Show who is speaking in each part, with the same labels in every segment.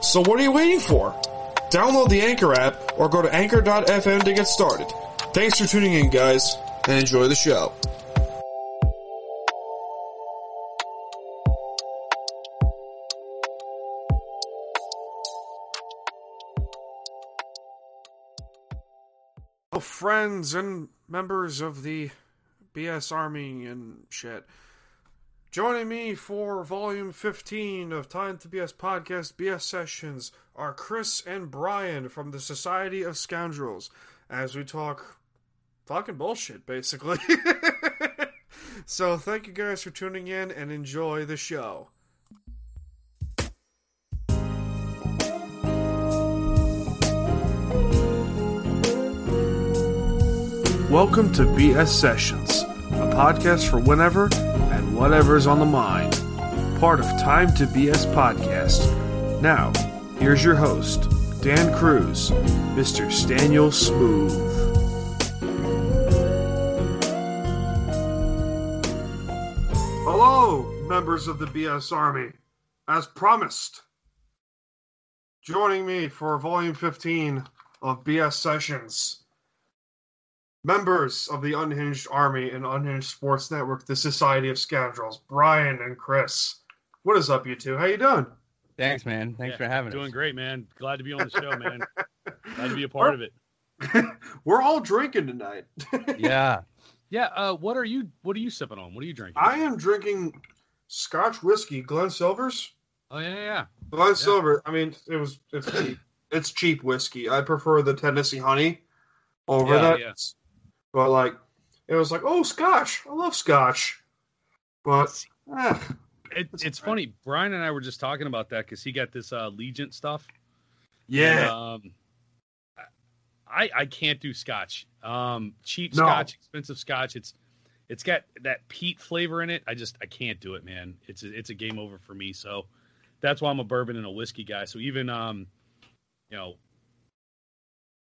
Speaker 1: So what are you waiting for? Download the Anchor app or go to anchor.fm to get started. Thanks for tuning in, guys, and enjoy the show. Friends and members of the BS Army and shit. Joining me for volume 15 of Time to BS podcast BS sessions are Chris and Brian from the Society of Scoundrels as we talk fucking bullshit, basically. so, thank you guys for tuning in and enjoy the show. Welcome to BS Sessions, a podcast for whenever and whatever's on the mind. Part of Time to BS Podcast. Now, here's your host, Dan Cruz, Mr. Staniel Smooth. Hello, members of the BS Army. As promised, joining me for Volume 15 of BS Sessions members of the Unhinged Army and Unhinged Sports Network, the Society of Scoundrels, Brian and Chris. What is up, you two? How you doing?
Speaker 2: Thanks, man. Thanks
Speaker 3: Yeah,
Speaker 2: for having
Speaker 3: Doing
Speaker 2: us.
Speaker 3: great, man. Glad to be on the show, man. Glad to be a part of it.
Speaker 1: We're all drinking tonight.
Speaker 2: Yeah.
Speaker 3: Yeah. Uh, what are you? What are you sipping on? What are you drinking?
Speaker 1: I am drinking Scotch whiskey, Glen Silvers.
Speaker 3: Oh yeah, yeah, yeah.
Speaker 1: Glen Silver. I mean, it was it's cheap. it's cheap whiskey. I prefer the Tennessee honey over
Speaker 2: Yeah,
Speaker 1: that.
Speaker 3: yeah.
Speaker 1: But like, it was like, oh, Scotch. I love Scotch. But eh,
Speaker 3: It, it's funny. Brian and I were just talking about that because he got this uh, Legent stuff.
Speaker 1: yeah,
Speaker 3: Um, I I can't do Scotch. Um, cheap
Speaker 1: No.
Speaker 3: Scotch, expensive Scotch. It's it's got that peat flavor in it. I just I can't do it, man. It's a, it's a game over for me. So that's why I'm a bourbon and a whiskey guy. So even um, you know,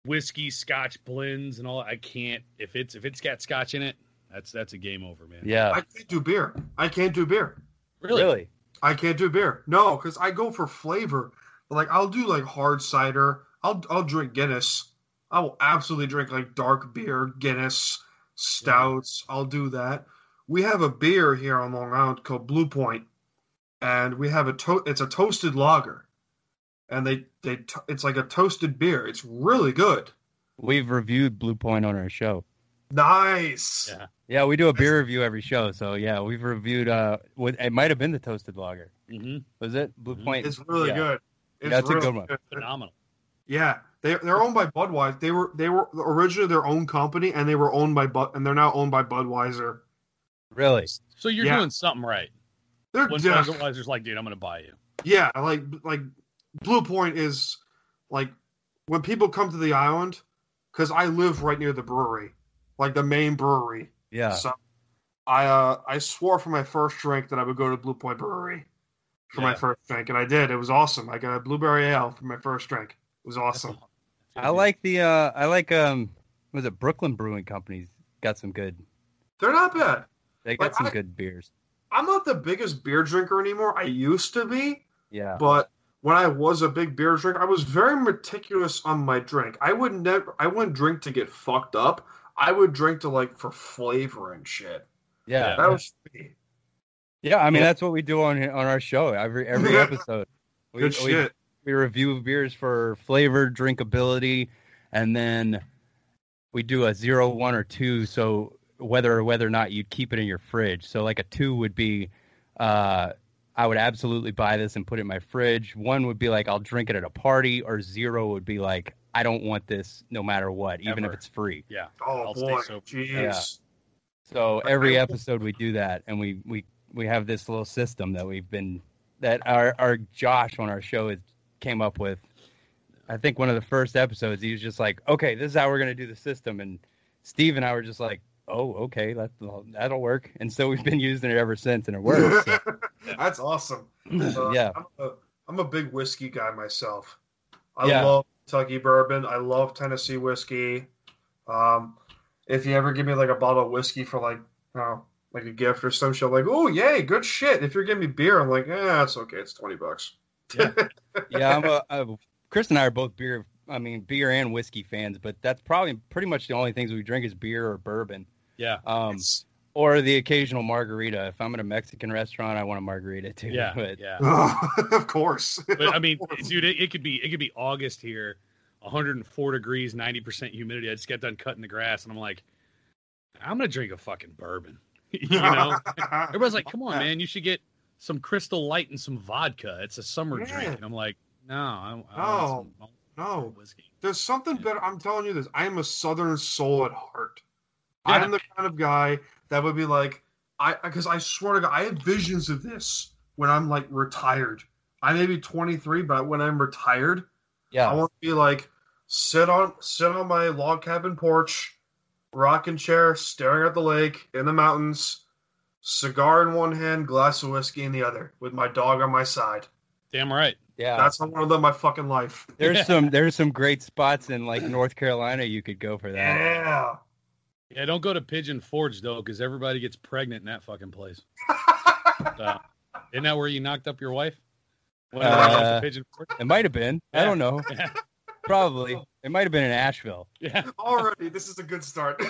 Speaker 3: whiskey Scotch blends and all. I can't if it's if it's got Scotch in it. That's that's a game over, man.
Speaker 2: Yeah.
Speaker 1: I can't do beer. I can't do beer.
Speaker 2: Really?
Speaker 1: I can't do beer. No, because I go for flavor. Like I'll do like hard cider. I'll I'll drink Guinness. I will absolutely drink like dark beer, Guinness, stouts. I'll do that. We have a beer here on Long Island called Blue Point, and we have a to- it's a toasted lager, and they they to- it's like a toasted beer. It's really good.
Speaker 2: We've reviewed Blue Point on our show.
Speaker 1: Nice.
Speaker 3: Yeah.
Speaker 2: Yeah, we do a beer review every show. So yeah, we've reviewed. Uh, what it might have been the Toasted Lager.
Speaker 3: hmm
Speaker 2: Was it Blue
Speaker 3: Mhm.
Speaker 2: Point?
Speaker 1: It's really
Speaker 2: yeah.
Speaker 1: good. It's
Speaker 2: That's a
Speaker 1: really
Speaker 2: good one.
Speaker 3: Phenomenal.
Speaker 1: Yeah, they they're owned by Budweiser. They were they were originally their own company, and they were owned by Bud, and they're now owned by Budweiser.
Speaker 2: Really?
Speaker 3: So you're
Speaker 1: Yeah.
Speaker 3: doing something right.
Speaker 1: They're
Speaker 3: When
Speaker 1: just,
Speaker 3: Budweiser's like, dude, I'm gonna buy you.
Speaker 1: yeah, like like Blue Point is like when people come to the island because I live right near the brewery, like the main brewery.
Speaker 2: Yeah.
Speaker 1: So I uh, I swore for my first drink that I would go to Blue Point Brewery for my
Speaker 3: Yeah.
Speaker 1: first drink, and I did. It was awesome. I got a blueberry ale for my first drink. It was awesome.
Speaker 2: I like the. Uh, I like. Um, was it Brooklyn Brewing Company's got some good.
Speaker 1: They're not bad.
Speaker 2: They got
Speaker 1: Like,
Speaker 2: some
Speaker 1: I-
Speaker 2: good beers.
Speaker 1: I'm not the biggest beer drinker anymore. I used to be,
Speaker 2: Yeah.
Speaker 1: but when I was a big beer drinker, I was very meticulous on my drink. I would never I wouldn't drink to get fucked up. I would drink to like for flavor and shit.
Speaker 2: Yeah.
Speaker 1: That was me.
Speaker 2: Yeah. I mean, that's what we do on on our show every every
Speaker 1: Yeah.
Speaker 2: episode. We,
Speaker 1: good
Speaker 2: we-
Speaker 1: shit.
Speaker 2: we review beers for flavor, drinkability, and then we do a zero, one, or two. So whether or whether or not you'd keep it in your fridge. So like a two would be, uh, I would absolutely buy this and put it in my fridge. One would be like I'll drink it at a party, or zero would be like I don't want this no matter what, even
Speaker 3: Ever.
Speaker 2: if it's free.
Speaker 3: Yeah.
Speaker 4: Oh
Speaker 3: I'll stay
Speaker 4: boy,
Speaker 3: sober.
Speaker 4: jeez.
Speaker 2: Yeah. So every episode we do that, and we we we have this little system that we've been that our our Josh on our show is, came up with. I think one of the first episodes, he was just like, "Okay, this is how we're gonna do the system," and Steve and I were just like, "Oh, okay, that that'll work." And so we've been using it ever since, and it works. So,
Speaker 4: That's awesome. Uh,
Speaker 2: yeah,
Speaker 4: I'm a, I'm a big whiskey guy myself. I
Speaker 2: Yeah.
Speaker 4: love Kentucky bourbon. I love Tennessee whiskey. Um, if you ever give me like a bottle of whiskey for like, you know, like a gift or some shit, I'm like, oh yay, good shit. If you're giving me beer, I'm like, eh, it's okay. It's twenty bucks.
Speaker 2: yeah. I'm a, a Chris and I are both beer. I mean, beer and whiskey fans, but that's probably pretty much the only things we drink is beer or bourbon.
Speaker 3: Yeah.
Speaker 2: Um, or the occasional margarita. If I'm at a Mexican restaurant, I want a margarita too.
Speaker 3: Yeah.
Speaker 2: but
Speaker 3: Yeah.
Speaker 4: of course.
Speaker 3: But I mean, dude, it, it could be it could be August here, 104 degrees, 90 percent humidity. I just got done cutting the grass, and I'm like, I'm gonna drink a fucking bourbon. you know, everybody's like, come on, man, you should get some Crystal Light and some vodka. It's a summer
Speaker 4: Yeah.
Speaker 3: drink, and I'm like, no, I, I
Speaker 4: No.
Speaker 3: want some- I want some
Speaker 4: no,
Speaker 3: whiskey.
Speaker 4: there's something better. I'm telling you this. I am a Southern soul at heart.
Speaker 3: Yeah.
Speaker 4: I'm the kind of guy that would be like, I because I swear to God, I have visions of this when I'm like retired. I may be 23, but when I'm retired, I
Speaker 2: yeah,
Speaker 4: want to be like sit on sit on my log cabin porch, rocking chair, staring at the lake in the mountains, cigar in one hand, glass of whiskey in the other, with my dog on my side.
Speaker 3: Damn right.
Speaker 2: yeah.
Speaker 4: That's how I want to live my fucking life.
Speaker 2: there's
Speaker 3: Yeah.
Speaker 2: some there's some great spots in like North Carolina you could go for that.
Speaker 4: Yeah.
Speaker 3: Yeah, don't go to Pigeon Forge though, because everybody gets pregnant in that fucking place. So, isn't that where you knocked up your wife? When
Speaker 2: Uh,
Speaker 3: Pigeon Forge?
Speaker 2: It might have been. I
Speaker 3: Yeah.
Speaker 2: don't know.
Speaker 3: Yeah.
Speaker 2: Probably. It might have been in Asheville.
Speaker 3: Yeah.
Speaker 4: Already, this is a good start.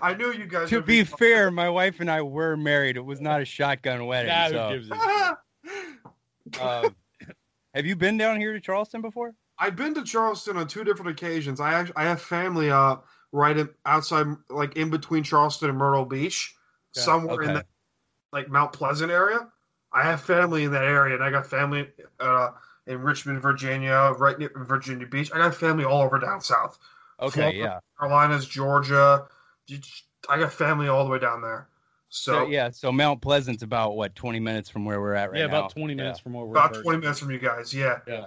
Speaker 4: I knew you guys.
Speaker 2: To
Speaker 4: would
Speaker 2: be fair, my wife and I were married. It was not a shotgun wedding.
Speaker 3: Nah, who
Speaker 2: so,
Speaker 3: gives a shit?
Speaker 2: um, have you been down here to Charleston before?
Speaker 4: I've been to Charleston on two different occasions. I actually, I have family uh right in, outside, like in between Charleston and Myrtle Beach,
Speaker 3: Yeah,
Speaker 4: somewhere
Speaker 2: okay.
Speaker 4: in that like Mount Pleasant area. I have family in that area, and I got family uh, in Richmond, Virginia, right near Virginia Beach. I got family all over down south,
Speaker 2: Okay, yeah.
Speaker 4: Carolinas, Georgia. I got family all the way down there. So,
Speaker 2: So, yeah, so Mount Pleasant's about what, twenty minutes from where we're at right
Speaker 3: yeah,
Speaker 2: now.
Speaker 3: about 20 minutes from where we're
Speaker 4: about
Speaker 3: at first.
Speaker 4: 20 minutes from you guys yeah
Speaker 3: Yeah.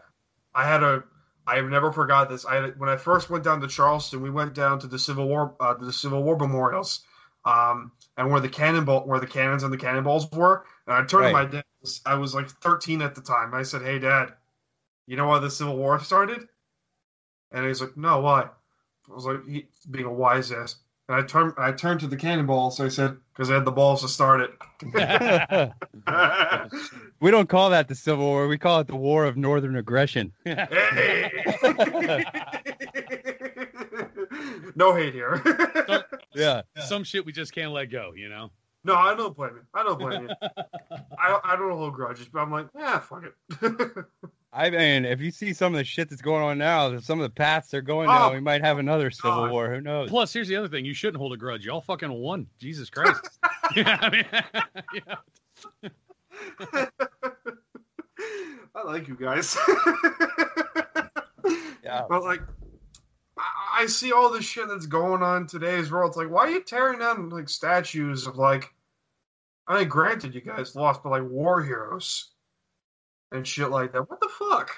Speaker 4: i had a i've never forgot this i had, when i first went down to charleston we went down to the civil war uh, the civil war memorials um and where the cannonball where the cannons and the cannonballs were and i turned
Speaker 2: Right.
Speaker 4: to my dad i was like 13 at the time and i said hey dad you know why the civil war started and he's like no why i was like he, being a wise ass and i turned i turned to the cannonballs i said because they had the balls to start it
Speaker 2: we don't call that the Civil War. We call it the War of Northern Aggression.
Speaker 4: Hey! no hate here.
Speaker 2: Yeah.
Speaker 3: Some shit we just can't let go, you know?
Speaker 4: no, I don't blame you. I don't blame you. I, I don't hold grudges, but I'm like, yeah, fuck it.
Speaker 2: I mean, if you see some of the shit that's going on now, there's some of the paths they're going
Speaker 4: Oh,
Speaker 2: down, we might have another civil
Speaker 4: God.
Speaker 2: war. Who knows?
Speaker 3: Plus, here's the other thing you shouldn't hold a grudge. Y'all fucking won. Jesus Christ. yeah, I mean, yeah.
Speaker 4: I like you guys.
Speaker 2: Yeah.
Speaker 4: But like, I, I see all this shit that's going on in today's world. It's like, why are you tearing down like statues of like? I mean, granted, you guys lost, but like war heroes and shit like that. What the fuck?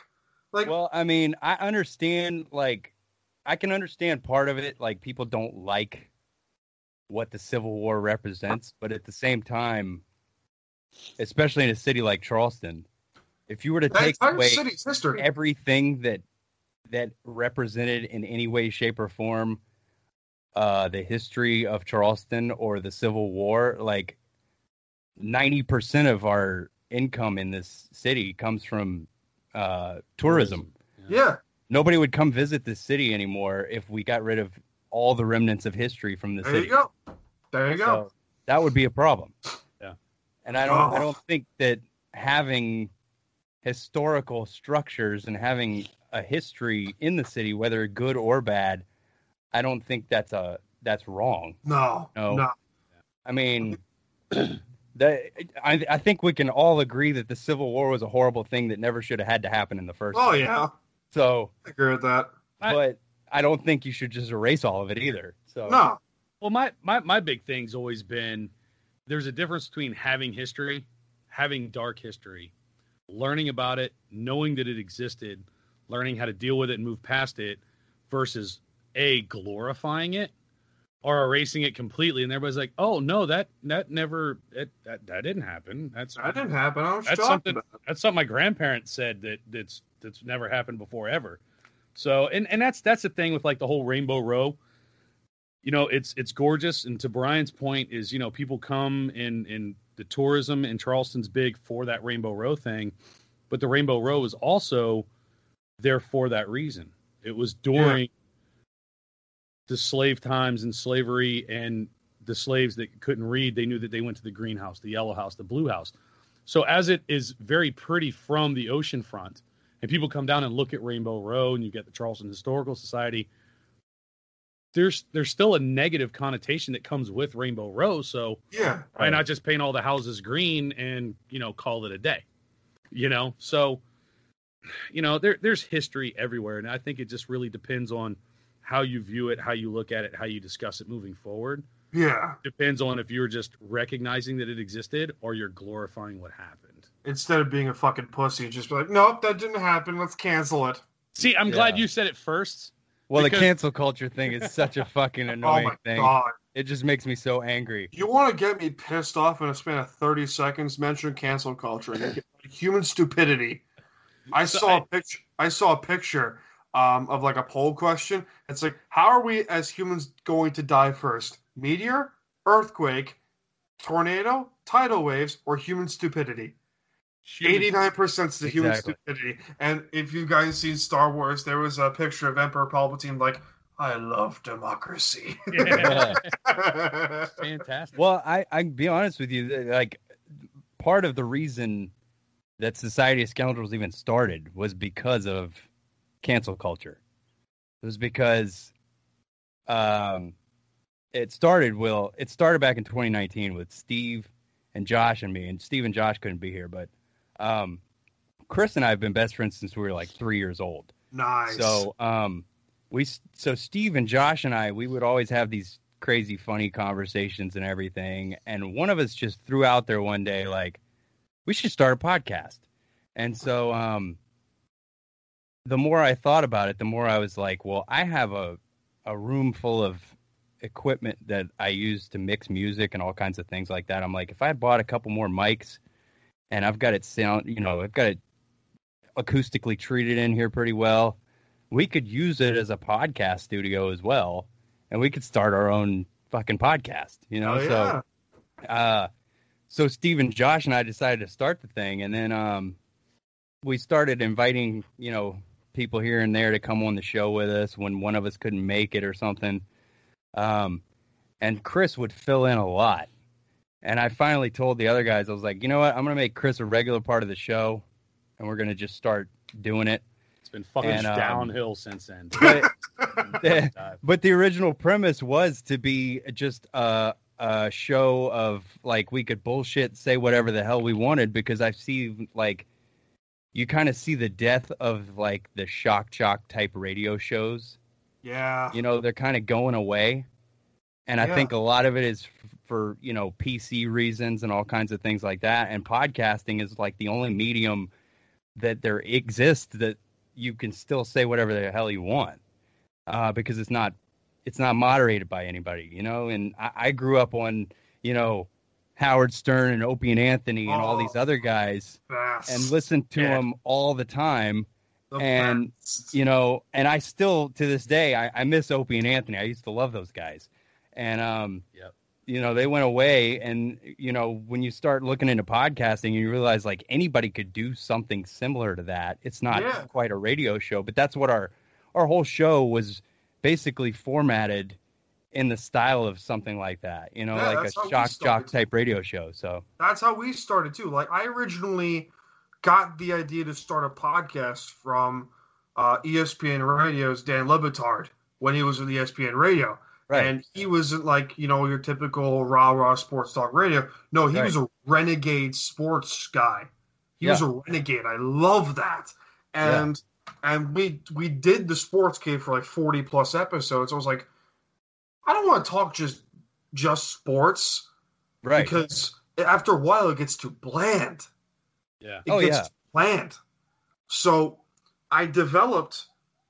Speaker 4: Like,
Speaker 2: Well, I mean, I understand, like, I can understand part of it. Like, people don't like what the Civil War represents, but at the same time, especially in a city like Charleston, if you were to
Speaker 4: that
Speaker 2: take
Speaker 4: entire
Speaker 2: away
Speaker 4: city's history.
Speaker 2: everything that that represented in any way shape or form uh the history of charleston or the civil war like 90% of our income in this city comes from uh tourism
Speaker 4: yeah,
Speaker 2: nobody would come visit this city anymore if we got rid of all the remnants of history from the
Speaker 4: there
Speaker 2: city
Speaker 4: you go. There you go.
Speaker 2: so that would be a problem.
Speaker 3: Yeah.
Speaker 2: And I don't I
Speaker 4: Oh.
Speaker 2: don't think that having historical structures and having a history in the city, whether good or bad, I don't think that's a that's wrong.
Speaker 1: No,
Speaker 2: No.
Speaker 1: no.
Speaker 2: I mean, that I, I think we can all agree that the Civil War was a horrible thing that never should have had to happen in the first.
Speaker 1: Oh
Speaker 2: place.
Speaker 1: yeah,
Speaker 2: So,
Speaker 1: I agree with that.
Speaker 3: I-
Speaker 2: but I don't think you should just erase all of it either. So
Speaker 1: No,
Speaker 3: Well, my, my my big thing's always been there's a difference between having history, having dark history, learning about it, knowing that it existed, learning how to deal with it and move past it, versus a glorifying it or erasing it completely. And everybody's like, "Oh no, that that never that that, that didn't happen. That's
Speaker 1: that didn't happen. I was
Speaker 3: That's
Speaker 1: talking
Speaker 3: something-
Speaker 1: about.
Speaker 3: that's something my grandparents said that that's that's never happened before ever. So and and that's that's the thing with like the whole Rainbow Row. You know, it's it's gorgeous, and to Brian's point is you know people come and and the tourism in Charleston's big for that Rainbow Row thing, but the Rainbow Row is also there for that reason. It was during the slave times and slavery and the slaves that couldn't read they knew that they went to the green house the yellow house the blue house so as it is very pretty from the ocean front and people come down and look at rainbow row and you get the charleston historical society there's there's still a negative connotation that comes with rainbow row so
Speaker 1: Yeah,
Speaker 3: why not just paint all the houses green and you know call it a day you know so you know there there's history everywhere and i think it just really depends on how you view it how you look at it how you discuss it moving forward
Speaker 1: yeah.
Speaker 3: depends on if you're just recognizing that it existed or you're glorifying what happened
Speaker 1: Instead of being a fucking pussy, just be like, nope, that didn't happen. Let's cancel it. Oh
Speaker 3: see i'm glad you said it first
Speaker 2: well,
Speaker 3: because-
Speaker 2: the cancel culture thing is such a fucking
Speaker 1: Oh
Speaker 2: annoying
Speaker 1: my
Speaker 2: thing.
Speaker 1: god!
Speaker 2: It just makes me so angry.
Speaker 1: You want to get me pissed off in a span of thirty seconds? Mention cancel culture and human stupidity. I
Speaker 3: So
Speaker 1: saw
Speaker 3: I-
Speaker 1: a picture. I saw a picture um, of like a poll question. It's like, how are we as humans going to die first? Meteor, earthquake, tornado, tidal waves, or human stupidity? Eighty-nine percent is the human
Speaker 2: Exactly.
Speaker 1: stupidity. And if you guys seen Star Wars, there was a picture of Emperor Palpatine like, "I love democracy."
Speaker 3: Yeah. fantastic
Speaker 2: Well, I I can be honest with you, th- like part of the reason that Society of Scoundrels even started was because of cancel culture. It was because um it started well, it started back in 2019 with Steve and Josh and me, and Steve and Josh couldn't be here, but um Chris and I have been best friends since we were like 3 years old.
Speaker 1: nice.
Speaker 2: So, um, we so Steve and Josh and I, we would always have these crazy, funny conversations and everything. And one of us just threw out there one day, like, we should start a podcast. And so, um, the more I thought about it, the more I was like, well, I have a a room full of equipment that I use to mix music and all kinds of things like that. I'm like, if I had bought a couple more mics and I've got it sound, you know, I've got it acoustically treated in here pretty well, we could use it as a podcast studio as well. And we could start our own fucking podcast, you know?
Speaker 1: Oh,
Speaker 2: So,
Speaker 1: yeah.
Speaker 2: uh, so Steve and Josh and I decided to start the thing, and then um, we started inviting you know people here and there to come on the show with us when one of us couldn't make it or something. Um, and Chris would fill in a lot, and I finally told the other guys, I was like, you know what, I'm gonna make Chris a regular part of the show, and we're gonna just start doing it.
Speaker 3: it's been fucking
Speaker 2: And, um,
Speaker 3: downhill since then
Speaker 2: But but the original premise was to be just a, a show of like we could bullshit say whatever the hell we wanted because i see like you kind of see the death of like the shock jock type radio shows
Speaker 1: yeah.
Speaker 2: you know they're kind of going away and i
Speaker 1: Yeah.
Speaker 2: think a lot of it is f- for you know pc reasons and all kinds of things like that and podcasting is like the only medium that there exists that you can still say whatever the hell you want uh, because it's not it's not moderated by anybody you know and I, I grew up on you know howard stern and opie and anthony and all
Speaker 1: Oh.
Speaker 2: these other guys
Speaker 1: Fast.
Speaker 2: and listened to
Speaker 3: Yeah.
Speaker 2: them all the time
Speaker 1: The
Speaker 2: and,
Speaker 1: best.
Speaker 2: you know, and I still to this day I, I miss Opie and Anthony. I used to love those guys, and um,
Speaker 3: Yep.
Speaker 2: you know, they went away, and you know, when you start looking into podcasting, you realize like anybody could do something similar to that. It's not
Speaker 1: Yeah.
Speaker 2: quite a radio show, but that's what our our whole show was basically formatted in the style of something like that. You know,
Speaker 1: Yeah,
Speaker 2: like
Speaker 1: that's how
Speaker 2: a
Speaker 1: we
Speaker 2: shock jock
Speaker 1: started.
Speaker 2: type radio show. So
Speaker 1: that's how we started too. Like I originally got the idea to start a podcast from
Speaker 4: uh, ESPN Radio's Dan Lebitard when he was with E ESPN Radio.
Speaker 2: Right.
Speaker 4: And he wasn't like, you know, your typical rah rah sports talk radio. No, he
Speaker 2: Right.
Speaker 4: was a renegade sports guy. He was a renegade. I love that.
Speaker 2: Yeah.
Speaker 4: And and we we did the sports game for like 40 plus episodes. I was like, I don't want to talk just just sports
Speaker 2: right.
Speaker 4: because after a while it gets too bland.
Speaker 3: Yeah.
Speaker 4: It
Speaker 2: Oh,
Speaker 4: gets
Speaker 2: yeah.
Speaker 4: too bland. So I developed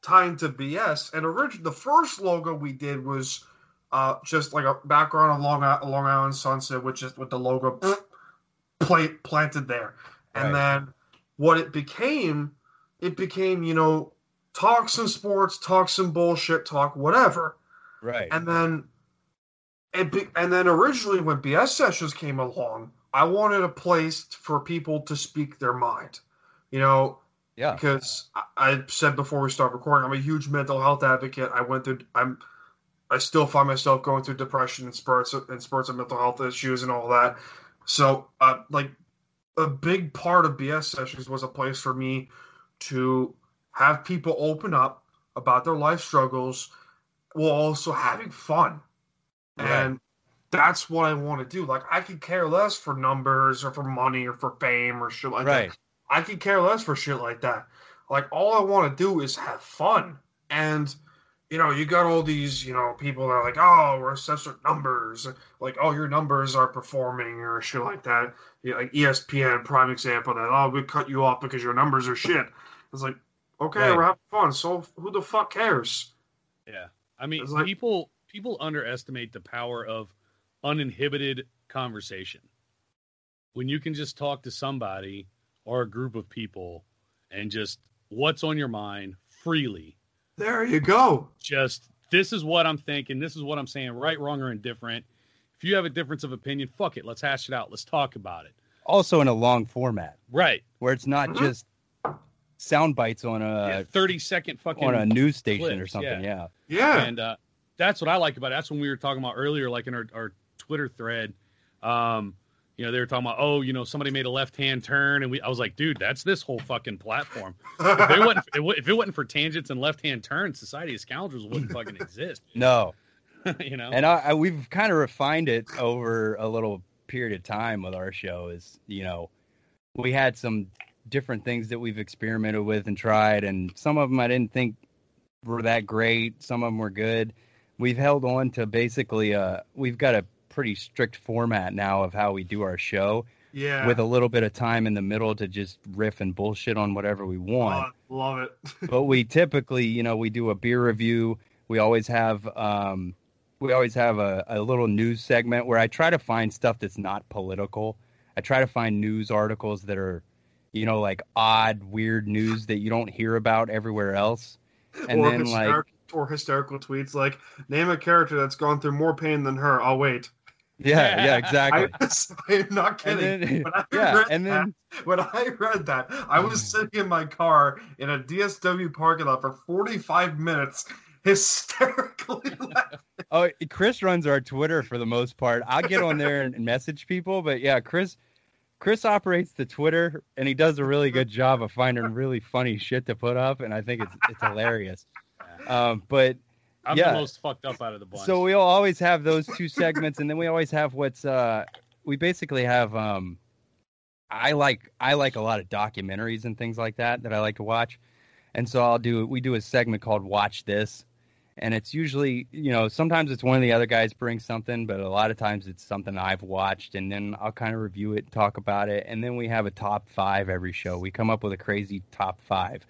Speaker 4: Time to BS, and origin the first logo we did was uh, just like a background on Long, I- Long Island Sunset, which is with the logo pla- planted there. And then what it became, it became, you know, talk some sports, talk some bullshit, talk whatever
Speaker 2: right.
Speaker 4: and then it be, and then originally when BS sessions came along, I wanted a place for people to speak their mind. You know,
Speaker 2: yeah.
Speaker 4: because I, I said before we start recording, I'm a huge mental health advocate. I went through, I'm, I still find myself going through depression and spurts of, and spurts of mental health issues and all that. So, uh, like, a big part of BS sessions was a place for me to have people open up about their life struggles while also having fun.
Speaker 2: Right.
Speaker 4: And that's what I want to do. Like, I could care less for numbers or for money or for fame or shit like that.
Speaker 2: Right.
Speaker 4: I could care less for shit like that. Like all I want to do is have fun. And you know, you got all these, you know, people that are like, oh, we're obsessed with numbers. Like, oh, your numbers are performing or shit like that. You know, like E ESPN, prime example of that. Oh, we cut you off because your numbers are shit. It's like, okay,
Speaker 2: Right.
Speaker 4: we're having fun. So who the fuck cares?
Speaker 3: Yeah. I mean,
Speaker 4: It's like-
Speaker 3: people people underestimate the power of uninhibited conversation. When you can just talk to somebody or a group of people and just what's on your mind freely.
Speaker 4: There you go.
Speaker 3: Just this is what I'm thinking, this is what I'm saying, right, wrong or indifferent. If you have a difference of opinion, fuck it, let's hash it out. Let's talk about it.
Speaker 2: Also in a long format
Speaker 3: Right.
Speaker 2: where it's not
Speaker 4: Mhm.
Speaker 2: just sound bites on
Speaker 3: Mm-hmm. Yeah,
Speaker 2: a
Speaker 3: 30 second fucking
Speaker 2: Uh, on a news station or
Speaker 3: clips,
Speaker 2: something. Yeah.
Speaker 4: Yeah.
Speaker 3: and uh, that's what I like about it. That's when we were talking about earlier, like in our, our Twitter thread. Um, you know, they were talking about, oh, you know, somebody made a left hand turn, and we, I was like, dude, that's this whole fucking platform. If it wasn't, it, wa- if it wasn't for tangents and left hand turns, Society of Scoundrels wouldn't fucking exist.
Speaker 2: No.
Speaker 3: you know,
Speaker 2: and I, I we've kind of refined it over a little period of time with our show is you know we had some different things that we've experimented with and tried and some of them i didn't think were that great some of them were good we've held on to basically uh we've got a pretty strict format now of how we do our show
Speaker 4: yeah.
Speaker 2: with a little bit of time in the middle to just riff and bullshit on whatever we
Speaker 4: Oh,
Speaker 2: want
Speaker 4: I love it.
Speaker 2: but we typically, you know, we do a beer review. We always have, um, we always have a, a little news segment where I try to find stuff that's not political. I try to find news articles that are, you know, like odd, weird news that you don't hear about everywhere else. And
Speaker 4: or,
Speaker 2: then, like-
Speaker 4: hysterical, or hysterical tweets like, name a character that's gone through more pain than her. I'll wait.
Speaker 2: Yeah, yeah,
Speaker 4: I,
Speaker 2: exactly.
Speaker 4: am not
Speaker 2: and
Speaker 4: kidding.
Speaker 2: then,
Speaker 4: when I
Speaker 2: yeah,
Speaker 4: read
Speaker 2: and then, Mm.
Speaker 4: that, when I read that, I was sitting in my car in a DSW parking lot for 45 minutes, hysterically laughing.
Speaker 2: oh, Chris runs our Twitter for the most part. I'll get on there and message people, but yeah, Chris. Chris operates the Twitter and he does a really good job of finding really funny shit to put up, and I think it's it's hilarious. Um, but
Speaker 3: I'm
Speaker 2: yeah.
Speaker 3: the most fucked up out of the bunch.
Speaker 2: so we'll always have those two segments, and then we always have what's uh, we basically have. Um, I like I like a lot of documentaries and things like that that I like to watch, and so I'll do we do a segment called Watch This, and it's usually you know sometimes it's one of the other guys brings something, but a lot of times it's something I've watched, and then I'll kind of review it, talk about it, and then we have a top five every show. We come up with a crazy top five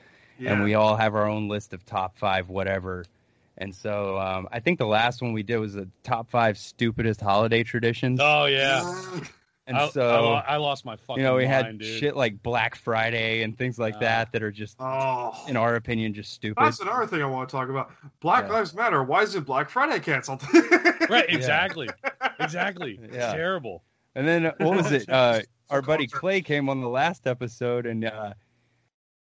Speaker 2: and we all have our own list of top five whatever. And so um, I think the last one we did was the top five stupidest holiday traditions.
Speaker 3: oh yeah,
Speaker 2: and
Speaker 3: I, I
Speaker 2: so
Speaker 3: lo- I lost my
Speaker 2: you
Speaker 3: fucking.
Speaker 2: know we had
Speaker 3: mind, dude.
Speaker 2: shit like Black Friday and things like
Speaker 3: Uh,
Speaker 2: that that are just,
Speaker 4: Oh,
Speaker 2: in our opinion, just stupid.
Speaker 4: that's another thing I want to talk about. Black
Speaker 2: Yeah.
Speaker 4: Lives Matter. Why is it Black Friday canceled?
Speaker 3: Right, exactly, exactly.
Speaker 2: Yeah.
Speaker 3: It's terrible.
Speaker 2: And then uh, what was it? Uh, our buddy
Speaker 4: Culture.
Speaker 2: Clay came on the last episode and uh,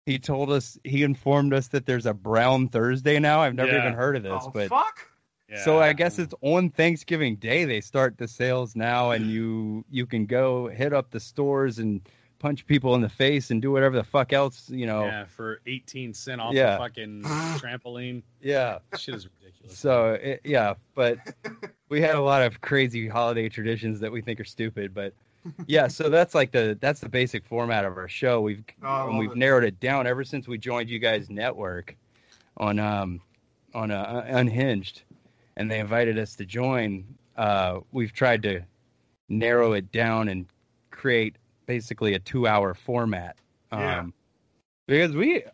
Speaker 2: he told us he informed us that there's a Brown Thursday now. I've never
Speaker 3: Yeah.
Speaker 2: even heard of this,
Speaker 4: Oh,
Speaker 2: but
Speaker 4: fuck.
Speaker 3: Yeah.
Speaker 2: So I guess it's on Thanksgiving Day they start the sales now, and you you can go hit up the stores and punch people in the face and do whatever the fuck else, you know.
Speaker 3: Yeah, for 18 cent off
Speaker 2: Yeah.
Speaker 3: the fucking trampoline.
Speaker 2: Yeah.
Speaker 3: Shit is ridiculous.
Speaker 2: So it, yeah, but we had a lot of crazy holiday traditions that we think are stupid, but yeah, so that's like the that's the basic format of our show. We've
Speaker 4: Oh, I
Speaker 2: and
Speaker 4: love
Speaker 2: we've
Speaker 4: it.
Speaker 2: narrowed it down ever since we joined you guys network on um on uh, unhinged and they invited us to join. Uh we've tried to narrow it down and create basically a 2-hour format. Um
Speaker 4: Yeah.
Speaker 2: because we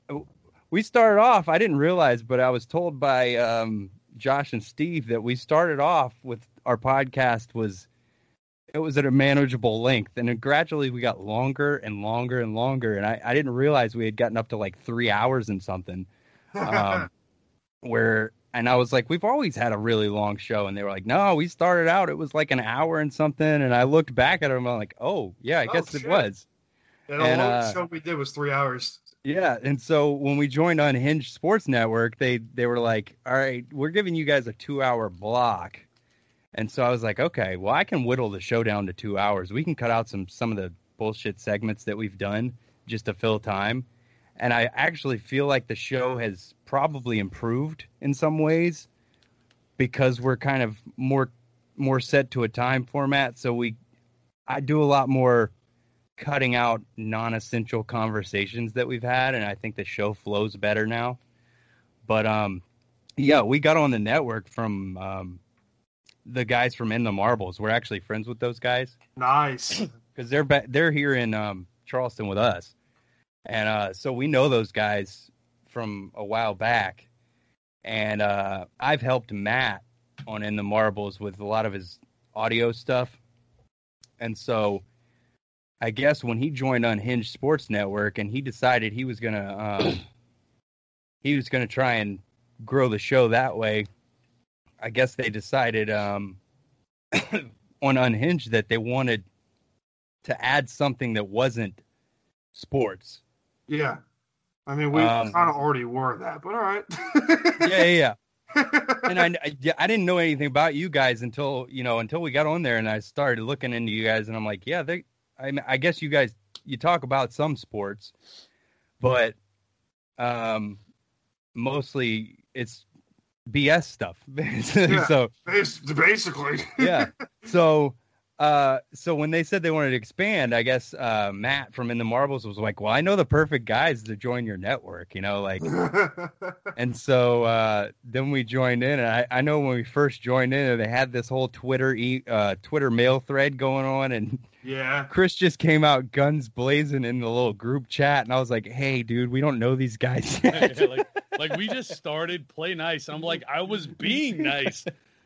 Speaker 2: we started off i didn't realize but i was told by um, josh and steve that we started off with our podcast was it was at a manageable length and then gradually we got longer and longer and longer and i, I didn't realize we had gotten up to like three hours and something um, where and i was like we've always had a really long show and they were like no we started out it was like an hour and something and i looked back at them i'm like oh yeah i
Speaker 4: Oh,
Speaker 2: guess it
Speaker 4: shit.
Speaker 2: was
Speaker 4: and all
Speaker 2: and,
Speaker 4: the
Speaker 2: uh,
Speaker 4: show we did was three hours.
Speaker 2: yeah, and so when we joined Unhinged Sports Network, they they were like, "All right, we're giving you guys a two-hour block," and so I was like, "Okay, well, I can whittle the show down to two hours. We can cut out some some of the bullshit segments that we've done just to fill time." And I actually feel like the show has probably improved in some ways because we're kind of more more set to a time format. So we, I do a lot more cutting out non-essential conversations that we've had and i think the show flows better now but um yeah we got on the network from um the guys from in the marbles we're actually friends with those guys
Speaker 4: Nice.
Speaker 2: because they're ba- they're here in um charleston with us and uh so we know those guys from a while back and uh i've helped matt on in the marbles with a lot of his audio stuff and so I guess when he joined Unhinged Sports Network and he decided he was gonna um, he was gonna try and grow the show that way, I guess they decided um, on Unhinged that they wanted to add something that wasn't sports.
Speaker 4: yeah. I mean, we
Speaker 2: Um,
Speaker 4: kind of already were that, but all right.
Speaker 2: Yeah, yeah, yeah.
Speaker 4: yeah.
Speaker 2: And I, I, yeah, I didn't know anything about you guys until you know until we got on there and I started looking into you guys and I'm like, yeah, they. I, mean, I guess you guys you talk about some sports, but um, mostly it's BS stuff. so
Speaker 4: Bas- basically.
Speaker 2: yeah. So uh so when they said they wanted to expand, I guess uh Matt from In the Marbles was like, Well, I know the perfect guys to join your network, you know, like and so uh then we joined in and I, I know when we first joined in they had this whole Twitter e- uh Twitter mail thread going on and
Speaker 4: yeah.
Speaker 2: Chris just came out guns blazing in the little group chat and I was like, Hey dude, we don't know these guys yet.
Speaker 3: like, like we just started play nice. I'm like, I was being nice.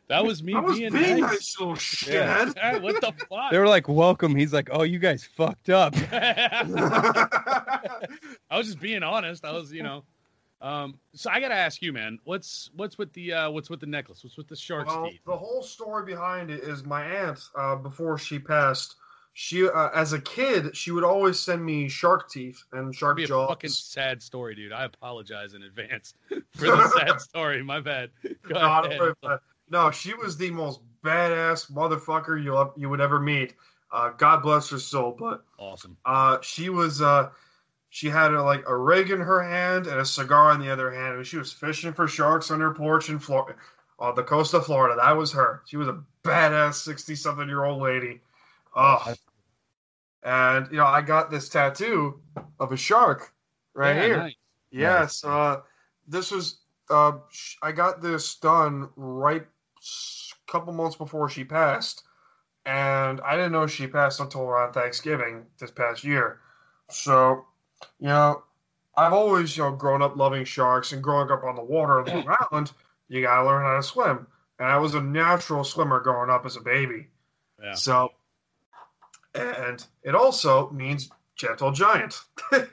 Speaker 3: That was me
Speaker 4: I was
Speaker 3: being,
Speaker 4: being
Speaker 3: nice.
Speaker 4: nice, little shithead.
Speaker 3: Yeah, what the fuck?
Speaker 2: they were like, Welcome. He's like, Oh, you guys fucked up. Oh,
Speaker 3: I was just being honest. I was, you know. Um, so I gotta ask you, man. What's what's with the uh, what's with the necklace? What's with the shark's
Speaker 4: Well,
Speaker 3: teeth?
Speaker 4: the whole story behind it is my aunt, uh, before she passed, she, uh, as a kid, she would always send me shark teeth and
Speaker 3: That'd
Speaker 4: shark
Speaker 3: be a
Speaker 4: jaws.
Speaker 3: fucking sad story, dude. I apologize in advance for the sad story. My bad. Go
Speaker 4: No, I don't
Speaker 3: ahead.
Speaker 4: worry about that. No, she was the most badass motherfucker you you would ever meet. Uh, God bless her soul, but
Speaker 3: Awesome.
Speaker 4: uh, she was uh, she had a, like a rig in her hand and a cigar in the other hand, and she was fishing for sharks on her porch in Florida, on the coast of Florida. That was her. She was a badass sixty something year old lady. Oh, and you know I got this tattoo of a shark right
Speaker 3: Yeah,
Speaker 4: here.
Speaker 3: nice.
Speaker 4: Yes, uh, this was uh, sh- I got this done right s- couple months before she passed, and I didn't know she passed until around Thanksgiving this past year. So, you know, I've always you know grown up loving sharks and growing up on the water in Long Island, you gotta learn how to swim, and I was a natural swimmer growing up as a baby.
Speaker 3: Yeah.
Speaker 4: So, and it also means gentle giant.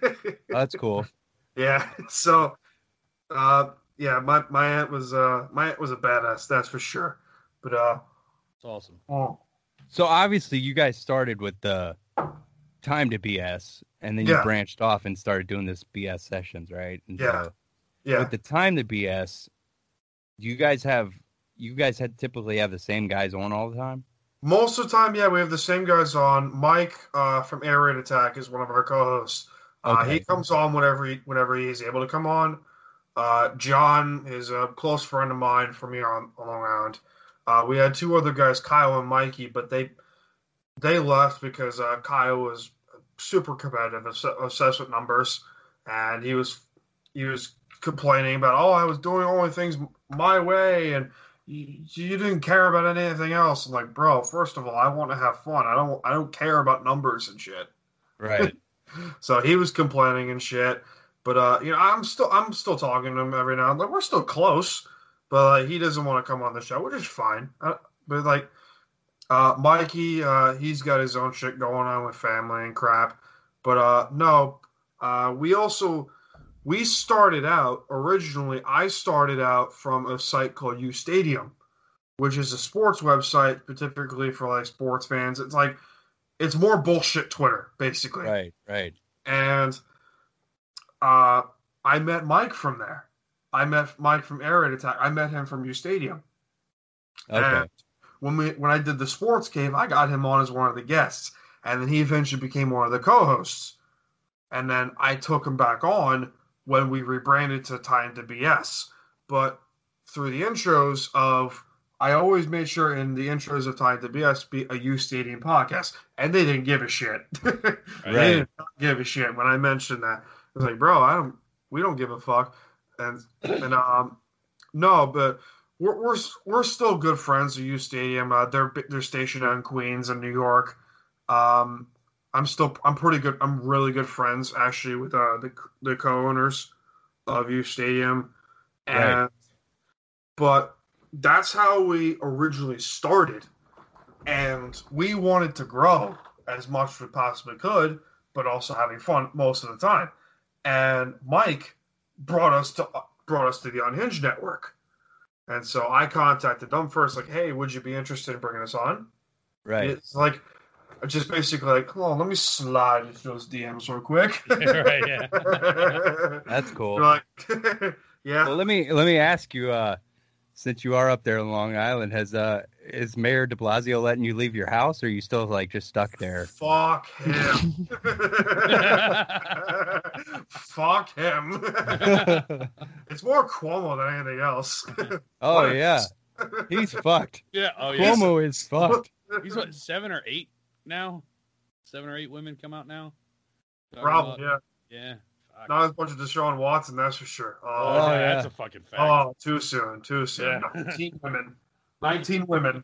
Speaker 2: That's cool.
Speaker 4: Yeah. So, uh, yeah, my, my aunt was uh, my aunt was a badass, that's for sure. But uh,
Speaker 3: It's awesome.
Speaker 4: oh,
Speaker 2: So obviously, you guys started with the time to BS, and then you
Speaker 4: Yeah.
Speaker 2: branched off and started doing this BS sessions, right? And
Speaker 4: Yeah.
Speaker 2: So
Speaker 4: yeah,
Speaker 2: With the time to BS, do you guys have you guys had typically have the same guys on all the time?
Speaker 4: Most of the time, yeah, we have the same guys on. Mike uh, from Air Raid Attack is one of our co-hosts. Uh,
Speaker 2: Okay.
Speaker 4: He comes on whenever he, whenever he is able to come on. Uh, John is a close friend of mine from here on, on around. Uh, we had two other guys, Kyle and Mikey, but they they left because uh, Kyle was super competitive, obs- obsessed with numbers, and he was he was complaining about, oh, I was doing only things my way, and you, you didn't care about anything else. I'm like, bro, first of all, I want to have fun. I don't I don't care about numbers and shit.
Speaker 2: Right.
Speaker 4: So he was complaining and shit. But uh, you know, I'm still I'm still talking to him every now and then. We're still close, but uh, he doesn't want to come on the show, which is fine. Uh, but like, uh, Mikey, uh, he's got his own shit going on with family and crap. But uh, no, uh, we also we started out originally. I started out from a site called U Stadium, which is a sports website, particularly for like sports fans. It's like it's more bullshit Twitter, basically
Speaker 2: right. Right.
Speaker 4: and uh, I met Mike from there. I met Mike from Air Raid Attack. I met him from U Stadium.
Speaker 2: Okay.
Speaker 4: And when we when I did the sports cave, I got him on as one of the guests, and then he eventually became one of the co-hosts. And then I took him back on when we rebranded to Time to BS. But through the intros of, I always made sure in the intros of Time to BS be a U Stadium podcast, and they didn't give a shit. They
Speaker 2: Right.
Speaker 4: did not give a shit when I mentioned that. I was like, bro, I don't. We don't give a fuck. And and um, no, but we're we're we're still good friends at U Stadium. Uh, they're they're stationed out in Queens and New York. Um, I'm still I'm pretty good. I'm really good friends actually with uh, the the co-owners of U Stadium, and
Speaker 2: Right.
Speaker 4: but that's how we originally started, and we wanted to grow as much as we possibly could, but also having fun most of the time. And Mike brought us to brought us to the Unhinged Network, and so I contacted them first, like, "Hey, would you be interested in bringing us on?"
Speaker 2: Right.
Speaker 4: It's like just basically like, "Come on, let me slide into those DMs real quick."
Speaker 3: right. Yeah.
Speaker 2: That's cool.
Speaker 4: You're like,
Speaker 2: Well,
Speaker 4: yeah.
Speaker 2: let me let me ask you. Uh, since you are up there in Long Island, has uh, is Mayor De Blasio letting you leave your house, or are you still like just stuck there?
Speaker 4: Fuck him. Fuck him.
Speaker 3: Oh,
Speaker 4: it's more Cuomo than anything else.
Speaker 2: oh
Speaker 4: What?
Speaker 2: yeah, he's fucked.
Speaker 3: Yeah. Oh yeah.
Speaker 2: Cuomo is fucked.
Speaker 3: He's what seven or eight now? Seven or eight women come out now. Talking
Speaker 4: Problem,
Speaker 3: about-
Speaker 4: yeah.
Speaker 3: Yeah. Fuck.
Speaker 4: Not as much as Deshaun Watson, that's for sure.
Speaker 3: oh,
Speaker 4: Oh,
Speaker 3: yeah,
Speaker 2: yeah.
Speaker 3: That's a fucking fact.
Speaker 4: oh, too soon, too soon.
Speaker 3: Yeah.
Speaker 4: 19 women. 19 women.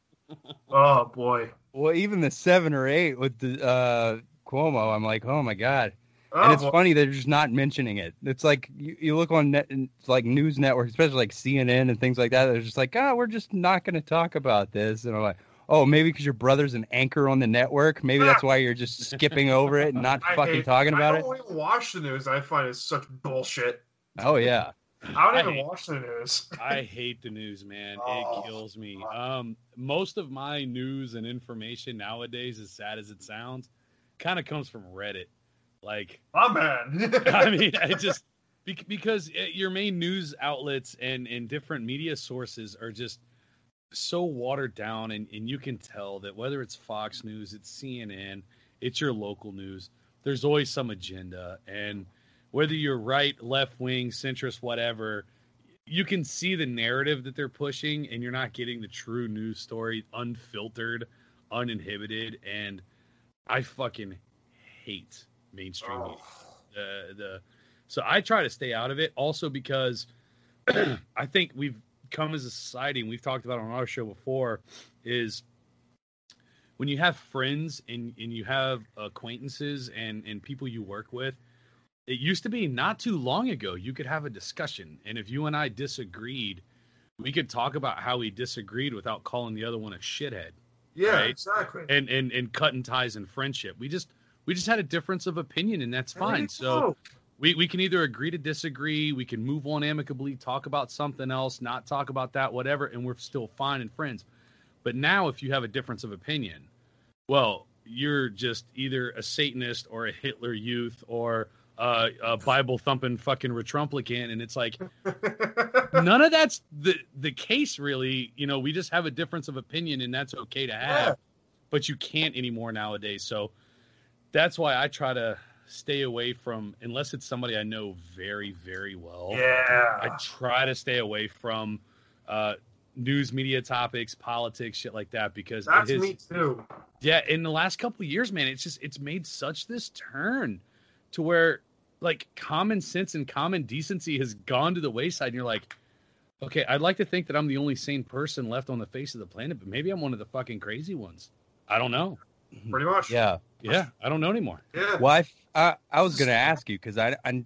Speaker 4: Oh, boy.
Speaker 2: Well, even the seven or eight with the uh, Cuomo, I'm like, oh my god.
Speaker 4: Oh,
Speaker 2: and it's
Speaker 4: boy.
Speaker 2: funny they're just not mentioning it. It's like you, you look on net, it's like news networks, especially like CNN and things like that. They're just like, ah, we're just not going to talk about this. And I'm like, oh, maybe because your brother's an anchor on the network, maybe that's why you're just skipping over it and not
Speaker 4: Ah. I
Speaker 2: fucking
Speaker 4: hate-
Speaker 2: talking about
Speaker 4: I
Speaker 2: it.
Speaker 4: don't even watch the news. I find it such bullshit.
Speaker 2: Oh yeah,
Speaker 4: I
Speaker 3: I
Speaker 4: don't even
Speaker 3: hate-
Speaker 4: watch the news.
Speaker 3: I hate the news, man.
Speaker 4: Oh,
Speaker 3: it kills me. Um, most of my news and information nowadays, as sad as it sounds, kind of comes from Reddit. Like,
Speaker 4: My man.
Speaker 3: I mean, I just bec- because eh, your main news outlets and and different media sources are just so watered down, and and you can tell that whether it's Fox News, it's CNN, it's your local news. There's always some agenda, and whether you're right, left wing, centrist, whatever, you can see the narrative that they're pushing, and you're not getting the true news story, unfiltered, uninhibited, and I fucking hate mainstream media
Speaker 4: Oh.
Speaker 3: the the so I try to stay out of it also because I think we've come as a society and we've talked about it on our show before is when you have friends and, and you have acquaintances and, and people you work with, it used to be not too long ago you could have a discussion. And if you and I disagreed, we could talk about how we disagreed without calling the other one a shithead
Speaker 4: Yeah,
Speaker 3: Right.
Speaker 4: exactly.
Speaker 3: and, and, and cutting ties in friendship. We just we just had a difference of opinion and that's
Speaker 4: There you
Speaker 3: fine. So
Speaker 4: go.
Speaker 3: we, we can either agree to disagree, we can move on amicably, talk about something else, not talk about that, whatever, and we're still fine and friends. But now, if you have a difference of opinion, well, you're just either a Satanist or a Hitler youth or uh, a Bible thumping fucking Retrumplican. And it's like, none of that's the, the case, really. You know, we just have a difference of opinion, and that's okay to have. but you can't anymore nowadays. So that's why I try to stay away from unless it's somebody I know very very well. I
Speaker 4: Yeah.
Speaker 3: try to stay away from uh, news media topics, politics, shit like that because it
Speaker 4: That's
Speaker 3: is-
Speaker 4: me too.
Speaker 3: yeah, in the last couple of years, man, it's just it's made such this turn to where like common sense and common decency has gone to the wayside, and you're like, okay, I'd like to think that I'm the only sane person left on the face of the planet, but maybe I'm one of the fucking crazy ones. I don't know.
Speaker 4: Pretty much.
Speaker 2: Yeah.
Speaker 3: Yeah, I don't know anymore.
Speaker 4: Yeah.
Speaker 2: Well, I, I, I was gonna ask you because I, I,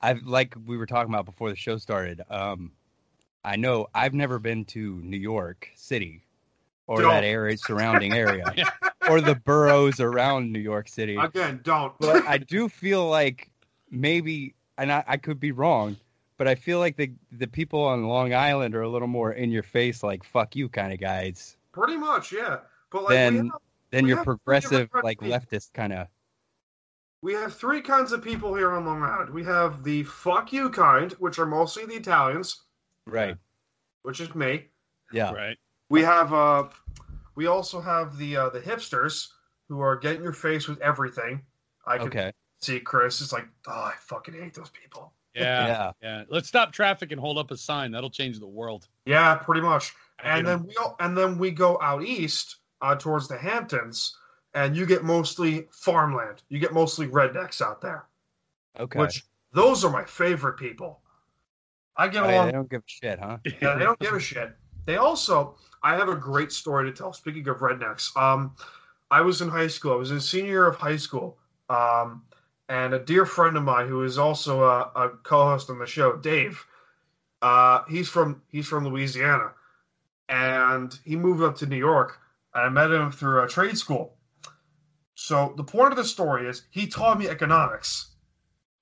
Speaker 2: I've like we were talking about before the show started. Um, I know I've never been to New York City or
Speaker 4: Don't.
Speaker 2: that area surrounding area or the boroughs around New York City,
Speaker 4: Again, don't.
Speaker 2: but I do feel like maybe, and I, I could be wrong, but I feel like the the people on Long Island are a little more in your face, like "fuck you" kind of guys
Speaker 4: Pretty much. Yeah. But like we,
Speaker 2: Then-
Speaker 4: have,
Speaker 2: than
Speaker 4: We
Speaker 2: your
Speaker 4: have pretty
Speaker 2: progressive,
Speaker 4: much
Speaker 2: like
Speaker 4: me.
Speaker 2: leftist kind of.
Speaker 4: we have three kinds of people here on Long Island. We have the fuck you kind, which are mostly the Italians,
Speaker 2: Right.
Speaker 4: which is me.
Speaker 2: Yeah.
Speaker 3: Right.
Speaker 4: We have uh, we also have the uh, the hipsters who are getting your face with everything. I can
Speaker 2: Okay.
Speaker 4: see Chris. It's like, oh, I fucking hate those people.
Speaker 3: Yeah, yeah.
Speaker 2: Yeah.
Speaker 3: Let's stop traffic and hold up a sign. That'll change the world.
Speaker 4: Yeah, pretty much. And
Speaker 3: I hate 'em.
Speaker 4: then we all, and then we go out east uh, towards the Hamptons, and you get mostly farmland. You get mostly rednecks out there,
Speaker 2: Okay.
Speaker 4: which those are my favorite people. I get
Speaker 2: Oh, yeah,
Speaker 4: along
Speaker 2: they don't give a shit, huh?
Speaker 4: Yeah, they don't give a shit. They also, I have a great story to tell. Speaking of rednecks, um, I was in high school. I was in senior year of high school, um, and a dear friend of mine who is also a, a co-host on the show, Dave. Uh, he's from he's from Louisiana, and he moved up to New York. And I met him through a trade school. So the point of the story is he taught me economics.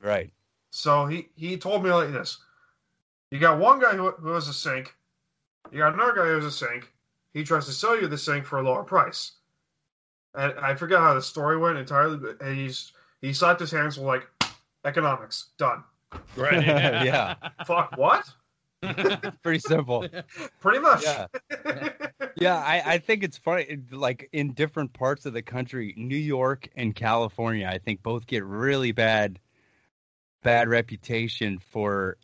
Speaker 2: Right.
Speaker 4: So he, he told me like this. You got one guy who, who has a sink. You got another guy who has a sink. He tries to sell you the sink for a lower price. And I forget how the story went entirely, but and he's, he slapped his hands and was like, economics, done.
Speaker 3: Right.
Speaker 2: Yeah.
Speaker 4: Fuck, what?
Speaker 2: Pretty simple.
Speaker 4: Pretty much.
Speaker 2: Yeah. Yeah. I, I think it's funny. it- Like in different parts of the country, New York and California, I think both get really bad, bad reputation for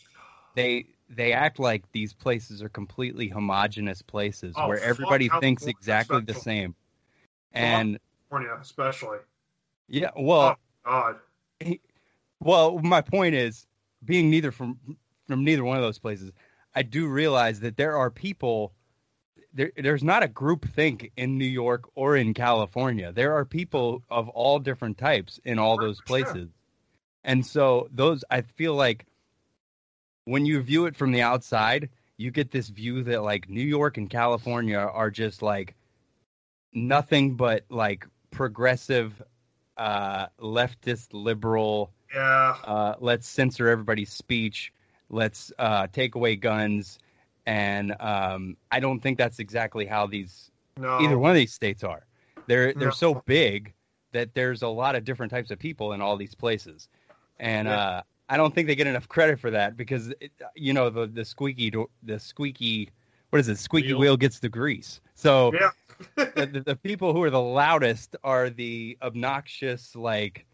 Speaker 2: they they act like these places are completely homogenous places
Speaker 4: Oh,
Speaker 2: where
Speaker 4: fuck
Speaker 2: everybody thinks
Speaker 4: California,
Speaker 2: exactly the
Speaker 4: special.
Speaker 2: same. And
Speaker 4: California, especially.
Speaker 2: yeah, well,
Speaker 4: God.
Speaker 2: Well, my point is, being neither from from neither one of those places, I do realize that there are people. There, there's not a group think in New York or in California. There are people of all different types in all
Speaker 4: For
Speaker 2: those
Speaker 4: sure.
Speaker 2: places, and so those I feel like when you view it from the outside, you get this view that like New York and California are just like nothing but like progressive, uh, leftist, liberal,
Speaker 4: Yeah.
Speaker 2: uh, let's censor everybody's speech, let's uh, take away guns, and um, I don't think that's exactly how these
Speaker 4: No.
Speaker 2: either one of these states are. They're they're
Speaker 4: No.
Speaker 2: so big that there's a lot of different types of people in all these places, and
Speaker 4: Yeah.
Speaker 2: uh, I don't think they get enough credit for that because it, you know the the squeaky do- the squeaky what is it squeaky
Speaker 3: Wheel.
Speaker 2: wheel, gets the grease. So
Speaker 4: Yeah.
Speaker 2: the, the, the people who are the loudest are the obnoxious, like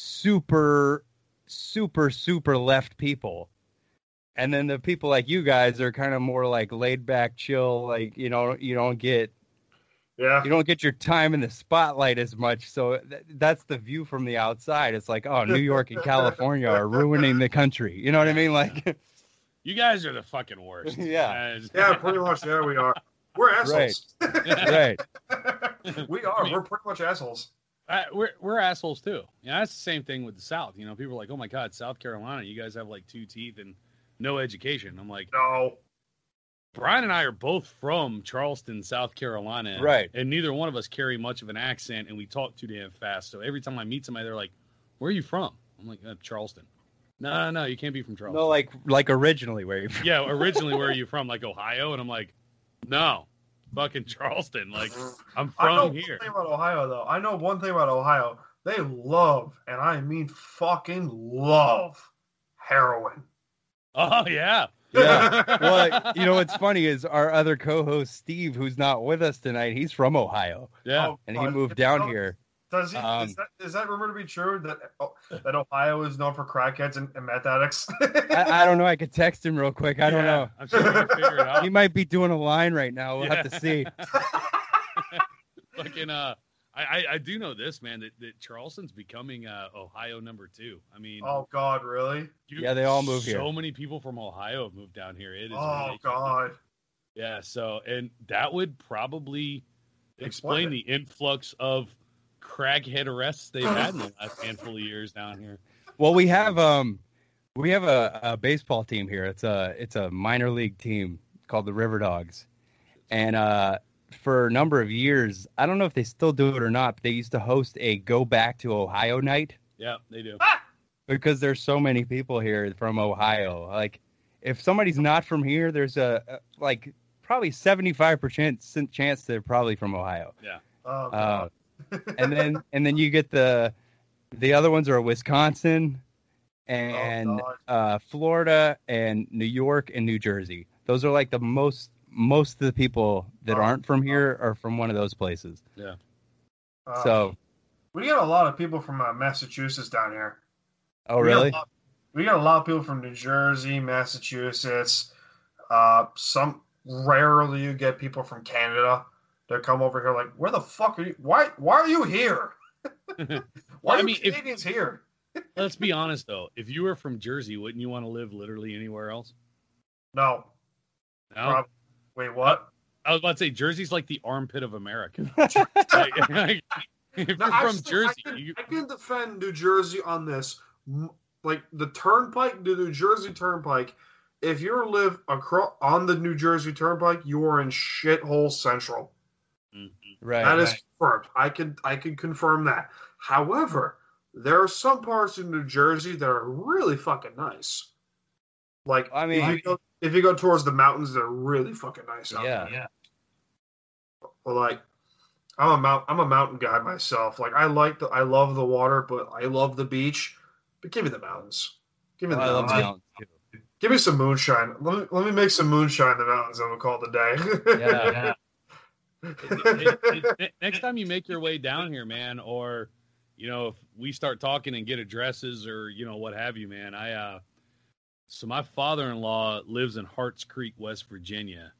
Speaker 2: super, super, super left people. And then the people like you guys are kind of more like laid back, chill. Like you know, you don't get
Speaker 4: Yeah.
Speaker 2: you don't get your time in the spotlight as much. So th- that's the view from the outside. It's like, oh, New York and California are ruining the country. You know what I mean? Like,
Speaker 3: You guys are the fucking worst.
Speaker 2: Yeah.
Speaker 3: Guys.
Speaker 4: Yeah, pretty much. There we are. We're assholes.
Speaker 2: right?
Speaker 4: we are. We're pretty much assholes.
Speaker 3: I, we're we're assholes too. Yeah, that's the same thing with the South. You know, people are like, "Oh my God, South Carolina, you guys have like two teeth and no education." I'm like,
Speaker 4: No.
Speaker 3: Brian and I are both from Charleston, South Carolina,
Speaker 2: Right.
Speaker 3: And neither one of us carry much of an accent, and we talk too damn fast. So every time I meet somebody, they're like, "Where are you from?" I'm like, uh, "Charleston." No, no, no, you can't be from Charleston.
Speaker 2: No, like like originally where you from?
Speaker 3: yeah, originally, where are you from? Like Ohio, and I'm like, "No, fucking Charleston." Like, I'm
Speaker 4: I know
Speaker 3: from
Speaker 4: one
Speaker 3: here.
Speaker 4: thing about Ohio, though. I know one thing about Ohio. They love, and I mean fucking love, heroin.
Speaker 3: Oh yeah,
Speaker 2: Yeah. Well, you know what's funny is our other co-host Steve, who's not with us tonight, he's from Ohio
Speaker 3: Yeah.
Speaker 4: Oh,
Speaker 2: and he
Speaker 4: God.
Speaker 2: moved down
Speaker 4: Oh,
Speaker 2: here.
Speaker 4: Does he?
Speaker 2: Um,
Speaker 4: is, that, is that rumored to be true that oh, that Ohio is known for crackheads and, and meth addicts?
Speaker 2: I, I don't know. I could text him real quick. I don't
Speaker 3: Yeah,
Speaker 2: know.
Speaker 3: I'm sure we can figure it out.
Speaker 2: He might be doing a line right now. We'll have to see.
Speaker 3: Fucking, uh, I, I, I do know this, man, that, that Charleston's becoming uh, Ohio number two. I mean,
Speaker 4: oh God, really?
Speaker 3: dude,
Speaker 2: Yeah, they all move
Speaker 3: so
Speaker 2: here.
Speaker 3: many people from Ohio have moved down here. It is
Speaker 4: Oh
Speaker 3: ridiculous.
Speaker 4: God.
Speaker 3: Yeah, so and that would probably
Speaker 4: Explain
Speaker 3: explain
Speaker 4: it.
Speaker 3: the influx of crackhead arrests they've had in the last handful of years down here.
Speaker 2: Well, we have um, we have a, a baseball team here. It's a it's a minor league team called the River Dogs, and uh, for a number of years, I don't know if they still do it or not. But they used to host a Go Back to Ohio night
Speaker 3: Yeah, they do.
Speaker 2: because there's so many people here from Ohio. Like, if somebody's not from here, there's a a- like probably 75% chance they're probably from Ohio.
Speaker 4: Oh
Speaker 2: Uh,
Speaker 4: God.
Speaker 2: and then and then you get the the other ones are Wisconsin
Speaker 4: Oh,
Speaker 2: and
Speaker 4: God.
Speaker 2: uh, Florida and New York and New Jersey. Those are like the most most of the people that
Speaker 4: Oh,
Speaker 2: aren't from here are from one of those places.
Speaker 4: Uh,
Speaker 2: so,
Speaker 4: we got a lot of people from uh, Massachusetts down here.
Speaker 2: oh
Speaker 4: We got a
Speaker 2: really?
Speaker 4: lot- We got a lot of people from New Jersey, Massachusetts. Uh, some rarely you get people from Canada that come over here. Like, where the fuck are you? Why? Why are you here? why
Speaker 3: Well,
Speaker 4: are
Speaker 3: I
Speaker 4: you
Speaker 3: mean, if-
Speaker 4: Canadians here?
Speaker 3: Let's be honest though, if you were from Jersey, wouldn't you want to live literally anywhere else?
Speaker 4: No.
Speaker 3: No,
Speaker 4: Prob- Wait, what?
Speaker 3: I was about to say Jersey's like the armpit of America. Like, like, if you're
Speaker 4: No,
Speaker 3: from
Speaker 4: actually,
Speaker 3: Jersey,
Speaker 4: I can,
Speaker 3: you,
Speaker 4: I can defend New Jersey on this. M- Like the Turnpike, the New Jersey Turnpike. If you live across on the New Jersey Turnpike, you are in shithole central.
Speaker 2: Right.
Speaker 4: That is
Speaker 2: right.
Speaker 4: confirmed. I can I can confirm that. However, there are some parts in New Jersey that are really fucking nice. Like
Speaker 2: I mean-
Speaker 4: if you go, if you go towards the mountains, they're really fucking nice. out
Speaker 2: Yeah.
Speaker 4: there. But, like I'm a mount I'm a mountain guy myself. Like I like the I love the water, but I love the beach. But give me the mountains. Give me the
Speaker 2: Oh, I love
Speaker 4: mountains.
Speaker 2: mountains too.
Speaker 4: Give me some moonshine. Let me, let me make some moonshine in the mountains and we'll call it a day.
Speaker 2: Yeah.
Speaker 3: it- it- it- next time you make your way down here, man, or you know, if we start talking and get addresses or you know what have you, man, I uh, so my father-in-law lives in Harts Creek, West Virginia,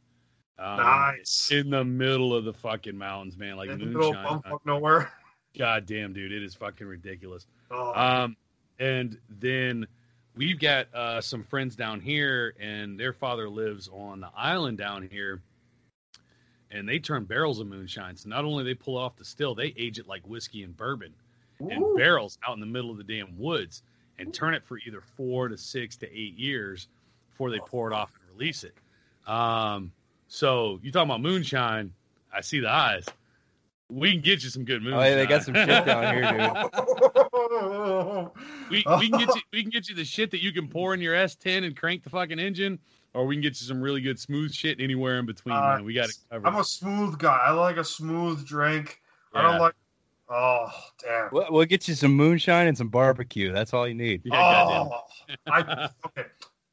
Speaker 3: um,
Speaker 4: nice.
Speaker 3: in the middle of the fucking mountains, man, like
Speaker 4: in the middle of
Speaker 3: moonshine.
Speaker 4: bumfuck nowhere.
Speaker 3: God damn, dude, it is fucking ridiculous.
Speaker 4: Oh,
Speaker 3: Um, and then we've got uh, some friends down here, and their father lives on the island down here. And they turn barrels of moonshine. So not only they pull off the still, they age it like whiskey and bourbon
Speaker 4: ooh.
Speaker 3: and barrels out in the middle of the damn woods and turn it for either four to six to eight years before they pour it off and release it. Um, so you talking about moonshine? I see the eyes. We can get you some good
Speaker 2: Oh,
Speaker 3: moonshine.
Speaker 2: yeah, they got some shit down here, dude.
Speaker 3: We,
Speaker 4: Oh
Speaker 3: we can get you we can get you the shit that you can pour in your S10 and crank the fucking engine, or we can get you some really good smooth shit anywhere in between.
Speaker 4: Uh,
Speaker 3: man. We got it covered.
Speaker 4: I'm a smooth guy. I like a smooth drink. I
Speaker 3: Yeah.
Speaker 4: don't like. Oh damn.
Speaker 2: We'll, we'll get you some moonshine and some barbecue. That's all you need.
Speaker 3: Yeah, goddamn.
Speaker 4: oh, I, okay.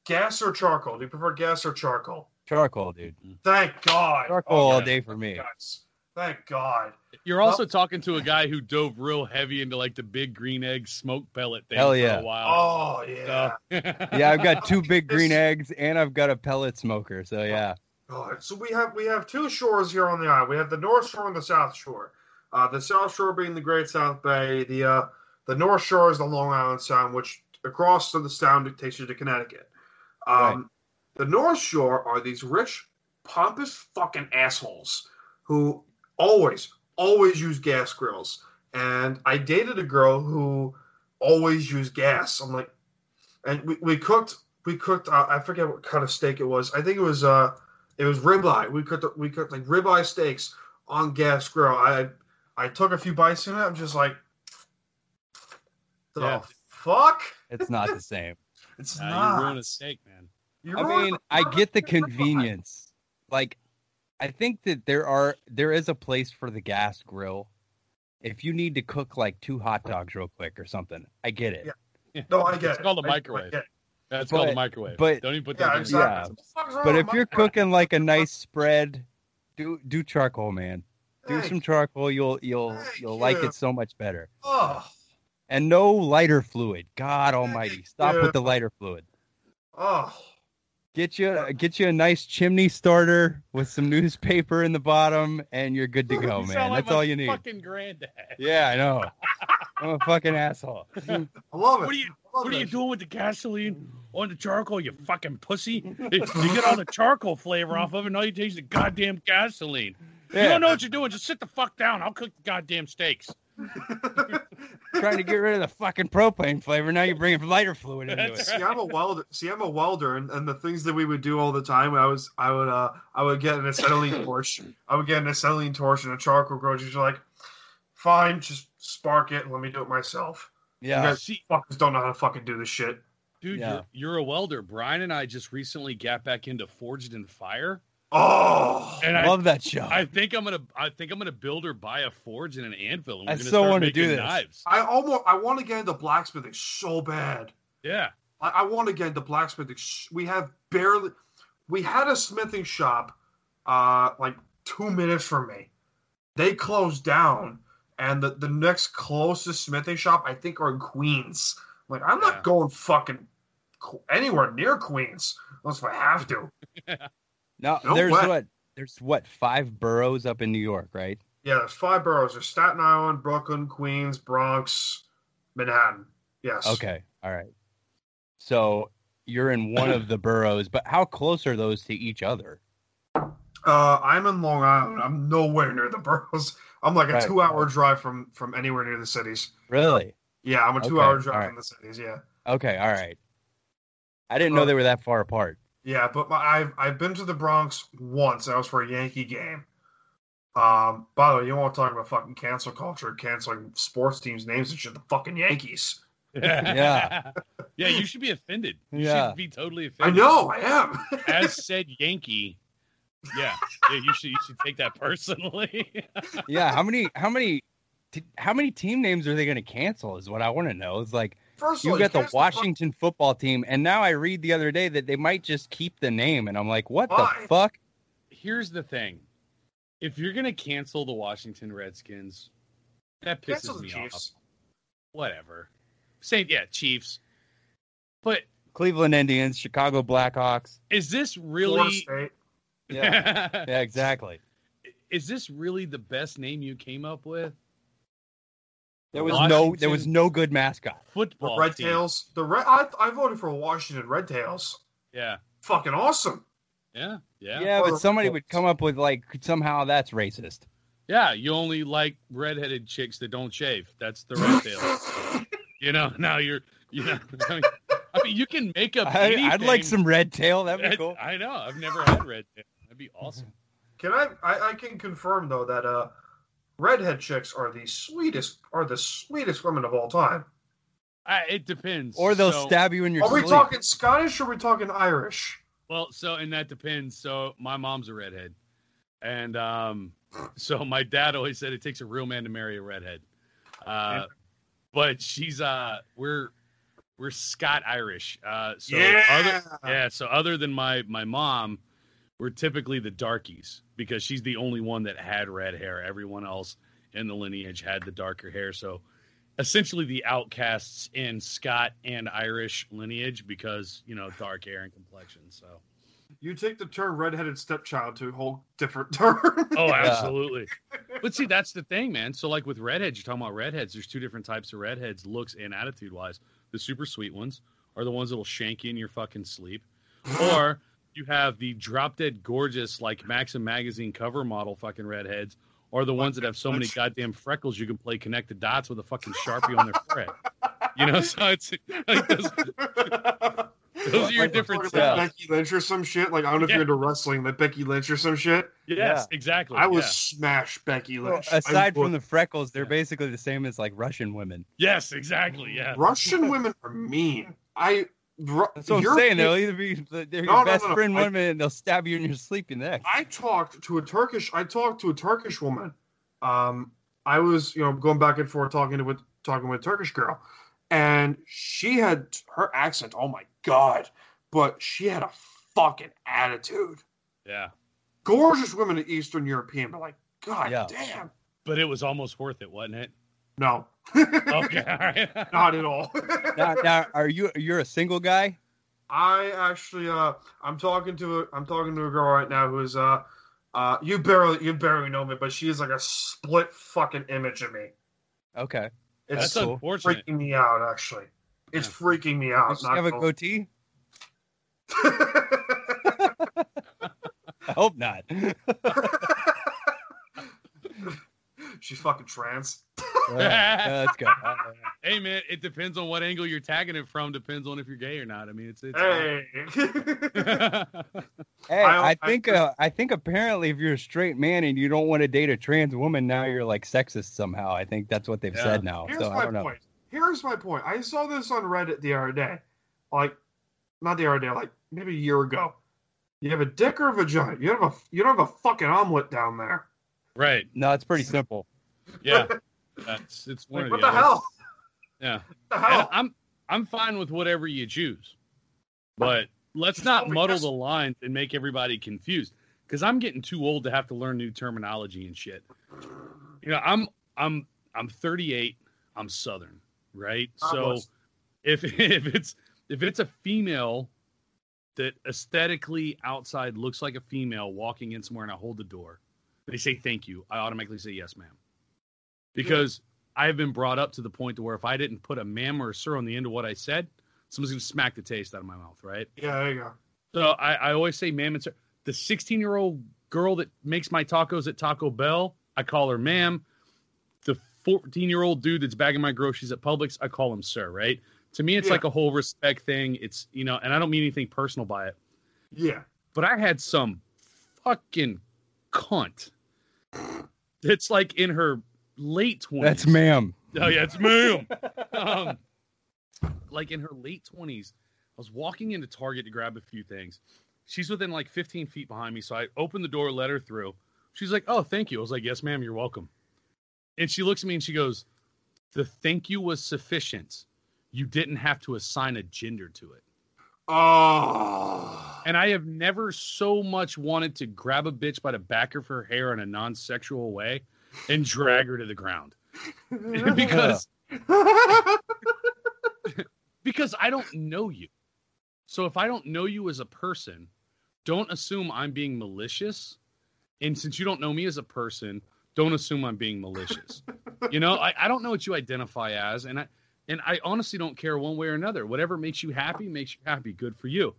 Speaker 4: Gas or charcoal? Do you prefer gas or charcoal?
Speaker 2: Charcoal, dude.
Speaker 4: Thank God.
Speaker 2: Charcoal
Speaker 4: Oh,
Speaker 2: all
Speaker 4: yeah.
Speaker 2: day for me.
Speaker 4: Guys, Thank God.
Speaker 3: You're also talking to a guy who dove real heavy into like the big green egg smoke pellet thing
Speaker 2: Hell
Speaker 3: for
Speaker 2: yeah.
Speaker 3: a while.
Speaker 4: Oh yeah.
Speaker 2: Yeah, I've got two big green eggs and I've got a pellet smoker. So yeah.
Speaker 4: God. So we have we have two shores here on the island. We have the North Shore and the South Shore. Uh, the South Shore being the Great South Bay. The uh, the North Shore is the Long Island Sound, which across to the Sound it takes you to Connecticut. Um,
Speaker 2: Right.
Speaker 4: The North Shore are these rich, pompous fucking assholes who always always use gas grills. And I dated a girl who always used gas. I'm like, and we, we cooked we cooked uh, I forget what kind of steak it was. I think it was uh it was ribeye. We cooked we cooked like ribeye steaks on gas grill. I I took a few bites in it. I'm just like, the
Speaker 3: Yeah.
Speaker 4: fuck?
Speaker 2: It's not the same.
Speaker 4: It's
Speaker 3: Nah,
Speaker 4: not.
Speaker 3: you're ruining a steak, man.
Speaker 4: You're
Speaker 2: I
Speaker 4: ruining
Speaker 2: mean,
Speaker 4: the
Speaker 2: I get the
Speaker 4: fucking ribeye.
Speaker 2: convenience. Like, I think that there are there is a place for the gas grill. If you need to cook like two hot dogs real quick or something, I get it.
Speaker 4: No, I get
Speaker 3: It's
Speaker 4: it.
Speaker 3: called a
Speaker 4: I- I
Speaker 3: microwave.
Speaker 4: get it.
Speaker 3: That's
Speaker 2: But-
Speaker 3: called a microwave.
Speaker 2: but-
Speaker 3: don't even put
Speaker 4: Yeah,
Speaker 3: that. in.
Speaker 4: exactly. What the fuck's wrong
Speaker 2: But
Speaker 4: with
Speaker 2: if you're
Speaker 4: Oh, my-
Speaker 2: cooking like a nice spread, do do charcoal, man. Do
Speaker 4: Hey,
Speaker 2: some charcoal. You'll you'll
Speaker 4: Thank
Speaker 2: you'll like
Speaker 4: you.
Speaker 2: it so much better.
Speaker 4: Oh,
Speaker 2: And no lighter fluid. God Almighty, stop
Speaker 4: you.
Speaker 2: with the lighter fluid.
Speaker 4: oh,
Speaker 2: Get you get you a nice chimney starter with some newspaper in the bottom, and you're good to go,
Speaker 3: You sound
Speaker 2: Oh, man.
Speaker 3: like
Speaker 2: That's
Speaker 3: my
Speaker 2: all you need.
Speaker 3: Fucking granddad.
Speaker 2: Yeah, I know. I'm a fucking asshole.
Speaker 4: I love it.
Speaker 3: What are you?
Speaker 4: I love
Speaker 3: What are
Speaker 4: that
Speaker 3: you
Speaker 4: shit.
Speaker 3: doing with the gasoline
Speaker 2: Mm.
Speaker 3: on the charcoal? You fucking pussy! You get all the charcoal flavor off of it, and all you taste is the goddamn gasoline. You
Speaker 2: Yeah,
Speaker 3: don't know what you're doing. Just sit the fuck down. I'll cook the goddamn steaks.
Speaker 2: trying to get rid of the fucking propane flavor. Now you're bringing lighter fluid into
Speaker 3: That's
Speaker 2: it.
Speaker 4: See, I'm a welder. See, I'm a welder, and, and the things that we would do all the time, I was, I would, uh, I would get an acetylene torch. I would get an acetylene torch and a charcoal grudge. You're like, fine, just spark it and let me do it myself.
Speaker 2: Yeah.
Speaker 4: You guys
Speaker 3: See,
Speaker 4: fuckers don't know how to fucking do this shit.
Speaker 3: dude,
Speaker 2: Yeah.
Speaker 3: you're, you're a welder. Brian and I just recently got back into Forged in Fire,
Speaker 4: Oh,
Speaker 3: and
Speaker 2: I
Speaker 3: I,
Speaker 2: love that show.
Speaker 3: I think I'm gonna, I think I'm gonna build or buy a forge and an anvil. And we're
Speaker 2: I
Speaker 3: gonna
Speaker 2: so
Speaker 3: start
Speaker 2: wanna
Speaker 3: making
Speaker 2: do this.
Speaker 3: knives.
Speaker 4: I almost, I want to get into blacksmithing so bad.
Speaker 3: Yeah,
Speaker 4: I, I want to get into blacksmithing. Sh- We have barely, we had a smithing shop, uh, like two minutes from me. They closed down, and the, the next closest smithing shop I think are in Queens. Like I'm not
Speaker 3: Yeah.
Speaker 4: going fucking qu- anywhere near Queens unless I have to.
Speaker 2: now
Speaker 4: No
Speaker 2: there's
Speaker 4: way.
Speaker 2: what there's what five boroughs up in New York, right?
Speaker 4: Yeah, there's five boroughs: there's Staten Island, Brooklyn, Queens, Bronx, Manhattan. Yes.
Speaker 2: Okay, all right. So you're in one of the boroughs, but how close are those to each other?
Speaker 4: Uh, I'm in Long Island. I'm nowhere near the boroughs. I'm like a
Speaker 2: Right.
Speaker 4: two-hour drive from from anywhere near the cities.
Speaker 2: Really?
Speaker 4: Yeah, I'm a
Speaker 2: Okay,
Speaker 4: two hour drive
Speaker 2: alright.
Speaker 4: from the cities. Yeah,
Speaker 2: Okay, all right. I didn't know
Speaker 4: Oh.
Speaker 2: they were that far apart.
Speaker 4: yeah, but my, I've I've been to the Bronx once. That was for a Yankee game. Um, by the way, you want to talk about fucking cancel culture, canceling sports teams' names and shit? The fucking Yankees.
Speaker 2: Yeah.
Speaker 3: yeah. You should be offended. You
Speaker 2: Yeah.
Speaker 3: should be totally
Speaker 4: I
Speaker 3: offended.
Speaker 4: know, I am.
Speaker 3: as said Yankee. Yeah, yeah, you should you should take that personally.
Speaker 2: Yeah. How many? How many? t- How many team names are they going to cancel? Is what I want to know. It's like
Speaker 4: First, of
Speaker 2: you
Speaker 4: all,
Speaker 2: got the
Speaker 4: cancel
Speaker 2: Washington football team, and now I read the other day that they might just keep the name, and I'm like, what
Speaker 4: Why?
Speaker 2: the fuck?
Speaker 3: Here's the thing: if you're gonna cancel the Washington Redskins, that
Speaker 4: the-
Speaker 3: pisses
Speaker 4: cancel the
Speaker 3: me
Speaker 4: Chiefs.
Speaker 3: off. Whatever. Same, yeah, Chiefs. But
Speaker 2: Cleveland Indians, Chicago Blackhawks.
Speaker 3: is this
Speaker 4: Florida
Speaker 3: really?
Speaker 4: State.
Speaker 2: Yeah. yeah. Exactly.
Speaker 3: is this really the best name you came up with?
Speaker 2: There was no.
Speaker 3: Washington
Speaker 2: There was no good mascot.
Speaker 4: The
Speaker 3: football
Speaker 4: Red
Speaker 3: team.
Speaker 4: Tails. The red. I, I voted for Washington Red Tails.
Speaker 3: Yeah,
Speaker 4: Fucking awesome.
Speaker 3: yeah, yeah,
Speaker 2: Yeah,
Speaker 3: yeah.
Speaker 2: but somebody would come up with like somehow that's racist.
Speaker 3: you only like redheaded chicks that don't shave. That's the red tail. You know, now you're, you know, I mean, I mean, you can make up.
Speaker 2: I, I'd like
Speaker 3: anything.
Speaker 2: some red tail. That'd be
Speaker 3: That-
Speaker 2: cool.
Speaker 3: I know. I've never had red. tail. That'd be awesome.
Speaker 4: Can I, I? I can confirm though that uh, redhead chicks are the sweetest are the sweetest women of all time.
Speaker 3: I, it depends.
Speaker 2: Or they'll
Speaker 3: So-
Speaker 2: stab you in your
Speaker 4: Are we
Speaker 2: sleep.
Speaker 4: talking Scottish or are we talking Irish?
Speaker 3: Well, so and that depends. So my mom's a redhead, and um, so my dad always said it takes a real man to marry a redhead. Uh, but she's uh, we're we're Scott Irish. Uh, so other, yeah. So other than my my mom, we're typically the darkies because she's the only one that had red hair. Everyone else in the lineage had the darker hair. So essentially, the outcasts in Scott and Irish lineage because you know dark hair and complexion. So.
Speaker 4: You take the term redheaded stepchild to a whole different term.
Speaker 3: Oh,
Speaker 2: Yeah.
Speaker 3: absolutely. but see, that's the thing, man. So, like with redheads, you're talking about redheads. There's two different types of redheads, looks and attitude wise. The super sweet ones are the ones that will shank you in your fucking sleep, or you have the drop dead gorgeous, like Maxim magazine cover model fucking redheads, or the ones that have so many goddamn freckles you can play connect the dots with a fucking sharpie on their forehead. You know, so it's like those, those are your
Speaker 4: Like,
Speaker 3: different
Speaker 4: fucking
Speaker 2: styles.
Speaker 4: Becky Lynch or some shit. Like I don't know if
Speaker 3: Yeah.
Speaker 4: you're into wrestling, but Becky Lynch or some shit.
Speaker 3: Yes, exactly.
Speaker 4: I would
Speaker 3: yeah.
Speaker 4: smash Becky
Speaker 2: Well,
Speaker 4: Lynch.
Speaker 2: aside
Speaker 4: I would.
Speaker 2: from the freckles, they're
Speaker 3: Yeah.
Speaker 2: basically the same as like Russian women.
Speaker 3: Yes, exactly. Yeah.
Speaker 4: Russian women are mean. I. Ru-
Speaker 2: That's what I'm
Speaker 4: you're-
Speaker 2: saying. They'll either be they're your
Speaker 4: No, no,
Speaker 2: best
Speaker 4: no, no.
Speaker 2: friend
Speaker 4: I-
Speaker 2: women, and they'll stab you in your sleep in the neck.
Speaker 4: I talked to a Turkish. I talked to a Turkish woman. Um, I was, you know, going back and forth talking to with talking with a Turkish girl, and she had her accent. Oh my God. But she had a fucking attitude.
Speaker 3: Yeah.
Speaker 4: Gorgeous women in Eastern European, but like, God
Speaker 2: Yeah.
Speaker 4: damn.
Speaker 3: But it was almost worth it, wasn't it?
Speaker 4: No.
Speaker 3: Okay. All right.
Speaker 4: Not at all.
Speaker 2: Now, now are you you're a single guy?
Speaker 4: I actually, uh, I'm talking to a, I'm talking to a girl right now who's, uh, uh, you barely, you barely know me, but she is like a split fucking image of me.
Speaker 2: Okay.
Speaker 4: It's
Speaker 3: That's
Speaker 2: cool.
Speaker 3: unfortunate.
Speaker 4: freaking me out. Actually, it's
Speaker 3: Yeah.
Speaker 4: freaking me out.
Speaker 2: Does she have a
Speaker 4: not
Speaker 2: goatee?
Speaker 4: gonna-
Speaker 2: I hope not.
Speaker 4: She's fucking trans.
Speaker 2: Yeah, that's good. Uh,
Speaker 3: Hey man, it depends on what angle you're tagging it from. Depends on if you're gay or not. I mean, it's it's.
Speaker 4: Hey.
Speaker 2: Hey,
Speaker 4: I-
Speaker 2: I,
Speaker 4: I-
Speaker 2: think uh, I think apparently if you're a straight man and you don't want to date a trans woman, now you're like sexist somehow. I think that's what they've
Speaker 3: Yeah.
Speaker 2: said now.
Speaker 4: Here's
Speaker 2: so I
Speaker 4: my
Speaker 2: don't know.
Speaker 4: point. Here's my point. I saw this on Reddit the other day, like not the other day, like maybe a year ago. You have a dick or a vagina. You don't have a you don't have a fucking omelet down there.
Speaker 3: right.
Speaker 2: No, it's pretty simple.
Speaker 3: Yeah. That's it's one
Speaker 4: Like,
Speaker 3: or
Speaker 4: what the
Speaker 3: other.
Speaker 4: hell?
Speaker 3: Yeah.
Speaker 4: What the
Speaker 3: And
Speaker 4: hell?
Speaker 3: I'm I'm fine with whatever you choose, but let's not
Speaker 4: Oh,
Speaker 3: muddle
Speaker 4: yes.
Speaker 3: the lines and make everybody confused. Because I'm getting too old to have to learn new terminology and shit. You know, I'm I'm I'm 38. I'm Southern, right?
Speaker 4: God
Speaker 3: so
Speaker 4: bless.
Speaker 3: if if it's if it's a female that aesthetically outside looks like a female walking in somewhere and I hold the door, they say thank you. I automatically say yes, ma'am, because I've been brought up to the point to where if I didn't put a ma'am or a sir on the end of what I said, someone's gonna smack the taste out of my mouth, right?
Speaker 4: Yeah, there you go.
Speaker 3: So I, I always say ma'am and sir. The 16 year old girl that makes my tacos at Taco Bell, I call her ma'am. The 14 year old dude that's bagging my groceries at Publix, I call him sir, right? To me, it's
Speaker 4: Yeah.
Speaker 3: like a whole respect thing. It's, you know, and I don't mean anything personal by it,
Speaker 4: Yeah.
Speaker 3: but I had some fucking cunt that's like in her late 20s.
Speaker 2: That's ma'am.
Speaker 3: Oh yeah, it's ma'am. um, like in her late twenties, I was walking into Target to grab a few things. She's within like 15 feet behind me, so I opened the door, let her through. She's like, "Oh, thank you." I was like, "Yes, ma'am, you're welcome." And she looks at me and she goes, "The thank you was sufficient. You didn't have to assign a gender to it."
Speaker 4: Oh.
Speaker 3: And I have never so much wanted to grab a bitch by the back of her hair in a non-sexual way and drag her to the ground because because I don't know you. So if I don't know you as a person, don't assume I'm being malicious. And since you don't know me as a person, don't assume I'm being malicious. you know, I, I don't know what you identify as, and I and I honestly don't care one way or another. Whatever makes you happy makes you happy. Good for you.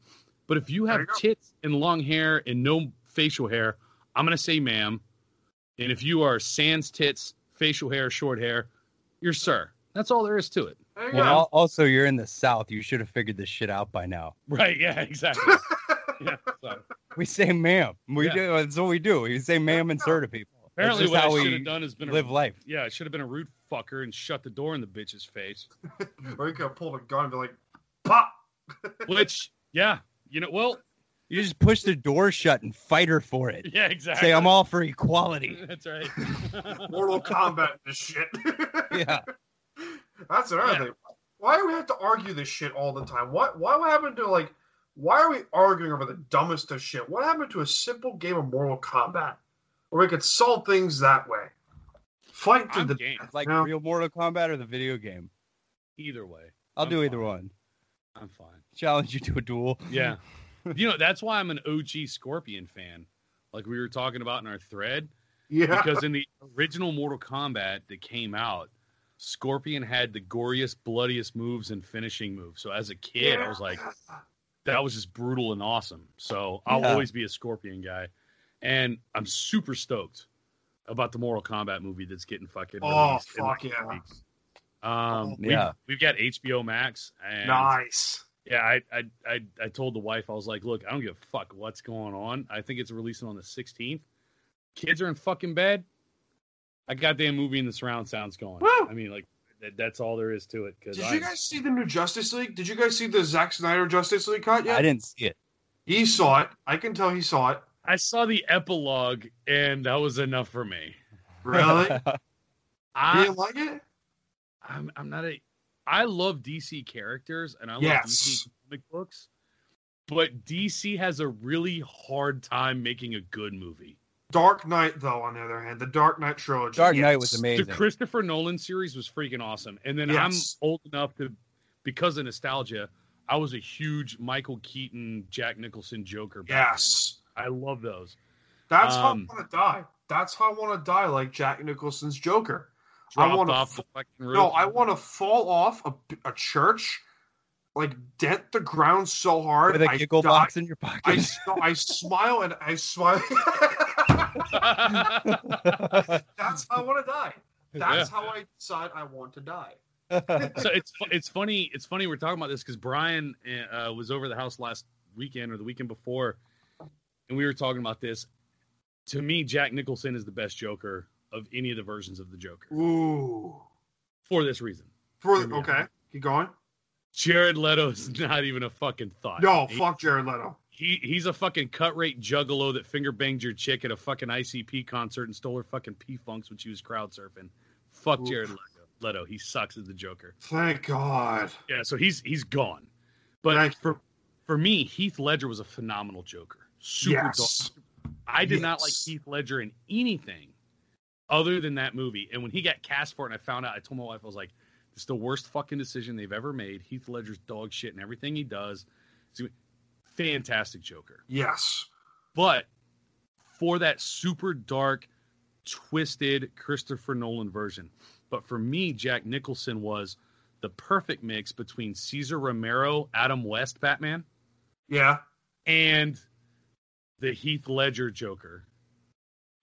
Speaker 3: But if you have
Speaker 4: There you go.
Speaker 3: tits and long hair and no facial hair, I'm gonna say ma'am. And if you are sans tits, facial hair, short hair, you're sir. That's all there is to it.
Speaker 4: There you
Speaker 2: Well,
Speaker 4: go.
Speaker 2: al- also you're in the South. You should have figured this shit out by now.
Speaker 3: Right. Yeah. Exactly. yeah. So
Speaker 2: We say ma'am. We
Speaker 3: Yeah.
Speaker 2: do. That's what we do. We say ma'am and sir to people. That's
Speaker 3: apparently,
Speaker 2: just
Speaker 3: what
Speaker 2: how
Speaker 3: I should
Speaker 2: we
Speaker 3: have done has been
Speaker 2: live
Speaker 3: a,
Speaker 2: life.
Speaker 3: yeah, I should have been a rude fucker and shut the door in the bitch's face.
Speaker 4: Or you could have pulled a gun and be like, pop.
Speaker 3: Which, yeah, you know, well,
Speaker 2: You just push the door shut and fight her for it.
Speaker 3: yeah, exactly.
Speaker 2: Say I'm all for equality.
Speaker 3: That's right.
Speaker 4: Mortal Kombat this shit.
Speaker 2: Yeah.
Speaker 4: That's another
Speaker 3: Yeah.
Speaker 4: thing. Why do we have to argue this shit all the time? What why what happened to like why are we arguing over the dumbest of shit? What happened to a simple game of Mortal Kombat? Where we could solve things that way. Fight to
Speaker 3: I'm
Speaker 4: the
Speaker 3: game.
Speaker 4: death,
Speaker 2: Like
Speaker 4: you know?
Speaker 2: real Mortal Kombat or the video game.
Speaker 3: Either way,
Speaker 2: I'll
Speaker 3: I'm
Speaker 2: do either
Speaker 3: fine.
Speaker 2: one.
Speaker 3: I'm fine.
Speaker 2: Challenge you to a duel.
Speaker 3: Yeah. you know, that's why I'm an OG Scorpion fan. Like we were talking about in our thread,
Speaker 4: Yeah.
Speaker 3: because in the original Mortal Kombat that came out, Scorpion had the goriest, bloodiest moves and finishing moves. So as a kid, I was like, that was just brutal and awesome. So I'll
Speaker 2: Yeah.
Speaker 3: always be a Scorpion guy, and I'm super stoked about the Mortal Kombat movie that's getting fucking
Speaker 4: Oh,
Speaker 3: released in
Speaker 4: fuck
Speaker 3: a few
Speaker 4: yeah.
Speaker 3: weeks. Um,
Speaker 2: Oh. Yeah.
Speaker 3: we, have got HBO Max, and
Speaker 4: Nice.
Speaker 3: yeah, I, I I I told the wife I was like, look, I don't give a fuck what's going on. I think it's releasing on the 16th. Kids are in fucking bed. I goddamn movie and the surround sound's going.
Speaker 4: Woo!
Speaker 3: I mean, like that, that's all there is to it. Because
Speaker 4: Did you guys see the new Justice League? Did you guys see the Zack Snyder Justice League cut
Speaker 2: I
Speaker 4: yet?
Speaker 2: didn't see it.
Speaker 4: He saw it. I can tell he saw it.
Speaker 3: I saw the epilogue, and that was enough for me.
Speaker 4: Really? Did
Speaker 3: I,
Speaker 4: you like it?
Speaker 3: I'm I'm not a I love DC characters and I love
Speaker 4: Yes.
Speaker 3: DC comic books, but DC has a really hard time making a good movie.
Speaker 4: Dark Knight, though, on the other hand, the Dark Knight trilogy.
Speaker 2: Dark
Speaker 4: yes.
Speaker 2: Knight was amazing.
Speaker 3: The Christopher Nolan series was freaking awesome. And then
Speaker 4: Yes.
Speaker 3: I'm old enough to, because of nostalgia, I was a huge Michael Keaton, Jack Nicholson Joker. back
Speaker 4: Yes,
Speaker 3: then. I love those.
Speaker 4: that's how
Speaker 3: Um,
Speaker 4: I want to die. That's how I want to die, like Jack Nicholson's Joker. I
Speaker 3: Dropped
Speaker 4: wanna
Speaker 3: off
Speaker 4: f-
Speaker 3: the fucking roof.
Speaker 4: No, I want to fall off a, a church, like dent the ground so hard
Speaker 2: with a
Speaker 4: I
Speaker 2: giggle
Speaker 4: die.
Speaker 2: box in your pocket.
Speaker 4: I, s- no, I smile and I smile. that's how I want to die. That's how I decide I want to die.
Speaker 3: so it's fu- it's funny it's funny we're talking about this because Brian uh, was over the house last weekend or the weekend before, and we were talking about this. To me, Jack Nicholson is the best Joker of any of the versions of the Joker
Speaker 4: Ooh.
Speaker 3: for this reason.
Speaker 4: For
Speaker 3: Yeah.
Speaker 4: okay, keep going.
Speaker 3: Jared Leto's not even a fucking thought.
Speaker 4: No,
Speaker 3: He-
Speaker 4: fuck Jared Leto.
Speaker 3: He, he's a fucking cut rate juggalo that finger banged your chick at a fucking ICP concert and stole her fucking P funks when she was crowd surfing. Fuck
Speaker 4: Oof.
Speaker 3: Jared Leto. Leto. He sucks as the Joker.
Speaker 4: Thank God.
Speaker 3: Yeah, so he's he's gone. But
Speaker 4: Thank you.
Speaker 3: for for me, Heath Ledger was a phenomenal Joker. Super
Speaker 4: yes.
Speaker 3: dark. I did not like
Speaker 4: Yes.
Speaker 3: Heath Ledger in anything other than that movie. And when he got cast for it, and I found out, I told my wife, I was like, "It's the worst fucking decision they've ever made." Heath Ledger's dog shit and everything he does. He's a Fantastic Joker,
Speaker 4: Yes.
Speaker 3: but for that super dark, twisted Christopher Nolan version. But for me, Jack Nicholson was the perfect mix between Caesar Romero, Adam West Batman,
Speaker 4: Yeah.
Speaker 3: and the Heath Ledger Joker.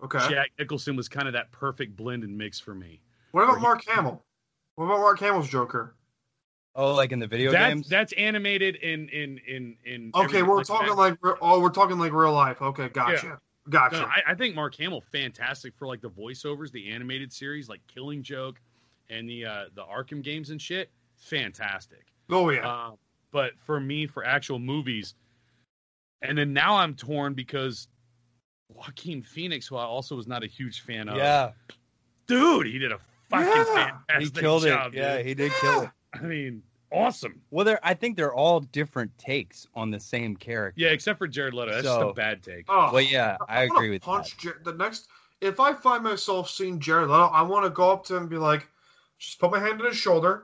Speaker 4: Okay.
Speaker 3: Jack Nicholson was kind of that perfect blend and mix for me.
Speaker 4: What
Speaker 3: Or
Speaker 4: about
Speaker 3: he-
Speaker 4: Mark Hamill? What about Mark Hamill's Joker?
Speaker 2: oh, like in the video
Speaker 3: That's
Speaker 2: games.
Speaker 3: that's animated in in in in.
Speaker 4: Okay,
Speaker 3: everything
Speaker 4: we're
Speaker 3: like
Speaker 4: talking
Speaker 3: that.
Speaker 4: like re- oh, we're talking like real life. Okay, gotcha, gotcha.
Speaker 3: No, I, I think Mark Hamill fantastic for like the voiceovers, the animated series like Killing Joke, and the uh, the Arkham games and shit. Fantastic.
Speaker 4: oh yeah,
Speaker 3: Um, but for me, for actual movies, and then now I'm torn because Joaquin Phoenix, who I also was not a huge fan of,
Speaker 2: yeah,
Speaker 3: dude, he did a fucking
Speaker 4: Yeah.
Speaker 2: he
Speaker 3: fantastic
Speaker 2: killed
Speaker 3: job.
Speaker 2: it. Yeah,
Speaker 3: dude.
Speaker 2: he did kill it.
Speaker 3: I mean, awesome.
Speaker 2: Well, they're, I think they're all different takes on the same character.
Speaker 3: Yeah, except for Jared Leto. That's just
Speaker 2: So-
Speaker 3: a bad take.
Speaker 4: oh,
Speaker 2: Well, yeah, I
Speaker 4: wanna
Speaker 2: agree with that.
Speaker 4: punch Jer- the next. If I find myself seeing Jared Leto, I want to go up to him and be like, just put my hand on his shoulder,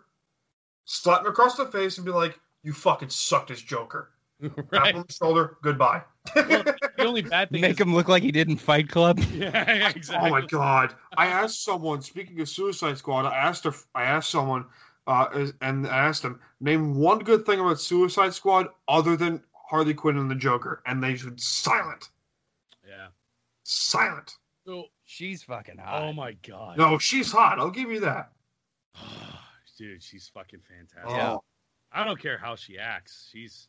Speaker 4: slap him across the face, and be like, "You fucking sucked as Joker." Tap him
Speaker 3: right.
Speaker 4: on the shoulder. Goodbye.
Speaker 3: the only bad thing
Speaker 2: Make
Speaker 3: is,
Speaker 2: him look like he did in Fight Club.
Speaker 3: Yeah, exactly.
Speaker 4: Oh my god! I asked someone. Speaking of Suicide Squad, I asked her, I asked someone, uh, is- and I asked them name one good thing about Suicide Squad other than Harley Quinn and the Joker, and they said silent,
Speaker 3: Yeah.
Speaker 4: silent.
Speaker 3: So,
Speaker 2: She's fucking hot.
Speaker 3: oh my god.
Speaker 4: No, she's hot. I'll give you that.
Speaker 3: Dude, she's fucking fantastic.
Speaker 2: Yeah.
Speaker 4: Oh,
Speaker 3: I don't care how she acts. She's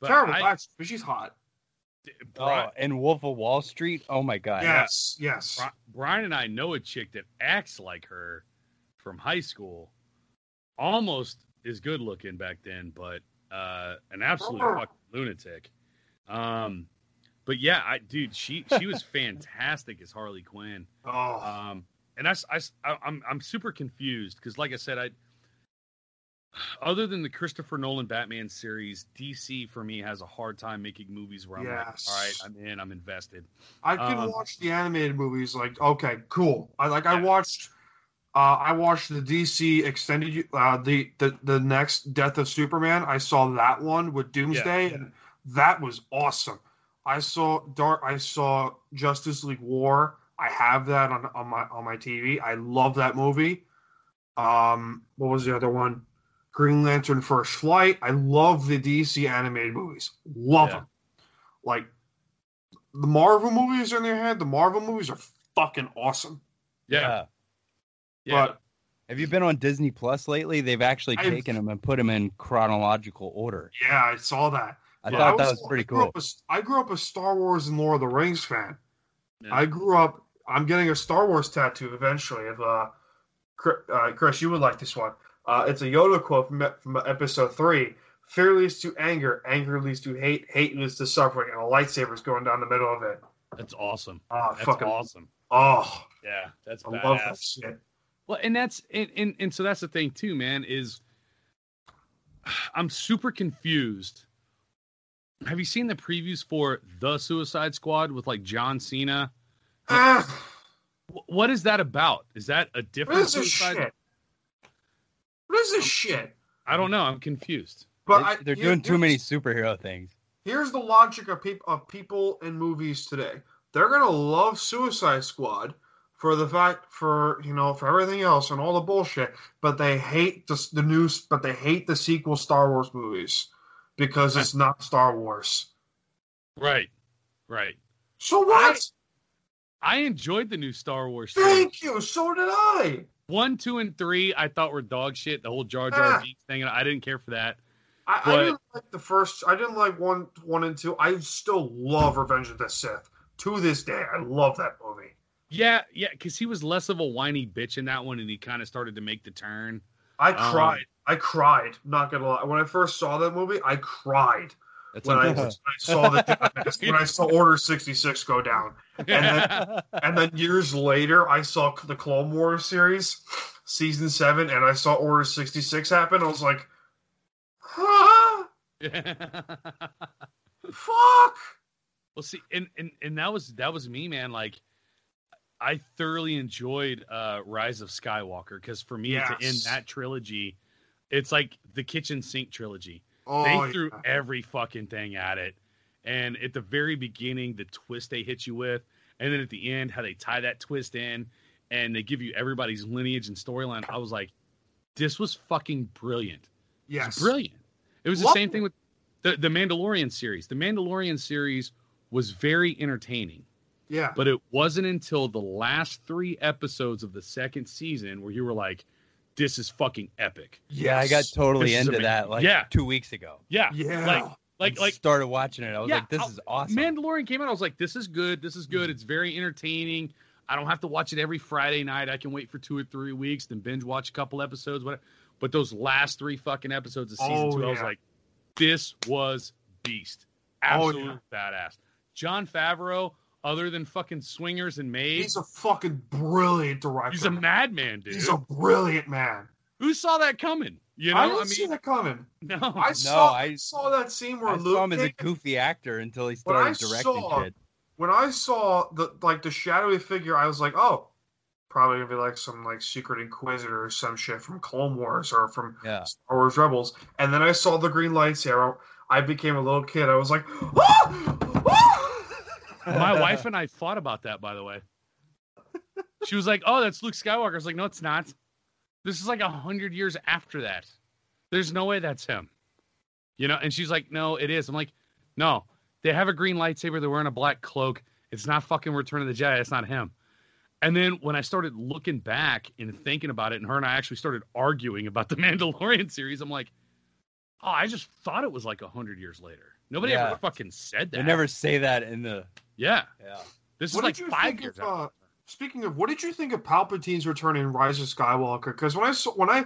Speaker 3: but
Speaker 4: terrible,
Speaker 3: I-
Speaker 4: actress, but she's hot.
Speaker 2: Oh,
Speaker 3: Bri-
Speaker 2: and Wolf of Wall Street. Oh my god.
Speaker 4: yes, yes.
Speaker 3: Bri- Brian and I know a chick that acts like her from high school, almost as good looking back then, but uh, an absolute
Speaker 4: Oh.
Speaker 3: fucking lunatic. Um, but yeah, I dude, she she was fantastic as Harley Quinn.
Speaker 4: Oh,
Speaker 3: Um, and I, s- I, am I'm super confused because, like I said, I other than the Christopher Nolan Batman series, DC for me has a hard time making movies where I'm
Speaker 4: Yes.
Speaker 3: like, all right, I'm in, I'm invested.
Speaker 4: I can
Speaker 3: um,
Speaker 4: watch the animated movies. Like, okay, cool. I like. I
Speaker 3: Yeah.
Speaker 4: watched. Uh, I watched the DC extended uh, the, the the next Death of Superman. I saw that one with Doomsday, and that was awesome. I saw Dark. I saw Justice League War. I have that on, on my on my TV. I love that movie. Um, what was the other one? Green Lantern First Flight. I love the DC animated movies. Love
Speaker 3: Yeah.
Speaker 4: them. Like the Marvel movies on their head, the Marvel movies are fucking awesome.
Speaker 3: Yeah, yeah.
Speaker 4: But
Speaker 2: Have you been on Disney Plus lately? They've actually
Speaker 4: I've-
Speaker 2: taken them and put them in chronological order.
Speaker 4: yeah, I saw that.
Speaker 2: I
Speaker 3: Yeah,
Speaker 2: thought
Speaker 4: I
Speaker 2: that was pretty
Speaker 4: I grew
Speaker 2: cool.
Speaker 4: up a- I grew up a Star Wars and Lord of the Rings fan.
Speaker 3: Yeah.
Speaker 4: I grew up. I'm getting a Star Wars tattoo eventually. If uh, Chr- uh, Chris, you would like this one. Uh, it's a Yoda quote from from Episode Three: "Fear leads to anger, anger leads to hate, hate leads to suffering, and a lightsaber's going down the middle of it."
Speaker 3: that's awesome.
Speaker 4: Oh,
Speaker 3: That's
Speaker 4: fucking
Speaker 3: awesome.
Speaker 4: oh,
Speaker 3: Yeah, that's
Speaker 4: I
Speaker 3: badass.
Speaker 4: love that shit.
Speaker 3: Well, and that's and, and and so that's the thing too, man. Is I'm super confused. Have you seen the previews for The Suicide Squad with like John Cena?
Speaker 4: Ah,
Speaker 3: Wh- What is that about? Is that a
Speaker 4: what
Speaker 3: different
Speaker 4: is this
Speaker 3: Suicide?
Speaker 4: shit? What is this shit?
Speaker 3: I don't know. I'm confused.
Speaker 4: But
Speaker 2: They-
Speaker 4: I,
Speaker 2: Um, they're
Speaker 4: here-
Speaker 2: doing too
Speaker 4: here's-
Speaker 2: many superhero things.
Speaker 4: Here's the logic of, peop- of people in movies today. They're gonna love Suicide Squad for the fact for you know for everything else and all the bullshit, but they hate the, s- the news, but they hate the sequel Star Wars movies because it's not Star Wars.
Speaker 3: Right. Right.
Speaker 4: So what?
Speaker 3: I enjoyed the new Star Wars. trilogy.
Speaker 4: Thank you. So did I.
Speaker 3: One, two, and three I thought were dog shit. The whole Jar Jar
Speaker 4: Ah.
Speaker 3: Binks thing, and I didn't care for that.
Speaker 4: I, I
Speaker 3: But-
Speaker 4: didn't like the first. I didn't like one, one and two. I still love Revenge of the Sith to this day. I love that movie.
Speaker 3: Yeah, yeah, because he was less of a whiny bitch in that one, and he kind of started to make the turn.
Speaker 4: I
Speaker 3: Um,
Speaker 4: cried. I cried. Not gonna lie. When I first saw that movie, I cried
Speaker 2: That's
Speaker 4: when I, when I
Speaker 2: unfortunate.
Speaker 4: saw the when I saw Order sixty six go down. then-
Speaker 3: ah,
Speaker 4: And then years later, I saw the Clone Wars series, season seven, and I saw Order sixty six happen. I was like, huh? Fuck.
Speaker 3: well, see, and, and and that was that was me, man. Like, I thoroughly enjoyed uh Rise of Skywalker because for me to end
Speaker 4: Yes.
Speaker 3: that trilogy, it's like the kitchen sink trilogy.
Speaker 4: Oh,
Speaker 3: they threw
Speaker 4: yeah.
Speaker 3: every fucking thing at it. And at the very beginning, the twist they hit you with, and then at the end, how they tie that twist in, and they give you everybody's lineage and storyline. I was like, this was fucking brilliant. It was
Speaker 4: yes.
Speaker 3: brilliant. It was the
Speaker 4: Love
Speaker 3: same
Speaker 4: it.
Speaker 3: thing with the, the Mandalorian series. The Mandalorian series was very entertaining.
Speaker 4: Yeah.
Speaker 3: But it wasn't until the last three episodes of the second season where you were like, this is fucking epic.
Speaker 2: yeah, I got
Speaker 4: Yes.
Speaker 2: totally
Speaker 3: This is
Speaker 2: into that
Speaker 3: amazing.
Speaker 2: like
Speaker 3: Yeah.
Speaker 2: two weeks ago.
Speaker 3: Yeah.
Speaker 4: yeah.
Speaker 3: Like, like,
Speaker 2: I
Speaker 3: like,
Speaker 2: started watching it. I was
Speaker 3: Yeah,
Speaker 2: like, this
Speaker 3: I'll-
Speaker 2: is awesome.
Speaker 3: Mandalorian came out. I was like, this is good. This is
Speaker 4: Mm-hmm.
Speaker 3: good. It's very entertaining. I don't have to watch it every Friday night. I can wait for two or three weeks, then binge watch a couple episodes. Whatever. But those last three fucking episodes of season
Speaker 4: Oh,
Speaker 3: two, I was
Speaker 4: yeah.
Speaker 3: like, this was beast.
Speaker 4: Oh,
Speaker 3: Absolute badass. John Favreau, other than fucking swingers and maids,
Speaker 4: he's a fucking brilliant director.
Speaker 3: he's a madman, dude.
Speaker 4: He's a brilliant man.
Speaker 3: Who saw that coming? You know,
Speaker 4: I
Speaker 3: I,
Speaker 4: didn't see
Speaker 3: mean,
Speaker 4: that coming.
Speaker 3: no.
Speaker 4: I
Speaker 2: No,
Speaker 4: saw
Speaker 2: I-
Speaker 4: I saw that scene where
Speaker 2: I
Speaker 4: Luke
Speaker 2: saw him as a
Speaker 4: came-
Speaker 2: goofy actor until he
Speaker 4: When I
Speaker 2: started directing
Speaker 4: saw-
Speaker 2: shit.
Speaker 4: when I saw the like the shadowy figure, I was like, oh, probably gonna be like some like secret inquisitor or some shit from Clone Wars or from
Speaker 2: Yeah.
Speaker 4: Star Wars Rebels. And then I saw the green lightsaber. I became a little kid. I was like, ah! Ah!
Speaker 3: My wife and I fought about that, by the way. She was like, "Oh, that's Luke Skywalker." I was like, "No, it's not. This is like a hundred years after that. There's no way that's him." You know, and she's like, "No, it is." I'm like, "No, they have a green lightsaber. They're wearing a black cloak. It's not fucking Return of the Jedi. It's not him." And then when I started looking back and thinking about it, and her and I actually started arguing about the Mandalorian series, I'm like, "Oh, I just thought it was like a hundred years later. Nobody
Speaker 2: Yeah.
Speaker 3: ever fucking said that.
Speaker 2: They never say that in the
Speaker 3: yeah."
Speaker 2: yeah.
Speaker 3: This is
Speaker 4: What
Speaker 3: like
Speaker 4: did you
Speaker 3: five
Speaker 4: think
Speaker 3: years.
Speaker 4: of,
Speaker 3: out.
Speaker 4: uh, speaking of, what did you think of Palpatine's return in Rise of Skywalker? Because when I saw when I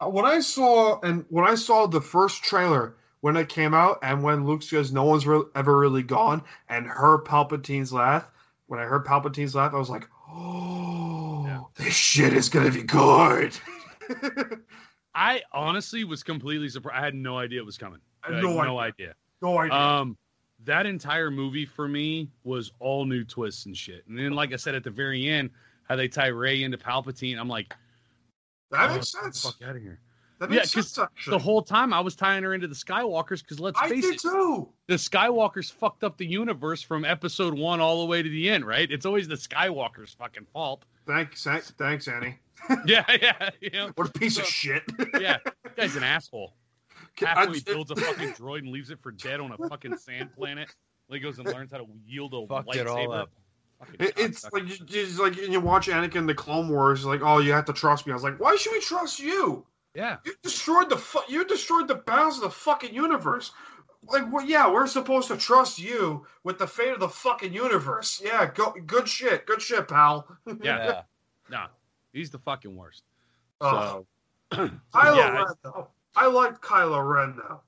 Speaker 4: uh, when I saw and when I saw the first trailer when it came out, and when Luke says no one's re- ever really gone, and her Palpatine's laugh, when I heard Palpatine's laugh, I was like, oh,
Speaker 3: Yeah.
Speaker 4: this shit is gonna be good.
Speaker 3: I honestly was completely surprised. I had no idea it was coming.
Speaker 4: I had no,
Speaker 3: no
Speaker 4: idea.
Speaker 3: idea.
Speaker 4: No idea.
Speaker 3: Um, that entire movie for me was all new twists and shit. And then, like I said at the very end, how they tie Ray into Palpatine, I'm like,
Speaker 4: that
Speaker 3: oh,
Speaker 4: makes
Speaker 3: get the
Speaker 4: sense.
Speaker 3: Fuck out of here.
Speaker 4: That
Speaker 3: yeah,
Speaker 4: makes
Speaker 3: 'cause
Speaker 4: sense. Actually,
Speaker 3: The whole time I was tying her into the Skywalkers because let's
Speaker 4: I
Speaker 3: face
Speaker 4: did
Speaker 3: it,
Speaker 4: too.
Speaker 3: the Skywalkers fucked up the universe from Episode One all the way to the end, right? It's always the Skywalkers' fucking fault.
Speaker 4: Thanks, thanks, Annie.
Speaker 3: yeah, yeah, you know,
Speaker 4: What a piece of
Speaker 3: So-
Speaker 4: shit.
Speaker 3: yeah. That guy's an asshole.
Speaker 4: I-
Speaker 3: halfway builds a fucking droid and leaves it for dead on a fucking sand planet. Like goes and learns how to wield a
Speaker 2: Fucked it all
Speaker 3: lightsaber.
Speaker 2: up.
Speaker 3: Fucking
Speaker 4: It- it's
Speaker 3: cocksucker.
Speaker 4: like you, you just like and you watch Anakin the Clone Wars, like oh you have to trust me. I was like, why should we trust you?
Speaker 3: yeah,
Speaker 4: You destroyed the fu- you destroyed the balance of the fucking universe. Like well, yeah, we're supposed to trust you with the fate of the fucking universe. Yeah, go good shit, good shit, pal.
Speaker 3: Yeah.
Speaker 2: Yeah.
Speaker 3: nah, he's the fucking worst.
Speaker 4: Ugh. Uh, Kylo
Speaker 3: yeah,
Speaker 4: Ren though, I liked Kylo Ren though.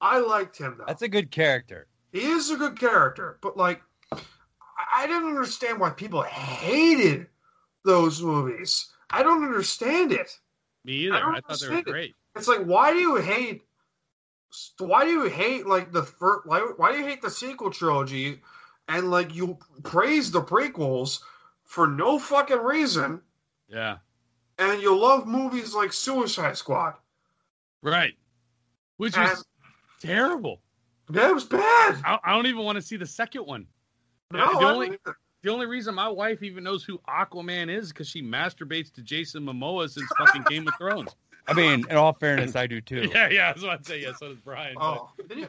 Speaker 4: I liked him though.
Speaker 2: That's a good character.
Speaker 4: he is a good character, but like, I- I didn't understand why people hated those movies. I don't understand it.
Speaker 3: me either.
Speaker 4: I don't
Speaker 3: I, thought they were
Speaker 4: understand it.
Speaker 3: great.
Speaker 4: It's like, why do you hate So why do you hate like the first? Why, why do you hate the sequel trilogy, and like you praise the prequels for no fucking reason,
Speaker 3: Yeah.
Speaker 4: and you love movies like Suicide Squad?
Speaker 3: Right. Which was terrible.
Speaker 4: That was bad.
Speaker 3: I, I don't even want to see the second one.
Speaker 4: No,
Speaker 3: The
Speaker 4: I don't
Speaker 3: only-
Speaker 4: either.
Speaker 3: The only reason my wife even knows who Aquaman is because she masturbates to Jason Momoa since fucking Game of Thrones.
Speaker 2: I mean, in all fairness, I do too.
Speaker 3: Yeah, yeah, that's what I'd say. Yeah, so does Brian. but-
Speaker 4: Oh, did you-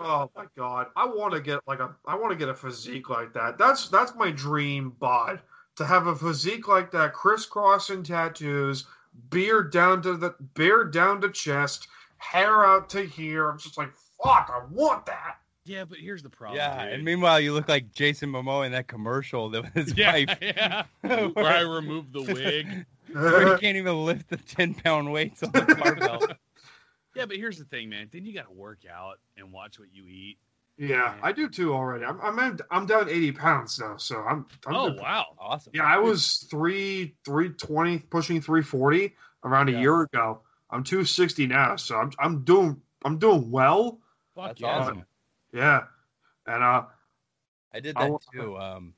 Speaker 4: oh my god! I want to get like a, I want to get a physique like that. That's that's my dream bod to have a physique like that, crisscrossing tattoos, beard down to the beard down to chest, hair out to here. I'm just like, fuck, I want that.
Speaker 3: yeah, but here's the problem.
Speaker 2: Yeah,
Speaker 3: dude.
Speaker 2: and meanwhile, you look like Jason Momoa in that commercial that was his
Speaker 3: yeah,
Speaker 2: wife.
Speaker 3: yeah. Where I removed the wig.
Speaker 2: Where he can't even lift the 10 pound weights on the barbell.
Speaker 3: Yeah, but here's the thing, man. Then you got to work out and watch what you eat.
Speaker 4: yeah, I do too already. I'm I'm, in, I'm down eighty pounds now, so I'm. I'm
Speaker 3: Oh
Speaker 4: good.
Speaker 3: wow.
Speaker 2: awesome.
Speaker 4: Yeah, I was three three twenty, pushing three forty around a
Speaker 2: Yeah.
Speaker 4: year ago. I'm two sixty now, so I'm I'm doing I'm doing well.
Speaker 3: Fuck
Speaker 2: That's
Speaker 3: yeah.
Speaker 2: awesome.
Speaker 4: Yeah, and uh,
Speaker 2: I did
Speaker 4: I
Speaker 2: that
Speaker 4: wa-
Speaker 2: too. Um,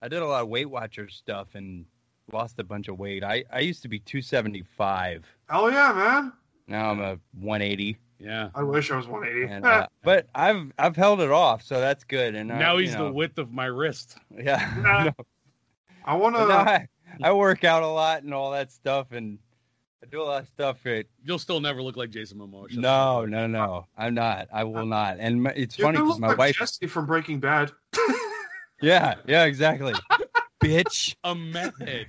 Speaker 2: I did a lot of Weight Watcher stuff and lost a bunch of weight. I, I used to be 275.
Speaker 4: hell yeah, man!
Speaker 2: Now I'm a 180.
Speaker 3: Yeah.
Speaker 4: I wish I was one eighty.
Speaker 2: And, uh, but I've I've held it off, so that's good. And uh,
Speaker 3: now
Speaker 2: you
Speaker 3: he's the
Speaker 2: know,
Speaker 3: width of my wrist.
Speaker 2: yeah.
Speaker 4: Yeah.
Speaker 2: No,
Speaker 4: I want
Speaker 2: but no,
Speaker 4: to.
Speaker 2: I, I work out a lot and all that stuff, and I do a lot of stuff. That,
Speaker 3: You'll still never look like Jason Momoa. Shut
Speaker 2: no,
Speaker 3: the
Speaker 2: no, no, I'm not. I will not. And my, it's
Speaker 4: You
Speaker 2: funny
Speaker 4: look
Speaker 2: because my
Speaker 4: like
Speaker 2: wife.
Speaker 4: Jesse from Breaking Bad.
Speaker 2: Yeah, yeah, exactly. Bitch.
Speaker 3: fuck up. a method.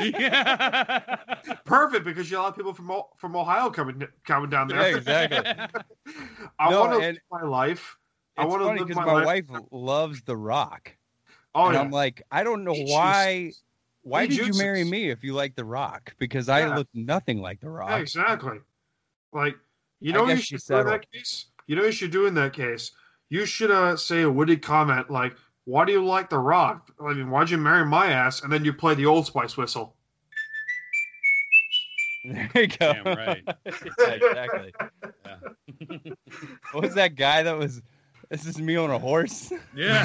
Speaker 3: yeah.
Speaker 4: Perfect because you have a lot of people from O- from Ohio coming coming down
Speaker 2: Yeah,
Speaker 4: there.
Speaker 2: exactly.
Speaker 4: I
Speaker 2: No,
Speaker 4: want to
Speaker 2: and-
Speaker 4: live my life. I
Speaker 2: It's
Speaker 4: want to
Speaker 2: funny
Speaker 4: live
Speaker 2: because
Speaker 4: my,
Speaker 2: my,
Speaker 4: life.
Speaker 2: wife loves The Rock.
Speaker 4: oh
Speaker 2: and
Speaker 4: yeah.
Speaker 2: I'm like, I don't know
Speaker 4: Hey,
Speaker 2: why. Why
Speaker 4: Hey,
Speaker 2: did
Speaker 4: Jesus.
Speaker 2: you marry me if you like The Rock? Because I
Speaker 4: Yeah.
Speaker 2: look nothing like The Rock.
Speaker 4: Yeah, exactly. Like, you
Speaker 2: I
Speaker 4: know, what
Speaker 2: guess
Speaker 4: you
Speaker 2: she
Speaker 4: should do in that
Speaker 2: settled.
Speaker 4: case. You know, what you should do in that case. You should uh, say a witty comment like, "Why do you like The Rock? I mean, why'd you marry my ass?" And then you play the Old Spice whistle.
Speaker 2: There you go.
Speaker 3: Damn right.
Speaker 2: Yeah, exactly.
Speaker 3: Yeah.
Speaker 2: What was that guy that was? This is me on a horse.
Speaker 3: Yeah.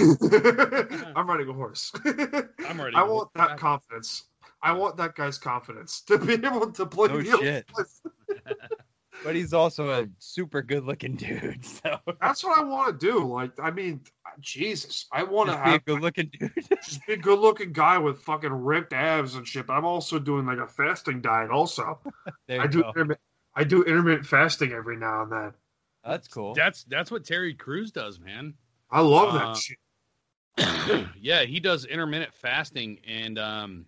Speaker 4: I'm riding a horse.
Speaker 3: I'm ready.
Speaker 4: I want that confidence. I want that guy's confidence to be able to play
Speaker 2: No
Speaker 4: the Old
Speaker 2: shit.
Speaker 4: Spice.
Speaker 2: But he's also a super good-looking dude. So
Speaker 4: That's what I want to do. Like, I mean, Jesus, I want to
Speaker 2: just be a
Speaker 4: have
Speaker 2: good-looking dude.
Speaker 4: just be a good-looking guy with fucking ripped abs and shit. But I'm also doing like a fasting diet, also.
Speaker 2: There you
Speaker 4: I do
Speaker 2: go.
Speaker 4: intermittent, I do intermittent fasting every now and then.
Speaker 2: That's cool.
Speaker 3: That's that's what Terry Crews does, man.
Speaker 4: I love
Speaker 3: Uh,
Speaker 4: that shit.
Speaker 3: yeah, he does intermittent fasting and um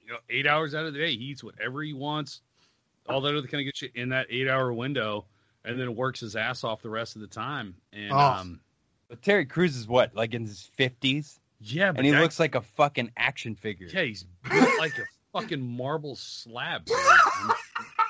Speaker 3: you know, eight hours out of the day, he eats whatever he wants, all that other kind of good shit in that eight hour window, and then works his ass off the rest of the time. And
Speaker 4: Oh.
Speaker 3: um
Speaker 2: But Terry Crews is what, like in his fifties,
Speaker 3: yeah, but
Speaker 2: and he
Speaker 3: that-
Speaker 2: looks like a fucking action figure.
Speaker 3: yeah, he's built like a fucking marble slab. dude. I'm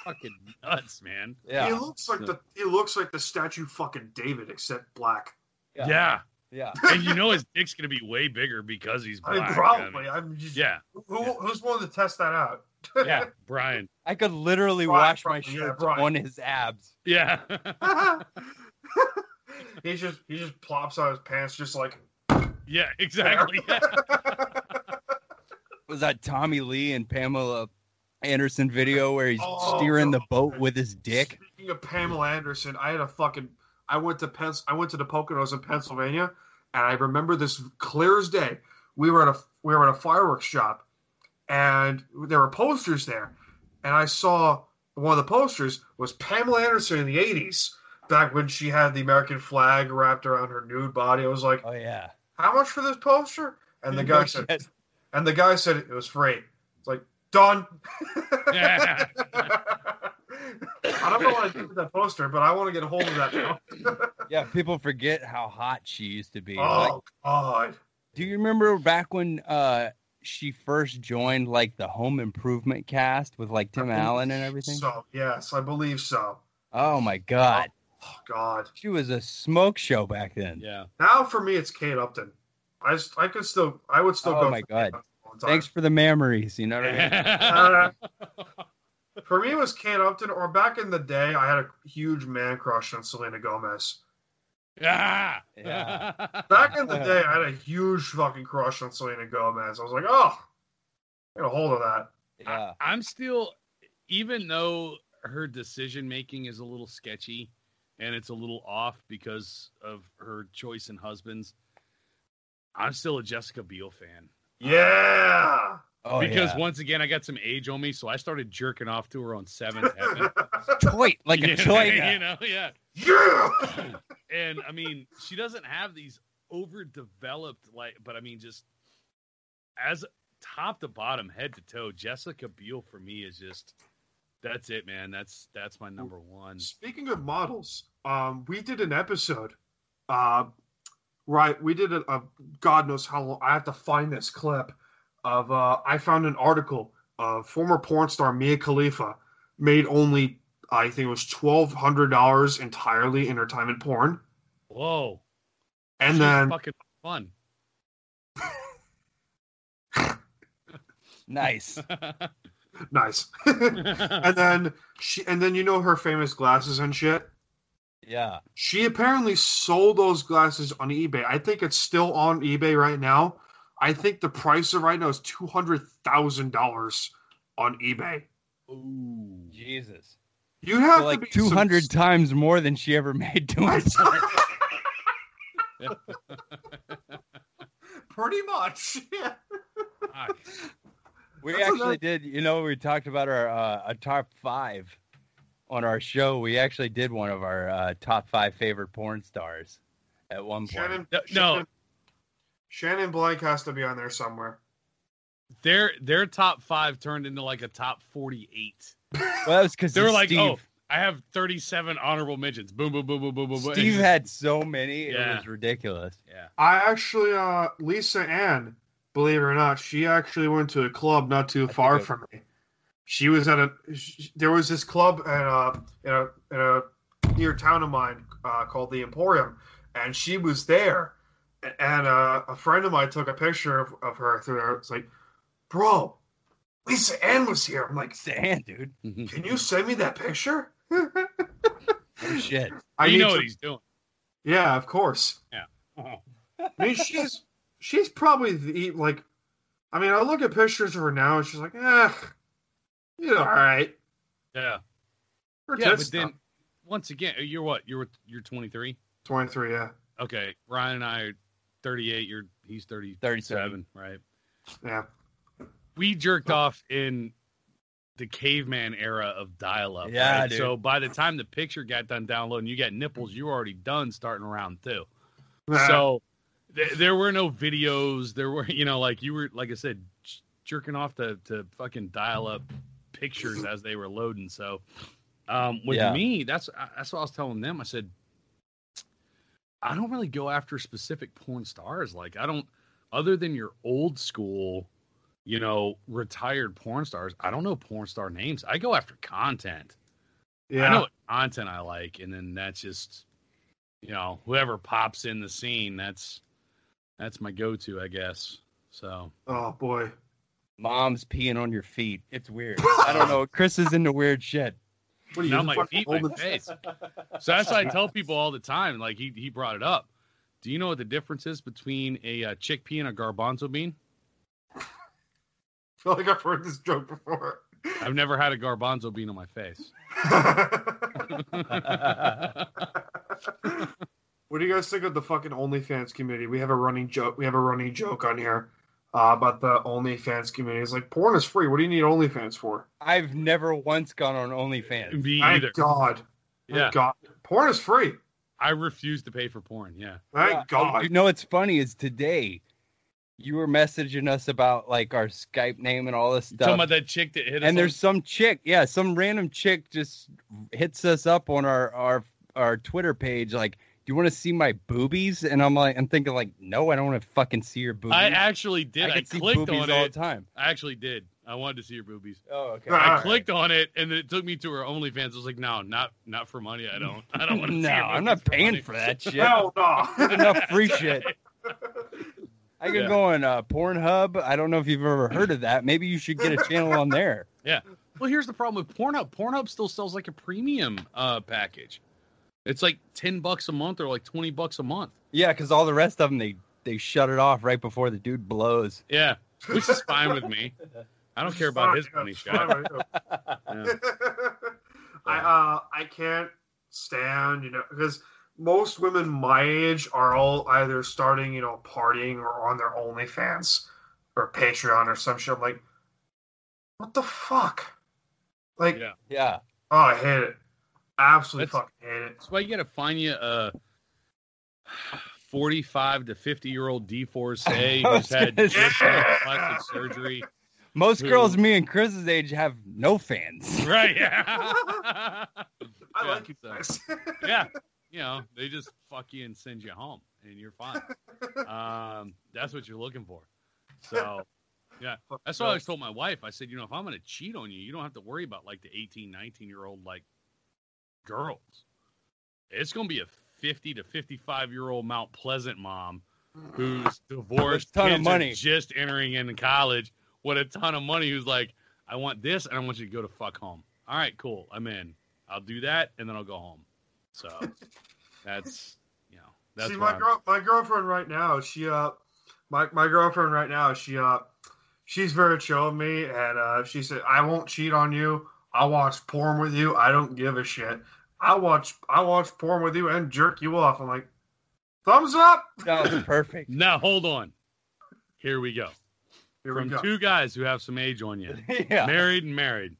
Speaker 3: fucking nuts, man.
Speaker 4: He
Speaker 2: Yeah,
Speaker 4: looks like the he looks like the statue fucking David, except black.
Speaker 2: Yeah.
Speaker 3: yeah.
Speaker 2: yeah.
Speaker 3: and you know his dick's gonna be way bigger because he's
Speaker 4: I
Speaker 3: black.
Speaker 4: mean,
Speaker 3: I mean,
Speaker 4: probably. I'm just,
Speaker 3: yeah,
Speaker 4: Who, Who's willing to test that out?
Speaker 3: yeah, Brian.
Speaker 2: I could literally
Speaker 4: Brian,
Speaker 2: wash my
Speaker 4: Brian, yeah,
Speaker 2: shirt
Speaker 4: Brian.
Speaker 2: on his abs.
Speaker 3: Yeah,
Speaker 4: he just he just plops out his pants, just like
Speaker 3: yeah, exactly. Yeah.
Speaker 2: was that Tommy Lee and Pamela Anderson video where he's
Speaker 4: Oh,
Speaker 2: steering the
Speaker 4: God.
Speaker 2: boat with his dick?
Speaker 4: Speaking of Pamela Anderson, I had a fucking. I went to Pens. I went to the Poconos in Pennsylvania, and I remember this clear as day. We were at a we were at a fireworks shop, and there were posters there, and I saw one of the posters was Pamela Anderson in the '80s, back when she had the American flag wrapped around her nude body. I was like,
Speaker 2: Oh yeah.
Speaker 4: "How much for this poster?" And the guy said,
Speaker 2: Yes.
Speaker 4: "And the guy said it was free." It's like done.
Speaker 3: yeah.
Speaker 4: I don't know what I did with that poster, but I want to get a hold of that. Now.
Speaker 2: Yeah, people forget how hot she used to be. Like,
Speaker 4: Oh God!
Speaker 2: do you remember back when uh she first joined like the home improvement cast with like Tim Allen and everything?
Speaker 4: Oh, So yes, I believe so.
Speaker 2: Oh my god.
Speaker 4: Oh God!
Speaker 2: She was a smoke show back then.
Speaker 3: yeah.
Speaker 4: Now for me, it's Kate Upton. I s- I could still I would still
Speaker 2: Oh
Speaker 4: go.
Speaker 2: my
Speaker 4: for Kate
Speaker 2: God.
Speaker 4: Upton all the time.
Speaker 2: Thanks for the memories, you know what I mean?
Speaker 4: Uh, For me, it was Kate Upton, or back in the day, I had a huge man crush on Selena Gomez.
Speaker 3: Ah!
Speaker 2: Yeah.
Speaker 4: Back in the day, I had a huge fucking crush on Selena Gomez. I was like, oh, get a hold of that.
Speaker 2: Yeah.
Speaker 3: I, am still, even though her decision making is a little sketchy and it's a little off because of her choice in husbands, I'm still a Jessica Biel fan.
Speaker 4: Yeah.
Speaker 2: Oh,
Speaker 3: because
Speaker 2: yeah.
Speaker 3: once again, I got some age on me, so I started jerking off to her on Seventh Heaven.
Speaker 2: Toy, like
Speaker 3: You
Speaker 2: a
Speaker 3: know,
Speaker 2: toy.
Speaker 3: you know, yeah.
Speaker 4: yeah.
Speaker 3: and I mean, she doesn't have these overdeveloped like, but I mean, just as top to bottom, head to toe, Jessica Biel for me is just that's it, man. That's that's my number one.
Speaker 4: Speaking of models, um, we did an episode, uh, right? We did a, a God knows how long. I have to find this clip of. Uh, I found an article of former porn star Mia Khalifa made only I think it was twelve hundred dollars entirely in her time in porn,
Speaker 3: Whoa,
Speaker 4: and
Speaker 3: She's
Speaker 4: then
Speaker 3: fucking fun.
Speaker 2: Nice.
Speaker 4: nice, and then she and then you know her famous glasses and shit.
Speaker 2: Yeah.
Speaker 4: She apparently sold those glasses on eBay. I think it's still on eBay right now. I think the price of right now is two hundred thousand dollars on eBay.
Speaker 3: Ooh,
Speaker 2: Jesus.
Speaker 4: You have
Speaker 2: For
Speaker 4: to be
Speaker 2: like
Speaker 4: some-
Speaker 2: 200 times more than she ever made doing porn.
Speaker 4: Pretty much. Yeah.
Speaker 3: fuck.
Speaker 2: We
Speaker 4: That's
Speaker 2: actually
Speaker 4: another-
Speaker 2: did. You know, we talked about our uh, a top five on our show. We actually did one of our uh, top five favorite porn stars at one point.
Speaker 4: Shannon.
Speaker 3: No,
Speaker 4: Shannon,
Speaker 3: no.
Speaker 4: Shannon Blank has to be on there somewhere.
Speaker 3: their their top five turned into like a top forty-eight.
Speaker 2: Well, that was because
Speaker 3: They were like,
Speaker 2: Steve,
Speaker 3: oh, I have thirty-seven honorable mentions. Boom, boom, boom, boom, boom, boom. boom.
Speaker 2: Steve had so many,
Speaker 3: Yeah.
Speaker 2: it was ridiculous.
Speaker 3: yeah.
Speaker 4: I actually, uh, Lisa Ann, believe it or not, she actually went to a club not too
Speaker 2: think
Speaker 4: far
Speaker 2: I-
Speaker 4: from me. She was at a. sh there was this club at a, in a in a near town of mine uh, called the Emporium, and she was there. A- And uh, a friend of mine took a picture of, of her through her. It's like, bro, Lisa Ann was here. I'm like,
Speaker 2: Sand, dude.
Speaker 4: can you send me that picture?
Speaker 2: Oh, shit.
Speaker 4: I
Speaker 3: you
Speaker 4: need
Speaker 3: know
Speaker 4: to-
Speaker 3: what he's doing.
Speaker 4: Yeah, of course. I mean, she's she's probably the like. I mean, I look at pictures of her now, and she's like, eh, you all right.
Speaker 3: yeah.
Speaker 4: Her
Speaker 3: yeah,
Speaker 4: tits
Speaker 3: but then once again, you're what? You're you're 23.
Speaker 4: twenty three. Yeah,
Speaker 3: Okay, Ryan and I are 38. You're he's 37,
Speaker 2: 37.
Speaker 3: right?
Speaker 4: yeah.
Speaker 3: We jerked off in the caveman era of dial-up.
Speaker 2: Yeah,
Speaker 3: right?
Speaker 2: dude.
Speaker 3: So by the time the picture got done downloading, you got nipples. You were already done starting around two.
Speaker 4: Nah,
Speaker 3: So th- there were no videos. There were you know like you were like I said j- jerking off to to fucking dial-up pictures as they were loading. So um, with
Speaker 2: Yeah.
Speaker 3: me, that's I- that's what I was telling them. I said, I don't really go after specific porn stars. Like I don't, other than your old school, you know, retired porn stars. I don't know porn star names. I go after content.
Speaker 4: yeah.
Speaker 3: I know what content I like, and then that's just, you know, whoever pops in the scene. That's that's my go-to, I guess. So
Speaker 4: Oh boy.
Speaker 2: Mom's peeing on your feet. It's weird. I don't know. Chris is into weird shit.
Speaker 4: What
Speaker 3: Not
Speaker 4: the
Speaker 3: my
Speaker 4: fucking
Speaker 3: feet, my
Speaker 4: golden-
Speaker 3: face. So that's what I tell people all the time. Like he he brought it up. Do you know what the difference is between a uh, chickpea and a garbanzo bean?
Speaker 4: I feel like I've heard this joke before.
Speaker 3: I've never had a garbanzo bean on my face.
Speaker 4: what do you guys think of the fucking OnlyFans community? We have a running joke. We have a running joke on here uh, about the OnlyFans community. It's like porn is free. What do you need OnlyFans for?
Speaker 2: I've never once gone on OnlyFans.
Speaker 3: Me
Speaker 4: Thank
Speaker 3: either.
Speaker 4: God. Thank
Speaker 3: Yeah,
Speaker 4: God. Porn is free.
Speaker 3: I refuse to pay for porn. Yeah.
Speaker 4: Thank
Speaker 2: Yeah,
Speaker 4: God.
Speaker 2: You know what's funny is today you were messaging us about like our Skype name and all this
Speaker 3: Talking
Speaker 2: stuff.
Speaker 3: about that chick that hit us.
Speaker 2: And there's some chick, yeah, some random chick just hits us up on our our our Twitter page like, "Do you want to see my boobies?" And I'm like, I'm thinking like, "No, I don't want to fucking see your
Speaker 3: on-
Speaker 2: boobies."
Speaker 3: I actually
Speaker 2: I
Speaker 3: did. I,
Speaker 2: can see
Speaker 3: clicked
Speaker 2: boobies
Speaker 3: on
Speaker 2: all
Speaker 3: it.
Speaker 2: the time.
Speaker 3: I actually did. I wanted to see your boobies.
Speaker 2: Oh, okay.
Speaker 4: I
Speaker 3: I clicked on it and it took me to her OnlyFans. I was like, no, not not for money. I don't. I don't want to.
Speaker 2: No, I'm not paying for that shit.
Speaker 4: Hell no.
Speaker 2: Enough free shit. I can
Speaker 3: Yeah.
Speaker 2: go on uh, Pornhub. I don't know if you've ever heard of that. Maybe you should get a channel on there.
Speaker 3: Well, here's the problem with Pornhub. Pornhub still sells like a premium uh, package. It's like ten bucks a month or like twenty bucks a month.
Speaker 2: Yeah, because all the rest of them they they shut it off right before the dude blows.
Speaker 3: Yeah, which is fine with me. I don't care about his money shot. Yeah.
Speaker 4: I uh I can't stand you know because most women my age are all either starting you know partying or on their OnlyFans or Patreon or some shit. I'm like, what the fuck? Like,
Speaker 3: Yeah.
Speaker 2: Yeah,
Speaker 4: oh, I hate it. Absolutely
Speaker 3: That's-
Speaker 4: fucking hate it.
Speaker 3: That's why you got to find you a forty-five to fifty-year-old D4C
Speaker 2: I
Speaker 3: who's
Speaker 2: was
Speaker 3: had
Speaker 2: gonna
Speaker 4: say-
Speaker 3: different plastic surgery.
Speaker 2: most
Speaker 3: Who-
Speaker 2: girls me and Chris's age have no fans.
Speaker 3: Right? Yeah.
Speaker 4: I
Speaker 3: Yeah,
Speaker 4: like you
Speaker 3: so-
Speaker 4: guys.
Speaker 3: yeah. You know, they just fuck you and send you home, and you're fine. Um, that's what you're looking for. So That's why I always told my wife. I said, you know, if I'm going to cheat on you, you don't have to worry about like the 18, 19 year old like girls. It's going to be a 50 to 55 year old Mount Pleasant mom who's divorced,
Speaker 2: ton of
Speaker 3: kids are
Speaker 2: money.
Speaker 3: just entering into college with a ton of money. Who's like, I want this, and I want you to go to fuck home. All right, cool. I'm in. I'll do that, and then I'll go home. So that's you know that's
Speaker 4: See
Speaker 3: why
Speaker 4: my
Speaker 3: I'm-
Speaker 4: girl, my girlfriend right now. She uh, my my girlfriend right now. She uh, she's very chill with me, and uh, she said, "I won't cheat on you. I watch porn with you. I don't give a shit. I watch I watch porn with you and jerk you off." I'm like, thumbs up.
Speaker 2: Sounds perfect.
Speaker 3: now. Hold on. Here we go.
Speaker 4: Here we
Speaker 3: From
Speaker 4: go.
Speaker 3: two guys who have some age on you.
Speaker 2: yeah,
Speaker 3: married and married.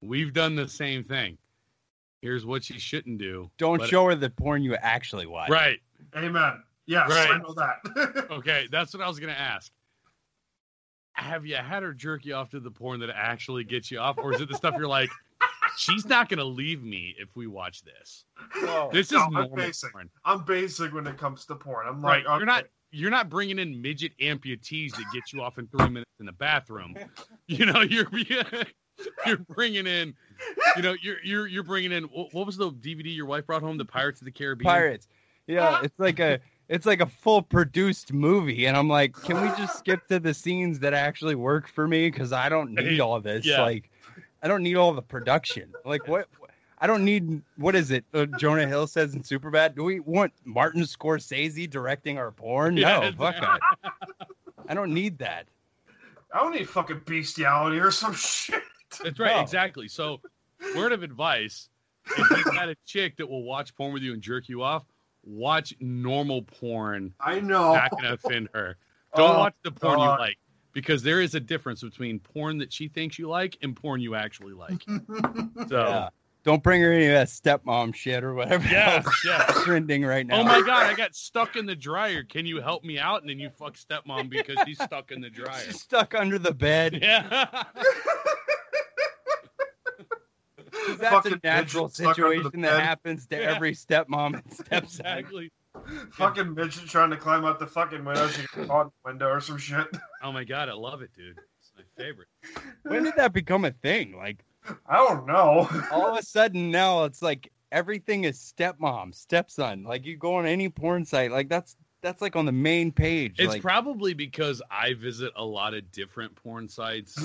Speaker 3: We've done the same thing. Here's what she shouldn't do.
Speaker 2: don't
Speaker 3: But-
Speaker 2: show her the porn you actually watch.
Speaker 3: Right.
Speaker 4: Amen. Yes, I
Speaker 3: Right.
Speaker 4: know that.
Speaker 3: Okay. That's what I was going to ask. Have you had her jerk you off to the porn that actually gets you off? Or is it the stuff you're like, she's not going to leave me if we watch this?
Speaker 2: Whoa.
Speaker 3: This is
Speaker 4: No, I'm
Speaker 3: normal
Speaker 4: basic.
Speaker 3: porn.
Speaker 4: I'm basic when it comes to porn. I'm
Speaker 3: Right.
Speaker 4: like,
Speaker 3: You're not. You're not bringing in midget amputees that get you off in three minutes in the bathroom. You know, you're you're bringing in, you know, you're you're you're bringing in. What what was the DVD your wife brought home? The Pirates of the Caribbean.
Speaker 2: Pirates.
Speaker 3: Ah!
Speaker 2: Yeah, it's like a it's like a full produced movie, and I'm like, can we just skip to the scenes that actually work for me? Because I don't need all this.
Speaker 3: Yeah.
Speaker 2: Like, I don't need all the production. Like what? I don't need what is it? Uh, Jonah Hill says in Superbad. Do we want Martin Scorsese directing our porn? No,
Speaker 3: Yeah.
Speaker 2: fuck that. I don't need that.
Speaker 4: I don't need fucking bestiality or some shit.
Speaker 3: That's right,
Speaker 2: No.
Speaker 3: exactly. So, word of advice: if you got a chick that will watch porn with you and jerk you off, watch normal porn.
Speaker 4: I know.
Speaker 3: Not gonna offend her. Don't
Speaker 4: Oh,
Speaker 3: watch the porn you
Speaker 4: God.
Speaker 3: like because there is a difference between porn that she thinks you like and porn you actually like. So,
Speaker 2: Yeah. Don't bring her any of that stepmom shit or whatever.
Speaker 3: yeah,
Speaker 2: else
Speaker 3: yeah.
Speaker 2: is Trending right now.
Speaker 3: Oh my god, I got stuck in the dryer. Can you help me out? And then you fuck stepmom because she's stuck in the dryer.
Speaker 2: She's stuck under the bed.
Speaker 3: Yeah.
Speaker 2: That's
Speaker 4: Fucking
Speaker 2: a natural
Speaker 4: midget stuck under the
Speaker 2: situation
Speaker 4: bed.
Speaker 2: that happens to
Speaker 3: Yeah.
Speaker 2: every stepmom and stepson.
Speaker 3: Exactly.
Speaker 4: Fucking midget trying to climb out the fucking window so you can caught in the window or some shit.
Speaker 3: Oh my god, I love it, dude. It's my favorite.
Speaker 2: When did that become a thing? Like
Speaker 4: I don't know.
Speaker 2: all of a sudden now it's like everything is stepmom, stepson. Like you go on any porn site, like that's that's like on the main page.
Speaker 3: It's
Speaker 2: like,
Speaker 3: probably because I visit a lot of different porn sites, a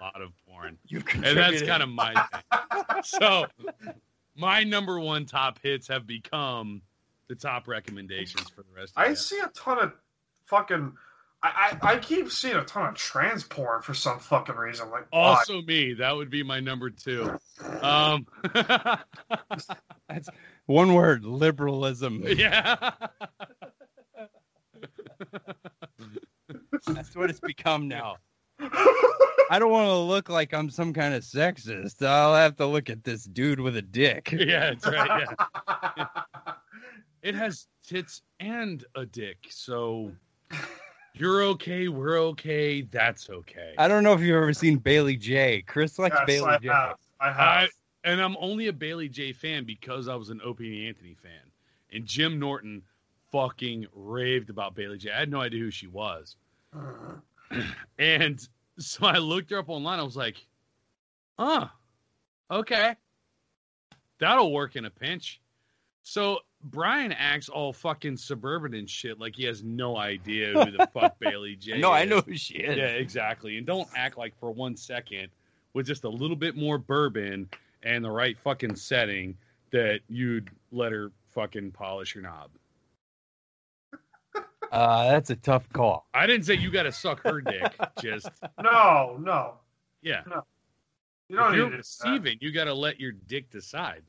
Speaker 3: lot of porn,
Speaker 2: you
Speaker 3: and that's kind of my thing. So, my number one top hits have become the top recommendations for the rest. of
Speaker 4: I
Speaker 3: the
Speaker 4: see a ton of fucking. I, I, I keep seeing a ton of trans porn for some fucking reason. Like, why?
Speaker 3: Also, Oh, me. That would be my number two. Um,
Speaker 2: one word, liberalism.
Speaker 3: yeah.
Speaker 2: That's what it's become now. I don't want to look like I'm some kind of sexist. I'll have to look at this dude with a dick.
Speaker 3: Yeah, that's right. Yeah. It has tits and a dick. So, you're okay. We're okay. That's okay.
Speaker 2: I don't know if you've ever seen Bailey J. Chris likes
Speaker 4: Yes,
Speaker 2: Bailey
Speaker 4: I
Speaker 2: J.
Speaker 4: have. I have.
Speaker 3: I, and I'm only a Bailey J fan because I was an Opie and Anthony fan. And Jim Norton fucking raved about Bailey J. I had no idea who she was.
Speaker 4: Hmm.
Speaker 3: And so I looked her up online. I was like, huh, okay. That'll work in a pinch. So Brian acts all fucking suburban and shit, like he has no idea who the fuck Bailey J.
Speaker 2: no, I
Speaker 3: is.
Speaker 2: know who she is.
Speaker 3: Yeah, exactly. And don't act like for one second with just a little bit more bourbon and the right fucking setting that you'd let her fucking polish your knob.
Speaker 2: Uh, that's a tough call.
Speaker 3: I didn't say you got to suck her dick. Just
Speaker 4: No, no.
Speaker 3: yeah.
Speaker 4: You don't
Speaker 3: if you're
Speaker 4: need to
Speaker 3: receiving, you got to let your dick decide.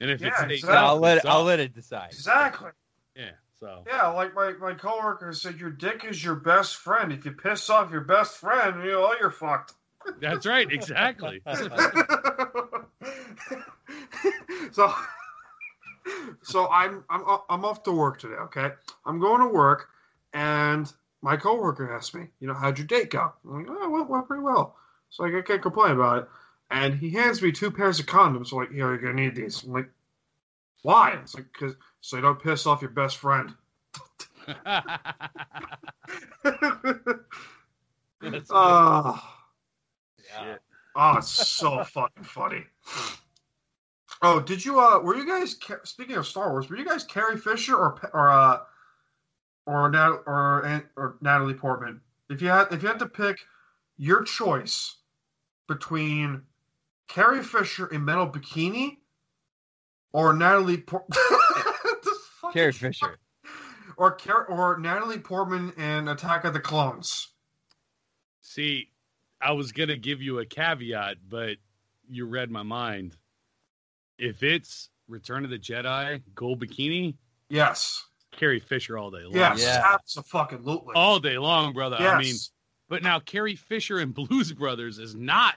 Speaker 3: And if
Speaker 4: Yeah,
Speaker 3: it's eight,
Speaker 4: exactly.
Speaker 2: So I'll let
Speaker 3: it's
Speaker 2: I'll
Speaker 3: up.
Speaker 2: let it decide.
Speaker 4: Exactly.
Speaker 3: yeah. So
Speaker 4: Yeah, like my, my coworker said, your dick is your best friend. If you piss off your best friend, you know, you're fucked.
Speaker 3: that's right. Exactly.
Speaker 4: so so I'm I'm I'm off to work today, okay? I'm going to work and my coworker asked me, you know, how'd your date go? I'm like, oh, it went, went pretty well. So like I can't complain about it. And he hands me two pairs of condoms. like, here, you're gonna need these. I'm like, why? It's like, cause so you don't piss off your best friend.
Speaker 3: That's
Speaker 4: Ah.
Speaker 2: Yeah.
Speaker 4: Oh, it's so fucking funny. Oh, did you? Uh, were you guys ca- speaking of Star Wars? Were you guys Carrie Fisher or Pe- or uh, or Nat- or An- or Natalie Portman? If you had if you had to pick your choice between Carrie Fisher in metal bikini or Natalie Portman,
Speaker 2: Carrie Fisher.
Speaker 4: or Car- or Natalie Portman in Attack of the Clones.
Speaker 3: See, I was gonna give you a caveat, but you read my mind. If it's Return of the Jedi, gold bikini,
Speaker 4: Yes,
Speaker 3: Carrie Fisher all day long.
Speaker 4: yes,
Speaker 2: Yeah.
Speaker 4: absolutely.
Speaker 3: All day long, brother.
Speaker 4: yes.
Speaker 3: I mean, but now Carrie Fisher and Blues Brothers is not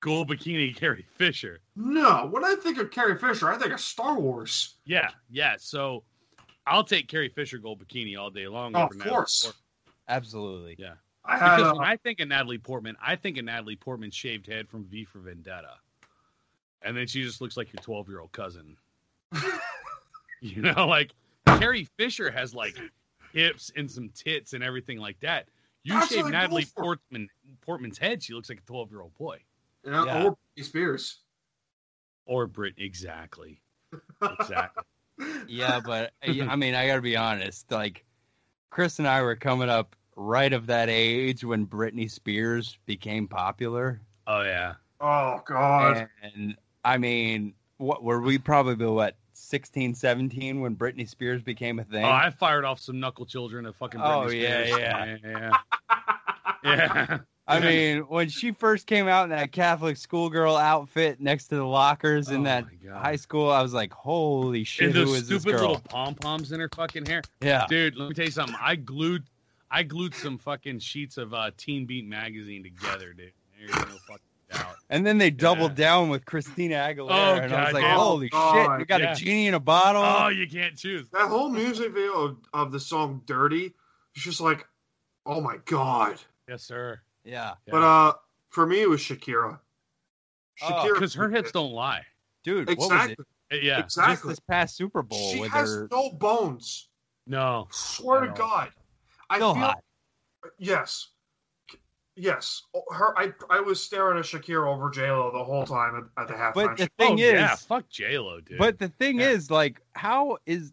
Speaker 3: gold bikini Carrie Fisher.
Speaker 4: No, when I think of Carrie Fisher, I think of Star Wars.
Speaker 3: Yeah, yeah. So I'll take Carrie Fisher gold bikini all day long.
Speaker 4: Oh,
Speaker 3: over
Speaker 4: of
Speaker 3: Natalie
Speaker 4: course.
Speaker 3: Portman.
Speaker 2: Absolutely.
Speaker 3: Yeah.
Speaker 4: I had
Speaker 3: Because
Speaker 4: uh,
Speaker 3: when I think of Natalie Portman, I think of Natalie Portman's shaved head from V for Vendetta. And then she just looks like your 12 year old cousin.
Speaker 4: uh,
Speaker 3: you know, like Carrie Fisher has like hips and some tits and everything like that. You
Speaker 4: That's
Speaker 3: shave
Speaker 4: what I
Speaker 3: Natalie
Speaker 4: go for.
Speaker 3: Portman Portman's head, she looks like a 12 year old boy.
Speaker 4: you know,
Speaker 2: yeah.
Speaker 4: or Britney Spears.
Speaker 3: Or Brit, exactly. Exactly.
Speaker 2: Yeah, but yeah, I mean, I got to be honest. Like, Chris and I were coming up right of that age when Britney Spears became popular,
Speaker 3: oh, yeah.
Speaker 4: Oh God.
Speaker 2: and I mean, what were we probably what 16, 17 when Britney Spears became a thing?
Speaker 3: Oh, I fired off some knuckle children at fucking Britney
Speaker 2: Oh, yeah,
Speaker 3: Spears.
Speaker 2: yeah.
Speaker 3: yeah. Yeah.
Speaker 2: I mean, when she first came out in that Catholic schoolgirl outfit next to the lockers
Speaker 3: Oh,
Speaker 2: in that
Speaker 3: my God.
Speaker 2: high school, I was like, "Holy shit,
Speaker 3: and
Speaker 2: who
Speaker 3: those
Speaker 2: is this
Speaker 3: stupid
Speaker 2: girl?"
Speaker 3: little pom poms in her fucking hair.
Speaker 2: yeah,
Speaker 3: Dude, let me tell you something. I glued, I glued some fucking sheets of uh, Teen Beat magazine together, dude. There's no fucking doubt.
Speaker 2: and then they doubled down with Christina Aguilera,
Speaker 3: Oh,
Speaker 2: and I was
Speaker 3: God,
Speaker 2: like,
Speaker 4: yeah.
Speaker 2: "Holy
Speaker 4: Oh,
Speaker 2: shit, we got
Speaker 3: yeah.
Speaker 2: a genie in a bottle."
Speaker 3: Oh, you can't choose.
Speaker 4: that whole music video of, of the song "Dirty" is just like, oh my God.
Speaker 3: Yes, sir.
Speaker 2: yeah,
Speaker 4: But uh, for me, it was Shakira.
Speaker 2: Oh,
Speaker 3: Because her hips don't lie.
Speaker 2: dude, what was
Speaker 4: exactly
Speaker 2: it?
Speaker 3: Uh, Yeah.
Speaker 2: Just
Speaker 4: exactly.
Speaker 2: this past Super Bowl
Speaker 4: She
Speaker 2: with
Speaker 4: has
Speaker 2: her
Speaker 4: no bones.
Speaker 3: No.
Speaker 4: Swear to
Speaker 3: No.
Speaker 4: God. I
Speaker 2: still
Speaker 4: feel
Speaker 2: hot.
Speaker 4: yes, yes. Her I I was staring at Shakira over J Lo the whole time at, at the halftime.
Speaker 2: But the
Speaker 4: show.
Speaker 2: thing
Speaker 3: oh,
Speaker 2: is,
Speaker 3: yeah. Fuck J-Lo, dude.
Speaker 2: But the thing
Speaker 3: Yeah.
Speaker 2: is, like, how is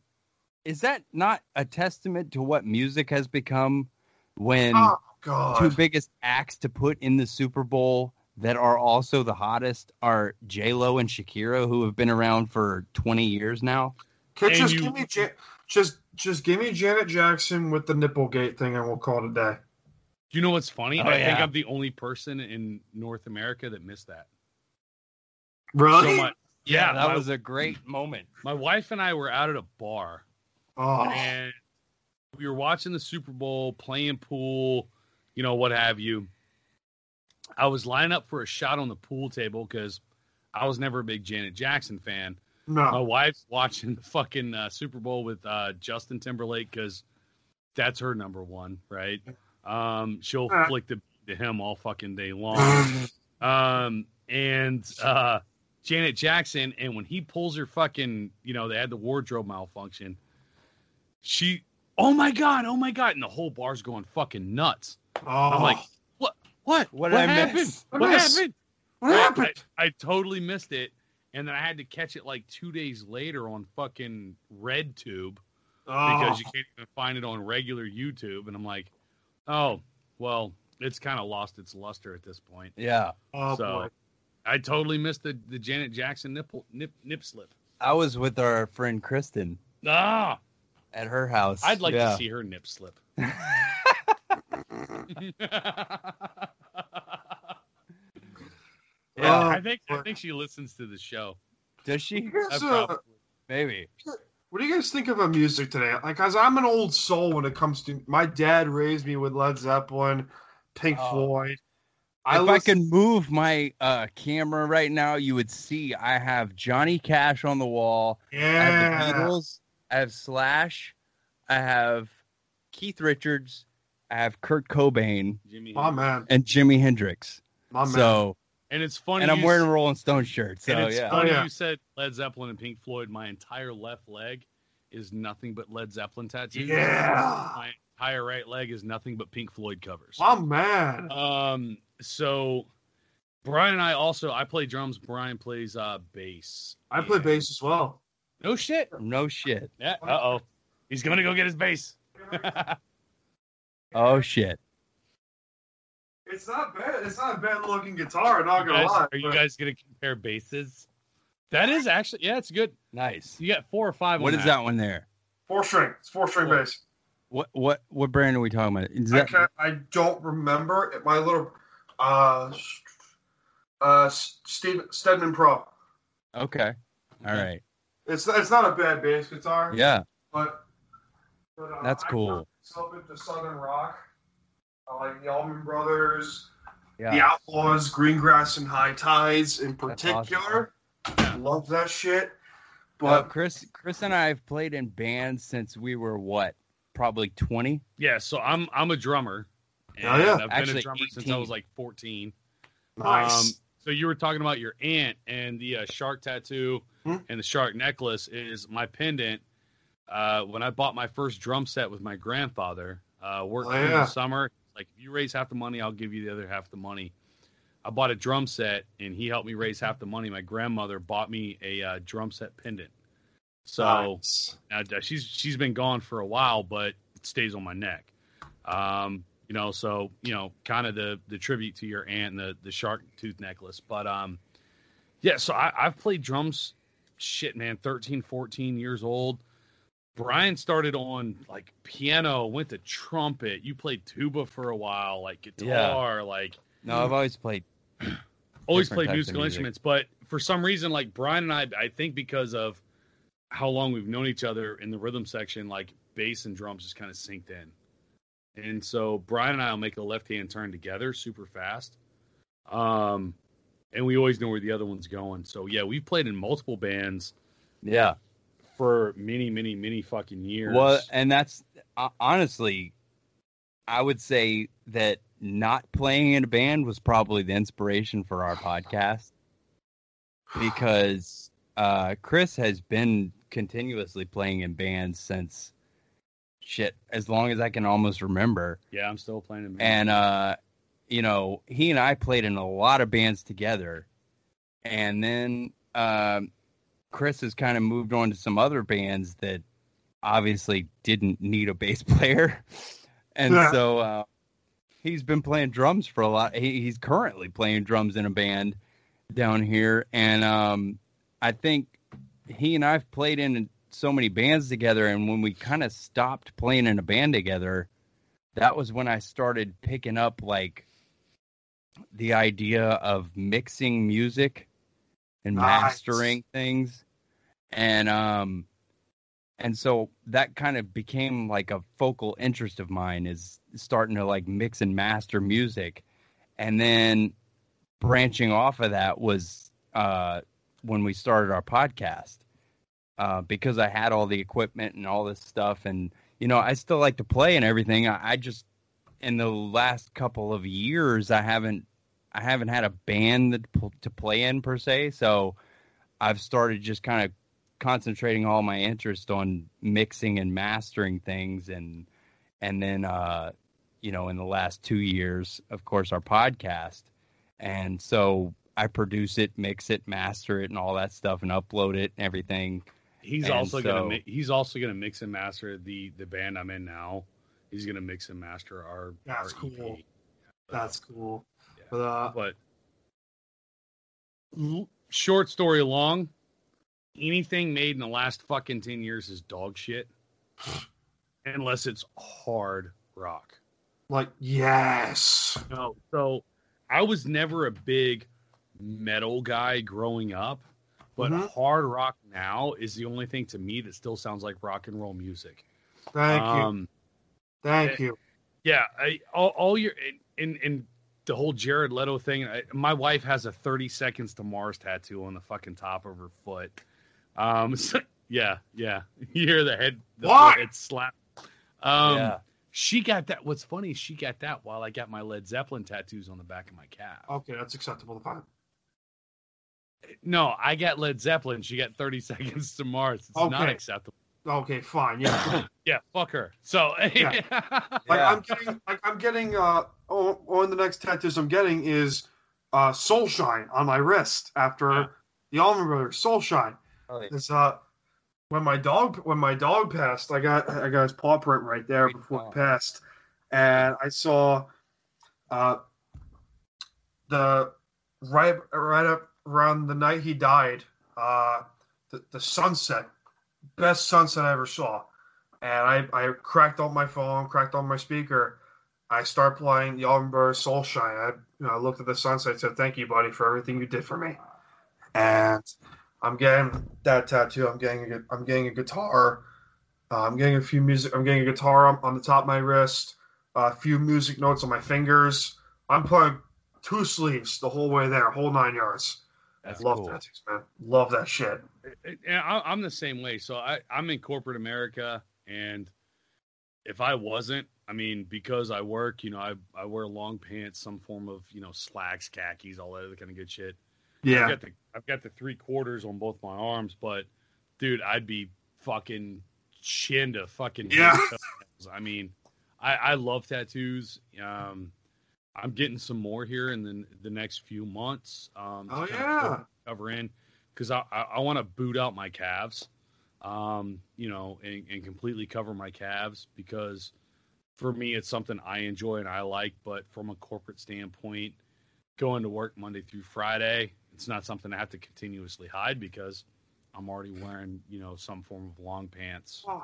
Speaker 2: is that not a testament to what music has become when
Speaker 4: Oh,
Speaker 2: two
Speaker 4: God.
Speaker 2: biggest acts to put in the Super Bowl that are also the hottest are J Lo and Shakira, who have been around for twenty years now?
Speaker 4: Can
Speaker 3: And
Speaker 4: just
Speaker 3: you-
Speaker 4: give me ja- just just give me Janet Jackson with the nipplegate thing, and we'll call it a day.
Speaker 3: Do you know what's funny?
Speaker 2: Oh,
Speaker 3: I think
Speaker 2: yeah.
Speaker 3: I'm the only person in North America that missed that.
Speaker 4: Really?
Speaker 3: So my, yeah,
Speaker 2: that
Speaker 3: my,
Speaker 2: was a great moment.
Speaker 3: my wife and I were out at a bar.
Speaker 4: oh,
Speaker 3: and we were watching the Super Bowl, playing pool, you know, what have you. I was lining up for a shot on the pool table because I was never a big Janet Jackson fan. My
Speaker 4: no!
Speaker 3: wife's watching the fucking uh, Super Bowl with uh, Justin Timberlake because that's her number one, right? Um, she'll
Speaker 4: Uh. Uh-huh.
Speaker 3: flick the to him all fucking day long um, and uh, Janet Jackson. And when he pulls her fucking, you know, they had the wardrobe malfunction. She, oh my god, oh my god, and the whole bar's going fucking nuts.
Speaker 4: Oh,
Speaker 3: I'm like, what, what,
Speaker 2: What
Speaker 3: what,
Speaker 2: did I
Speaker 3: happened?
Speaker 2: miss?
Speaker 3: What
Speaker 4: What
Speaker 3: happened?
Speaker 4: happened?
Speaker 3: I, I totally missed it. and then I had to catch it like two days later on fucking RedTube
Speaker 4: Oh,
Speaker 3: because you can't even find it on regular YouTube. And I'm like, oh, well, it's kind of lost its luster at this point.
Speaker 2: Yeah.
Speaker 4: oh,
Speaker 3: so
Speaker 4: boy.
Speaker 3: I totally missed the, the Janet Jackson nipple nip nip slip.
Speaker 2: I was with our friend Kristen
Speaker 3: Ah,
Speaker 2: at her house.
Speaker 3: I'd like
Speaker 2: Yeah.
Speaker 3: to see her nip slip.
Speaker 2: Yeah.
Speaker 4: Uh,
Speaker 3: I think I
Speaker 4: boy.
Speaker 3: think she listens to the show.
Speaker 2: Does she?
Speaker 4: You
Speaker 3: I
Speaker 4: guys, uh,
Speaker 3: probably-
Speaker 2: Maybe.
Speaker 4: What do you guys think of our music today? Like, cause I'm an old soul when it comes to my dad raised me with Led Zeppelin, Pink
Speaker 2: Oh.
Speaker 4: Floyd.
Speaker 2: if I
Speaker 4: listen-
Speaker 2: could move my uh, camera right now, you would see I have Johnny Cash on the wall. I have the
Speaker 4: yeah,
Speaker 2: Beatles. I have Slash. I have Keith Richards. I have Kurt Cobain
Speaker 3: Jimmy.
Speaker 4: my man,
Speaker 2: and Jimi Hendrix.
Speaker 4: my Oh, man.
Speaker 2: so,
Speaker 3: and it's funny.
Speaker 2: and I'm
Speaker 3: you
Speaker 2: wearing a Rolling Stone shirt. So
Speaker 3: and it's
Speaker 2: yeah,
Speaker 3: funny
Speaker 4: Oh, yeah.
Speaker 3: you said Led Zeppelin and Pink Floyd. My entire left leg is nothing but Led Zeppelin tattoos.
Speaker 4: yeah,
Speaker 3: My entire right leg is nothing but Pink Floyd covers.
Speaker 4: my man.
Speaker 3: Um, so Brian and I also I play drums. Brian plays uh bass.
Speaker 4: I play
Speaker 3: And-
Speaker 4: bass as well.
Speaker 3: No shit.
Speaker 2: no shit.
Speaker 3: Yeah. Uh oh. He's gonna go get his bass.
Speaker 2: Oh shit.
Speaker 4: It's not bad. It's not a bad looking guitar. Not
Speaker 3: You
Speaker 4: gonna
Speaker 3: guys-
Speaker 4: lie.
Speaker 3: are you
Speaker 4: but-
Speaker 3: guys gonna compare basses? That is actually yeah, it's good.
Speaker 2: Nice.
Speaker 3: You got four or five.
Speaker 2: What
Speaker 3: on
Speaker 2: is that one there?
Speaker 4: Four string. It's four string
Speaker 3: Cool.
Speaker 4: bass.
Speaker 2: What what what brand are we talking about? Is
Speaker 4: I,
Speaker 2: that
Speaker 4: can't, I don't remember my little uh s- uh S- Steve Stedman Pro.
Speaker 2: okay? All right.
Speaker 4: It's it's not a bad bass guitar.
Speaker 2: Yeah.
Speaker 4: But, but uh,
Speaker 2: That's
Speaker 4: I
Speaker 2: cool.
Speaker 4: got Myself into Southern Rock. I like the Allman Brothers,
Speaker 2: Yeah.
Speaker 4: the Outlaws, Greengrass, and High Tides in
Speaker 2: awesome.
Speaker 4: particular. Love that shit.
Speaker 2: Uh,
Speaker 3: Um,
Speaker 4: But
Speaker 2: Chris, Chris and I have played in bands since we were what, probably twenty.
Speaker 3: Yeah. So I'm I'm a drummer. And
Speaker 4: Oh, yeah.
Speaker 3: I've been
Speaker 2: Actually,
Speaker 3: a drummer since I
Speaker 2: 18.
Speaker 3: was like 14.
Speaker 4: nice.
Speaker 3: Um, so you were talking about your aunt and the uh, shark tattoo
Speaker 4: Hmm?
Speaker 3: and the shark necklace is my pendant. Uh, when I bought my first drum set with my grandfather, uh, worked
Speaker 4: Oh,
Speaker 3: through
Speaker 4: yeah.
Speaker 3: the summer. Like if you raise half the money, I'll give you the other half the money. I bought a drum set and he helped me raise half the money. My grandmother bought me a uh, drum set pendant. So
Speaker 4: Nice.
Speaker 3: now uh, she's she's been gone for a while, but it stays on my neck. Um, you know, so you know, kind of the the tribute to your aunt and the the shark tooth necklace. But um, yeah, so I, I've played drums, shit, man, 13, 14 years old. Brian started on like piano, went to trumpet. You played tuba for a while, like guitar, like
Speaker 2: No, I've always played.
Speaker 3: always
Speaker 2: different
Speaker 3: played
Speaker 2: types of
Speaker 3: musical
Speaker 2: music.
Speaker 3: instruments, but for some reason, like Brian and I, I think because of how long we've known each other in the rhythm section, like bass and drums just kind of synced in. And so Brian and I will make a left hand turn together super fast. Um, and we always know where the other one's going. So yeah, we've played in multiple bands
Speaker 2: Yeah.
Speaker 3: for many, many, many fucking years.
Speaker 2: Well, and that's uh, honestly, I would say that not playing in a band was probably the inspiration for our podcast because uh, Chris has been continuously playing in bands since shit as long as I can almost remember.
Speaker 3: Yeah, I'm still playing in bands.
Speaker 2: and uh you know he and i played in a lot of bands together and then um chris has kind of moved on to some other bands that obviously didn't need a bass player and
Speaker 4: Yeah.
Speaker 2: so uh he's been playing drums for a lot he, he's currently playing drums in a band down here and um i think he and i've played in so many bands together and when we kind of stopped playing in a band together that was when I started picking up like the idea of mixing music and
Speaker 4: Nice.
Speaker 2: mastering things and um and so that kind of became like a focal interest of mine is starting to like mix and master music and then branching off of that was uh when we started our podcast uh because I had all the equipment and all this stuff and you know, I still like to play and everything. I, I just in the last couple of years, I haven't I haven't had a band that pl- to play in per se. So I've started just kind of concentrating all my interest on mixing and mastering things, and and then uh, you know, in the last two years, of course, our podcast, and so. I produce it, mix it, master it, and all that stuff, and upload it and everything.
Speaker 3: He's
Speaker 2: And
Speaker 3: also gonna
Speaker 2: so-
Speaker 3: mi- he's also gonna mix and master the the band I'm in now. He's gonna mix and master our.
Speaker 4: That's
Speaker 3: our E
Speaker 4: cool.
Speaker 3: EP.
Speaker 4: That's cool.
Speaker 3: Yeah.
Speaker 4: But uh,
Speaker 3: but l- short story long, anything made in the last fucking ten years is dog shit, unless it's hard rock.
Speaker 4: like yes,
Speaker 3: No, so I was never a big metal guy growing up, but
Speaker 4: Mhm.
Speaker 3: hard rock now is the only thing to me that still sounds like rock and roll music.
Speaker 4: thank you,
Speaker 3: um,
Speaker 4: thank
Speaker 3: eh,
Speaker 4: you.
Speaker 3: Yeah, I, all, all your and, and and the whole Jared Leto thing. I, my wife has a thirty seconds to Mars tattoo on the fucking top of her foot. Um, so- yeah, yeah, you hear the head, the
Speaker 4: Why?
Speaker 3: forehead slap. Um,
Speaker 2: yeah.
Speaker 3: she got that. What's funny? is She got that while I got my Led Zeppelin tattoos on the back of my calf.
Speaker 4: Okay, that's acceptable to find.
Speaker 3: No, I got Led Zeppelin. She got 30 Seconds to Mars. It's not
Speaker 4: Okay.
Speaker 3: acceptable.
Speaker 4: Okay, fine. Yeah,
Speaker 3: Yeah, fuck her. So,
Speaker 4: Yeah. like
Speaker 2: Yeah.
Speaker 4: I'm getting, like I'm getting. Uh, oh, one of the next tattoos I'm getting is uh, Soulshine on my wrist after
Speaker 3: Yeah.
Speaker 4: the Allman Brothers. Soulshine.
Speaker 2: Oh, yeah.
Speaker 4: It's uh, when my dog when my dog passed, I got I got his paw print right there
Speaker 2: Great
Speaker 4: before
Speaker 2: dog.
Speaker 4: it passed, and I saw, uh, the right right up around the night he died, uh, the, the sunset, best sunset I ever saw, and I I cracked on my phone, cracked on my speaker. I start playing the Auburn Brothers Soulshine. I you know, I looked at the sunset, said, "Thank you, buddy, for everything you did for me," and I'm getting that tattoo. I'm getting a, gu- I'm getting a guitar. Uh, I'm getting a few music. I'm getting a guitar on, on the top of my wrist. A few music notes on my fingers. I'm playing two sleeves the whole way there, whole nine yards.
Speaker 2: That's
Speaker 4: Love
Speaker 2: cool.
Speaker 4: tattoos, man. Love that shit.
Speaker 3: yeah, I- I'm the same way. So, I, I'm in corporate America. And if I wasn't, I mean, because I work, you know, I, I wear long pants, some form of, you know, slacks, khakis, all that other kind of good shit. I've
Speaker 4: Yeah,
Speaker 3: got the I've got the three quarters on both my arms, but dude, I'd be fucking chin to fucking
Speaker 4: Yeah.
Speaker 3: toenails. I mean, I, I love tattoos. Um, I'm getting some more here in the the next few months. Um, to
Speaker 4: Oh,
Speaker 3: kinda
Speaker 4: yeah.
Speaker 3: cover in because I I, I want to boot out my calves, um, you know, and, and completely cover my calves because for me it's something I enjoy and I like. But from a corporate standpoint, going to work Monday through Friday. It's not something I have to continuously hide because I'm already wearing, you know, some form of long pants
Speaker 4: oh,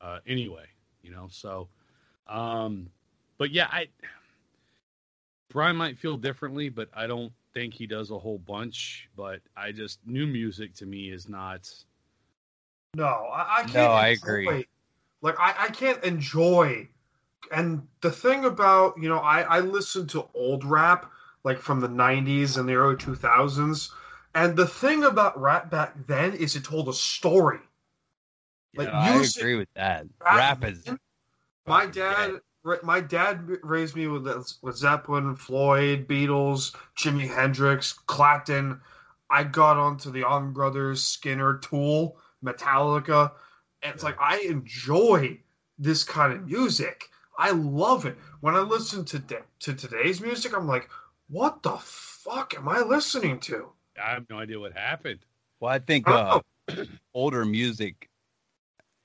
Speaker 3: uh, anyway, you know. So, um, but yeah, I Brian might feel differently, but I don't think he does a whole bunch. But I just new music to me is not.
Speaker 4: no, I, I can't.
Speaker 2: No, I agree.
Speaker 4: enjoy- Like I, I can't enjoy. And the thing about you know, I I listen to old rap like from the '90s and the early 2000s, and the thing about rap back then is it told a story. Like,
Speaker 2: Yeah, Uh, I
Speaker 4: music-
Speaker 2: agree with that.
Speaker 4: Rap-
Speaker 2: Rap is
Speaker 4: My
Speaker 2: fucking
Speaker 4: dad,
Speaker 2: dead.
Speaker 4: ra- my dad raised me with with Zeppelin, Floyd, Beatles, Jimi Hendrix, Clapton. I got onto the Allman Brothers, Skinner, Tool, Metallica, and it's like I enjoy this kind of music. I love it. When I listen to da- to today's music, I'm like, what the fuck am I listening to?
Speaker 3: I have no idea what happened.
Speaker 2: Well, I think uh,
Speaker 4: Oh.
Speaker 2: older music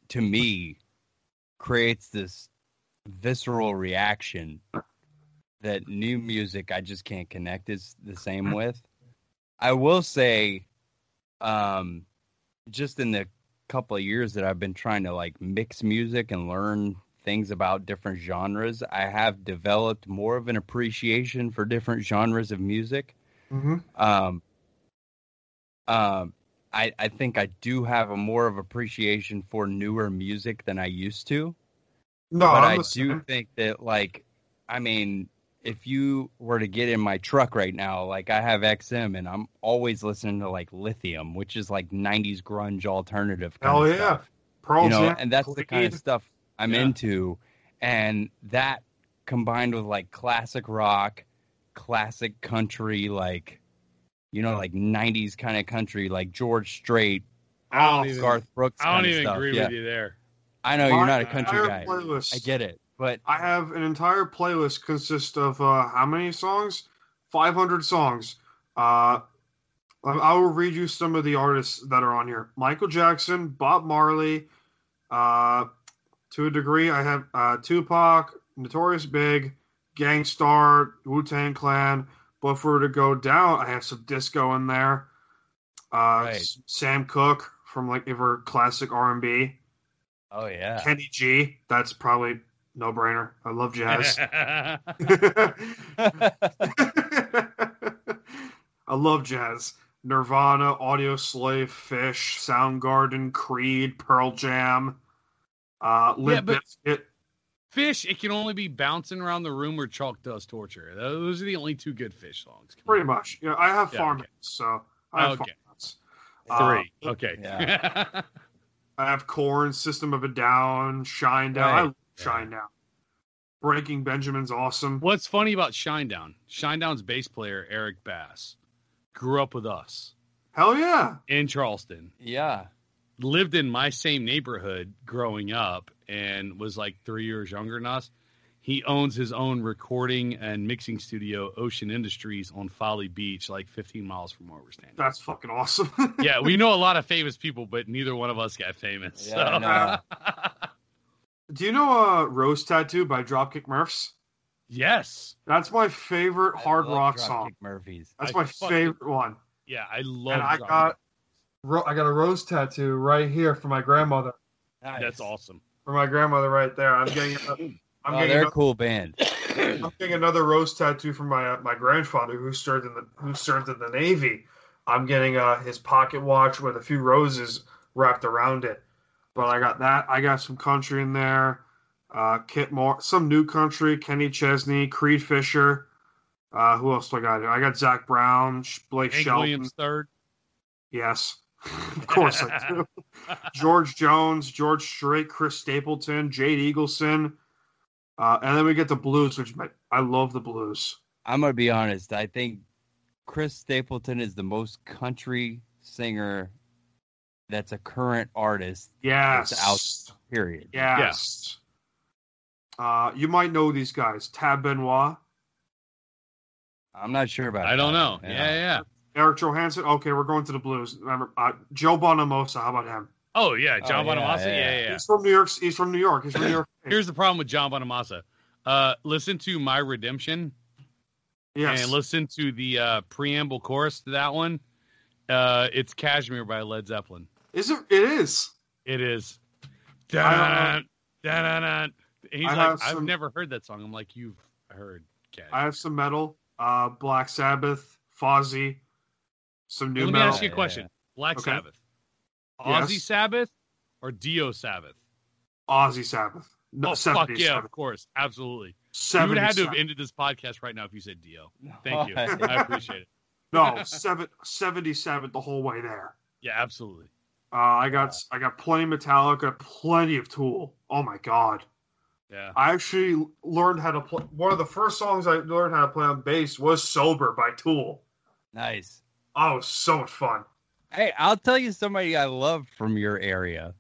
Speaker 2: to me creates this visceral reaction that new music I just can't connect is the same with. I will say, um, just in the couple of years that I've been trying to like mix music and learn things about different genres, I have developed more of an appreciation for different genres of music.
Speaker 4: Mm-hmm.
Speaker 2: Um, um, I I think I do have a more of appreciation for newer music than I used to,
Speaker 4: No,
Speaker 2: but
Speaker 4: Oh, I'm
Speaker 2: I
Speaker 4: listening.
Speaker 2: do think that like, I mean, if you were to get in my truck right now, like I have XM and I'm always listening to like Lithium, which is like '90s grunge alternative. Kind
Speaker 4: Hell
Speaker 2: of
Speaker 4: yeah.
Speaker 2: stuff
Speaker 4: Pearl
Speaker 2: you know,
Speaker 4: Jam,
Speaker 2: and that's the kind of
Speaker 4: Creed.
Speaker 2: stuff I'm
Speaker 3: Yeah.
Speaker 2: into, and that combined with like classic rock, classic country, like you know, like '90s kind of country, like George Strait,
Speaker 3: I don't
Speaker 4: Oh,
Speaker 3: even,
Speaker 2: Garth Brooks.
Speaker 3: I don't
Speaker 2: kinda
Speaker 3: even
Speaker 2: stuff.
Speaker 3: agree
Speaker 2: yeah.
Speaker 3: with you there.
Speaker 2: I know you're
Speaker 4: My
Speaker 2: not a country
Speaker 4: entire
Speaker 2: guy.
Speaker 4: playlist-
Speaker 2: I get it, but
Speaker 4: I have an entire playlist consists of uh, how many songs? 500 songs Uh, I- I will read you some of the artists that are on here: Michael Jackson, Bob Marley, uh, to a degree. I have uh, Tupac, Notorious Big, Gangstar, Wu Tang Clan. But for to go down, I have some disco in there. Uh,
Speaker 2: Right.
Speaker 4: S- Sam Cooke from like ever classic R and B.
Speaker 2: Oh yeah.
Speaker 4: Kenny G. That's probably no brainer. I love jazz. I love jazz. Nirvana, Audio Slave, Fish, Soundgarden, Creed, Pearl Jam, uh, Limp
Speaker 3: Yeah,
Speaker 4: Bizkit.
Speaker 3: Fish, it can only be bouncing around the room where chalk does torture. Those are the only two good fish songs. Come
Speaker 4: Pretty
Speaker 3: on.
Speaker 4: much. Yeah, I have
Speaker 3: Yeah,
Speaker 4: farmhouse,
Speaker 3: okay.
Speaker 4: so I have
Speaker 3: Okay.
Speaker 4: farmhouse.
Speaker 3: Three.
Speaker 4: Uh,
Speaker 3: okay.
Speaker 4: I have Corn, System of a Down, Shine Down. I
Speaker 2: Right.
Speaker 4: love Shine Down. Breaking Benjamin's awesome.
Speaker 3: What's funny about Shinedown? Shinedown's bass player, Eric Bass, grew up with us
Speaker 4: Hell yeah.
Speaker 3: in Charleston,
Speaker 2: Yeah.
Speaker 3: lived in my same neighborhood growing up, and was like three years younger than us. He owns his own recording and mixing studio, Ocean Industries, on Folly Beach, like 15 miles from where we're standing.
Speaker 4: That's fucking awesome.
Speaker 3: yeah, we know a lot of famous people, but neither one of us got famous.
Speaker 2: Yeah, I
Speaker 3: so.
Speaker 2: know.
Speaker 4: Do you know uh, Rose Tattoo by Dropkick Murphs?
Speaker 3: yes.
Speaker 4: That's my favorite
Speaker 2: I
Speaker 4: hard
Speaker 2: love
Speaker 4: rock
Speaker 2: Dropkick
Speaker 4: song.
Speaker 2: Murphys.
Speaker 4: That's
Speaker 3: I
Speaker 4: my
Speaker 3: fucking-
Speaker 4: favorite one.
Speaker 3: Yeah, I love
Speaker 4: And I
Speaker 3: Dropkick.
Speaker 4: got, ro- I got a rose tattoo right here for my grandmother.
Speaker 3: That's awesome.
Speaker 4: For my grandmother, right there. I'm getting, another- I'm,
Speaker 2: oh,
Speaker 4: getting
Speaker 2: they're a
Speaker 4: another,
Speaker 2: cool band.
Speaker 4: I'm getting another rose tattoo from my uh, my grandfather who served in the who served in the Navy. I'm getting uh, his pocket watch with a few roses wrapped around it. But I got that. I got some country in there. Uh, Kit Moore, some new country. Kenny Chesney, Creed Fisher. Uh, who else do I got here? I got Zach Brown, Sh- Blake
Speaker 3: Hank
Speaker 4: Shelton.
Speaker 3: Williams third.
Speaker 4: Yes. of course I do. George Jones, George Strait, Chris Stapleton, Jade Eagleson. Uh, and then we get the blues, which my, I love the blues.
Speaker 2: I'm gonna be honest. I think Chris Stapleton is the most country singer that's a current artist.
Speaker 4: Yes.
Speaker 2: It's Period.
Speaker 4: Yes. Uh, you might know these guys Tab Benoit,
Speaker 2: I'm not sure about.
Speaker 3: I don't
Speaker 2: that.
Speaker 3: know. Yeah, yeah.
Speaker 4: Eric Johansson. Okay, we're going to the blues. Remember, uh, Joe Bonamosa. How about him?
Speaker 3: Oh yeah, John
Speaker 2: Oh, yeah,
Speaker 3: Bonamassa. Yeah, yeah.
Speaker 2: yeah.
Speaker 3: yeah.
Speaker 4: He's from New York. He's from New York. He's from New York.
Speaker 3: Here's the problem with John Bonamassa. Uh, listen to My Redemption
Speaker 4: yes.
Speaker 3: and listen to the uh, preamble chorus to that one. Uh, it's Cashmere by Led Zeppelin.
Speaker 4: is it? It is.
Speaker 3: It is.
Speaker 4: I
Speaker 3: Dun, dun, dun, dun. And he's
Speaker 4: I have
Speaker 3: like, I've
Speaker 4: some-
Speaker 3: never heard that song. I'm like, you've heard Cashmere.
Speaker 4: I have some metal. Uh, Black Sabbath, Fozzy, some new
Speaker 3: Let me
Speaker 4: metal.
Speaker 3: ask you a question. Black
Speaker 4: Okay.
Speaker 3: Sabbath,
Speaker 4: Yes.
Speaker 3: Ozzy Sabbath, or Dio Sabbath?
Speaker 4: Ozzy Sabbath. No,
Speaker 3: oh
Speaker 4: 70
Speaker 3: fuck yeah,
Speaker 4: Sabbath.
Speaker 3: of course, absolutely. You
Speaker 4: 70
Speaker 3: would have had to have
Speaker 4: Sabbath. Oh.
Speaker 3: ended this podcast right now if you said Dio. Thank you, I appreciate it.
Speaker 4: No, seven, 70 Sabbath the whole way there.
Speaker 3: Yeah, absolutely.
Speaker 4: Uh, I got I got plenty of Metallica, plenty of Tool. Oh my god!
Speaker 3: Yeah,
Speaker 4: I actually learned how to play. One of the first songs I learned how to play on bass was "Sober" by Tool.
Speaker 2: Nice.
Speaker 4: Oh, it was so much fun.
Speaker 2: Hey, I'll tell you somebody I love from your area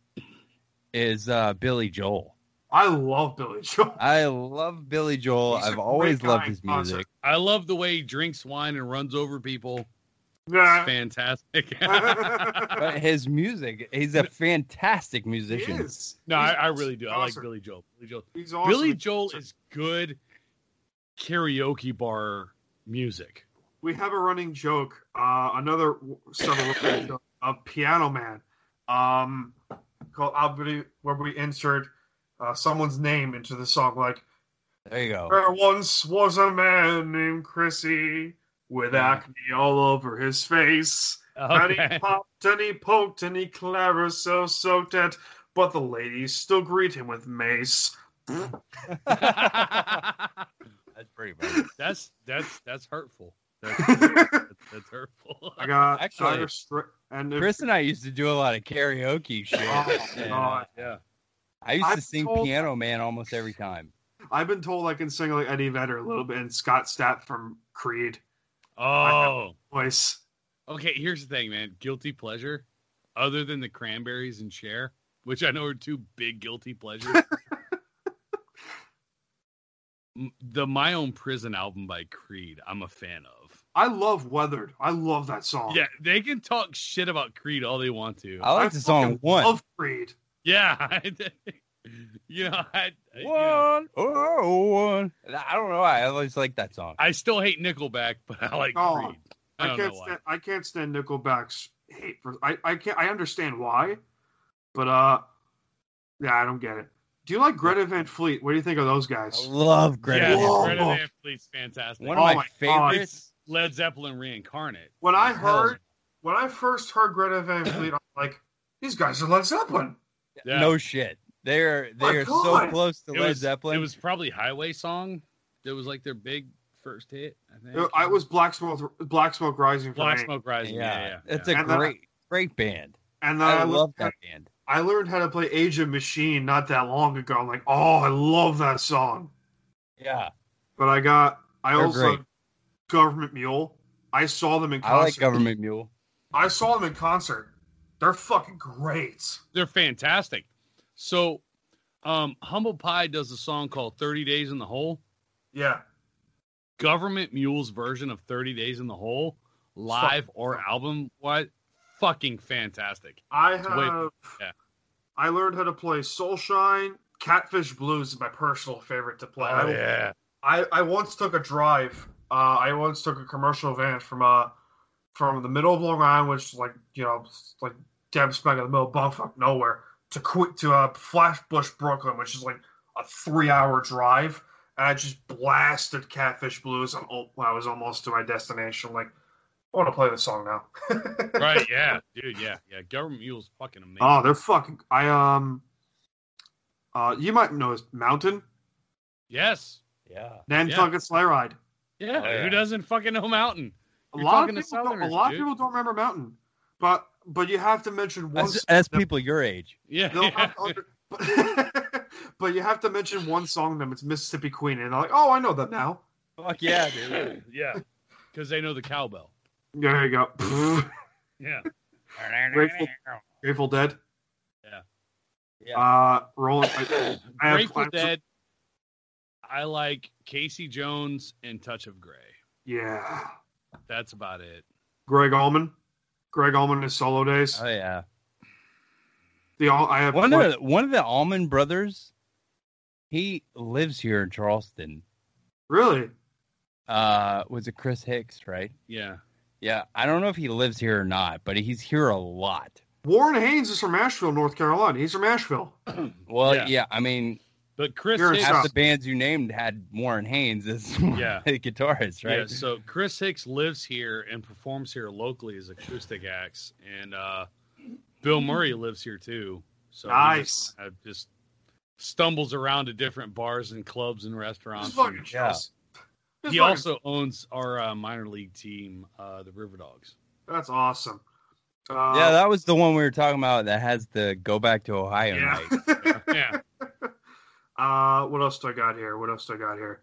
Speaker 2: is uh, Billy Joel.
Speaker 4: I love Billy Joel.
Speaker 2: I love Billy Joel.
Speaker 4: He's a
Speaker 2: I've always
Speaker 4: great
Speaker 2: loved
Speaker 4: guy
Speaker 2: his
Speaker 4: in concert.
Speaker 2: music.
Speaker 3: I love the way he drinks wine and runs over people. It's
Speaker 4: Nah.
Speaker 3: fantastic.
Speaker 2: But his music, he's a fantastic
Speaker 4: he
Speaker 2: musician.
Speaker 4: is.
Speaker 3: no, I, I
Speaker 4: He's
Speaker 3: really do. I like
Speaker 4: awesome.
Speaker 3: Billy Joel. Billy Joel.
Speaker 4: He's awesome.
Speaker 3: Billy Joel is good karaoke bar music.
Speaker 4: we have a running joke. Uh, another w- several running joke of Piano Man. Um, called I'll be, where we insert uh, someone's name into the song, like
Speaker 2: There you go.
Speaker 4: there once was a man named Chrissy with
Speaker 2: Yeah.
Speaker 4: acne all over his face, and he
Speaker 3: Okay.
Speaker 4: popped and he poked and he clever so soaked it, but the ladies still greet him with mace.
Speaker 2: That's pretty bad.
Speaker 3: that's that's that's hurtful. That's,
Speaker 4: I
Speaker 3: that's, that's hurtful.
Speaker 4: got
Speaker 2: Actually,
Speaker 4: Dire Stra- and if-
Speaker 2: Chris and I used to do a lot of karaoke shit.
Speaker 4: Oh,
Speaker 2: and,
Speaker 4: God.
Speaker 3: Yeah.
Speaker 2: I used
Speaker 4: I'm
Speaker 2: to sing
Speaker 4: told-
Speaker 2: Piano Man almost every time.
Speaker 4: I've been told I can sing like Eddie Vedder a little bit and Scott Stapp from Creed
Speaker 3: Oh,
Speaker 4: voice.
Speaker 3: okay. Here's the thing, man. Guilty pleasure, other than the cranberries and Cher, which I know are two big guilty pleasures. m- the My Own Prison album by Creed. I'm a fan of.
Speaker 4: I love Weathered. I love that song.
Speaker 3: Yeah, they can talk shit about Creed all they want to.
Speaker 2: I like the song
Speaker 4: fucking
Speaker 2: one.
Speaker 4: Love Creed.
Speaker 3: yeah, I, you know, I, you know,
Speaker 2: One, oh, one. I don't know why. I always like that song.
Speaker 3: I still hate Nickelback, but I like
Speaker 4: Oh,
Speaker 3: Creed. I,
Speaker 4: I,
Speaker 3: don't
Speaker 4: can't
Speaker 3: know why.
Speaker 4: stand I can't stand Nickelback's hate for I, I can't I understand why, but uh yeah, I don't get it. Do you like Greta Van Fleet? What do you think of those
Speaker 2: I
Speaker 4: guys?
Speaker 2: love Greta.
Speaker 3: yeah,
Speaker 4: Whoa.
Speaker 2: Van
Speaker 3: Greta
Speaker 2: Fleet.
Speaker 3: Van Fleet's fantastic.
Speaker 2: One
Speaker 4: Oh
Speaker 2: of my,
Speaker 4: my God.
Speaker 2: favorites.
Speaker 3: Led Zeppelin reincarnate.
Speaker 4: When I
Speaker 2: Hell.
Speaker 4: heard when I first heard Greta Van Fleet, I'm like, these guys are Led Zeppelin.
Speaker 3: Yeah.
Speaker 2: No shit. They're
Speaker 4: My
Speaker 2: they are so
Speaker 4: God.
Speaker 2: close to
Speaker 3: It
Speaker 2: Led
Speaker 3: was-
Speaker 2: Zeppelin.
Speaker 3: It was probably Highway Song. That was like their big first hit. I think.
Speaker 4: It, it was Black Smoke, Black Smoke Rising for
Speaker 3: Black
Speaker 4: me.
Speaker 3: Smoke Rising. Yeah, yeah.
Speaker 2: It's
Speaker 3: yeah.
Speaker 2: a
Speaker 4: And then-
Speaker 2: great great band.
Speaker 4: And then I,
Speaker 2: I
Speaker 4: learned-
Speaker 2: love that band.
Speaker 4: I learned how to play Age of Machine not that long ago. I'm like, oh, I love that song.
Speaker 2: Yeah,
Speaker 4: But I got I
Speaker 2: They're
Speaker 4: also
Speaker 2: great.
Speaker 4: Government Mule. I saw them in concert.
Speaker 2: I like Government Mule.
Speaker 4: I saw them in concert. They're fucking great.
Speaker 3: they're fantastic. So, um, Humble Pie does a song called 30 Days in the Hole.
Speaker 4: Yeah.
Speaker 3: Government Mule's version of 30 Days in the Hole, live or album, what? Fucking fantastic.
Speaker 4: I
Speaker 3: It's way-
Speaker 4: have
Speaker 3: yeah.
Speaker 4: I learned how to play Soulshine. Catfish Blues is my personal favorite to play. I,
Speaker 3: Oh, yeah.
Speaker 4: I, I once took a drive. Uh, I once took a commercial van from uh from the middle of Long Island, which is like you know it's like dab smack in the middle of bumfuck nowhere, to quit to uh, Flatbush, Brooklyn, which is like a three hour drive. And I just blasted Catfish Blues. on al- when I was almost to my destination. Like I want to play this song now.
Speaker 3: Right, yeah. Dude, yeah. Yeah. Government Mule's fucking amazing.
Speaker 4: Oh, they're fucking. I um. Uh, you might know his mountain
Speaker 3: yes.
Speaker 2: Yeah,
Speaker 4: Nantucket Sleigh Ride.
Speaker 3: Yeah.
Speaker 2: Oh, yeah.
Speaker 3: Who doesn't fucking know Mountain?
Speaker 4: A
Speaker 3: You're
Speaker 4: lot
Speaker 3: talking
Speaker 4: of
Speaker 3: to
Speaker 4: people. Don't, a
Speaker 3: Southerners,
Speaker 4: lot
Speaker 3: dude.
Speaker 4: of people don't remember Mountain, but but you have to mention one.
Speaker 2: that's,
Speaker 4: s-
Speaker 2: that's people your age.
Speaker 3: Yeah.
Speaker 4: they'll have to under- but, but you have to mention one song to them. It's Mississippi Queen, and they're like, oh, I know them now.
Speaker 2: Fuck yeah, dude.
Speaker 3: yeah. Because they know the cowbell.
Speaker 4: There you go.
Speaker 3: Yeah.
Speaker 4: Grateful, Grateful Dead.
Speaker 2: Yeah.
Speaker 4: Uh, Rolling. I, I have- I
Speaker 3: Grateful
Speaker 4: have-
Speaker 3: Dead. I like Casey Jones and Touch of Grey.
Speaker 4: Yeah.
Speaker 3: That's about it.
Speaker 4: Greg Allman. Greg Allman in his solo days.
Speaker 2: Oh yeah.
Speaker 4: The all I have.
Speaker 2: One of the, one of the Allman Brothers. He lives here in Charleston.
Speaker 4: really.
Speaker 2: Uh, was it Chris Hicks? Right.
Speaker 3: Yeah.
Speaker 2: Yeah, I don't know if he lives here or not, but he's here a lot.
Speaker 4: Warren Haynes is from Asheville, North Carolina. He's from Asheville.
Speaker 2: Well,
Speaker 3: Yeah.
Speaker 2: yeah, I mean,
Speaker 3: But Chris
Speaker 4: You're a
Speaker 3: Hicks,
Speaker 4: Yeah.
Speaker 2: half the bands you named had Warren Haynes as
Speaker 3: Yeah.
Speaker 2: the guitarist,
Speaker 3: yeah,
Speaker 2: right?
Speaker 3: so Chris Hicks lives here and performs here locally as acoustic acts, and uh, Bill Murray lives here too. So he
Speaker 4: Nice.
Speaker 3: just, uh, just stumbles around to different bars and clubs and
Speaker 4: He's
Speaker 3: restaurants.
Speaker 4: fucking
Speaker 3: And
Speaker 2: yeah.
Speaker 4: jealous. He's
Speaker 3: he
Speaker 4: fucking-
Speaker 3: also owns our uh, minor league team, uh, the River Dogs.
Speaker 4: That's awesome. Uh,
Speaker 2: yeah, that was the one we were talking about that has the go back to Ohio
Speaker 4: yeah.
Speaker 2: night.
Speaker 3: Yeah,
Speaker 4: Uh, what else do I got here? What else do I got here?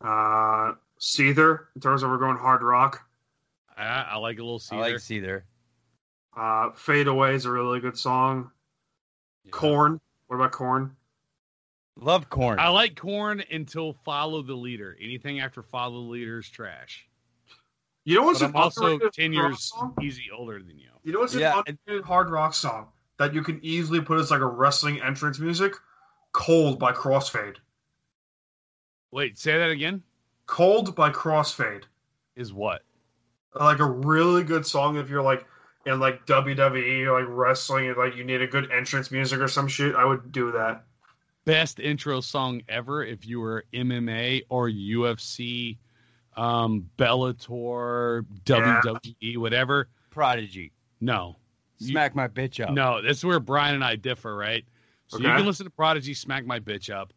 Speaker 4: Uh, Seether, in terms of we're going hard rock.
Speaker 3: I, I like a little
Speaker 2: I
Speaker 3: Cedar.
Speaker 2: like Seether.
Speaker 4: Uh, Fade Away is a really good song.
Speaker 3: Yeah.
Speaker 4: Corn. What about Corn?
Speaker 2: Love Corn.
Speaker 3: I like corn until follow the leader. Anything after follow the leader is trash.
Speaker 4: You know what's
Speaker 3: But
Speaker 4: an
Speaker 3: I'm also
Speaker 4: underrated
Speaker 3: ten
Speaker 4: hard rock
Speaker 3: years
Speaker 4: song?
Speaker 3: easy older than you.
Speaker 4: You know what's
Speaker 2: Yeah,
Speaker 4: an underrated hard rock song that you can easily put as like a wrestling entrance music? Cold by Crossfade.
Speaker 3: Wait, say that again.
Speaker 4: Cold by Crossfade.
Speaker 3: Is what?
Speaker 4: like a really good song if you're like in like WWE or like wrestling and like you need a good entrance music or some shit, I would do that.
Speaker 3: best intro song ever if you were MMA or UFC, um, Bellator,
Speaker 4: Yeah.
Speaker 3: WWE, whatever.
Speaker 2: Prodigy.
Speaker 3: No, You-
Speaker 2: Smack my bitch up.
Speaker 3: no, that's where Brian and I differ, right? So you
Speaker 4: Okay.
Speaker 3: can listen to Prodigy "Smack My Bitch Up."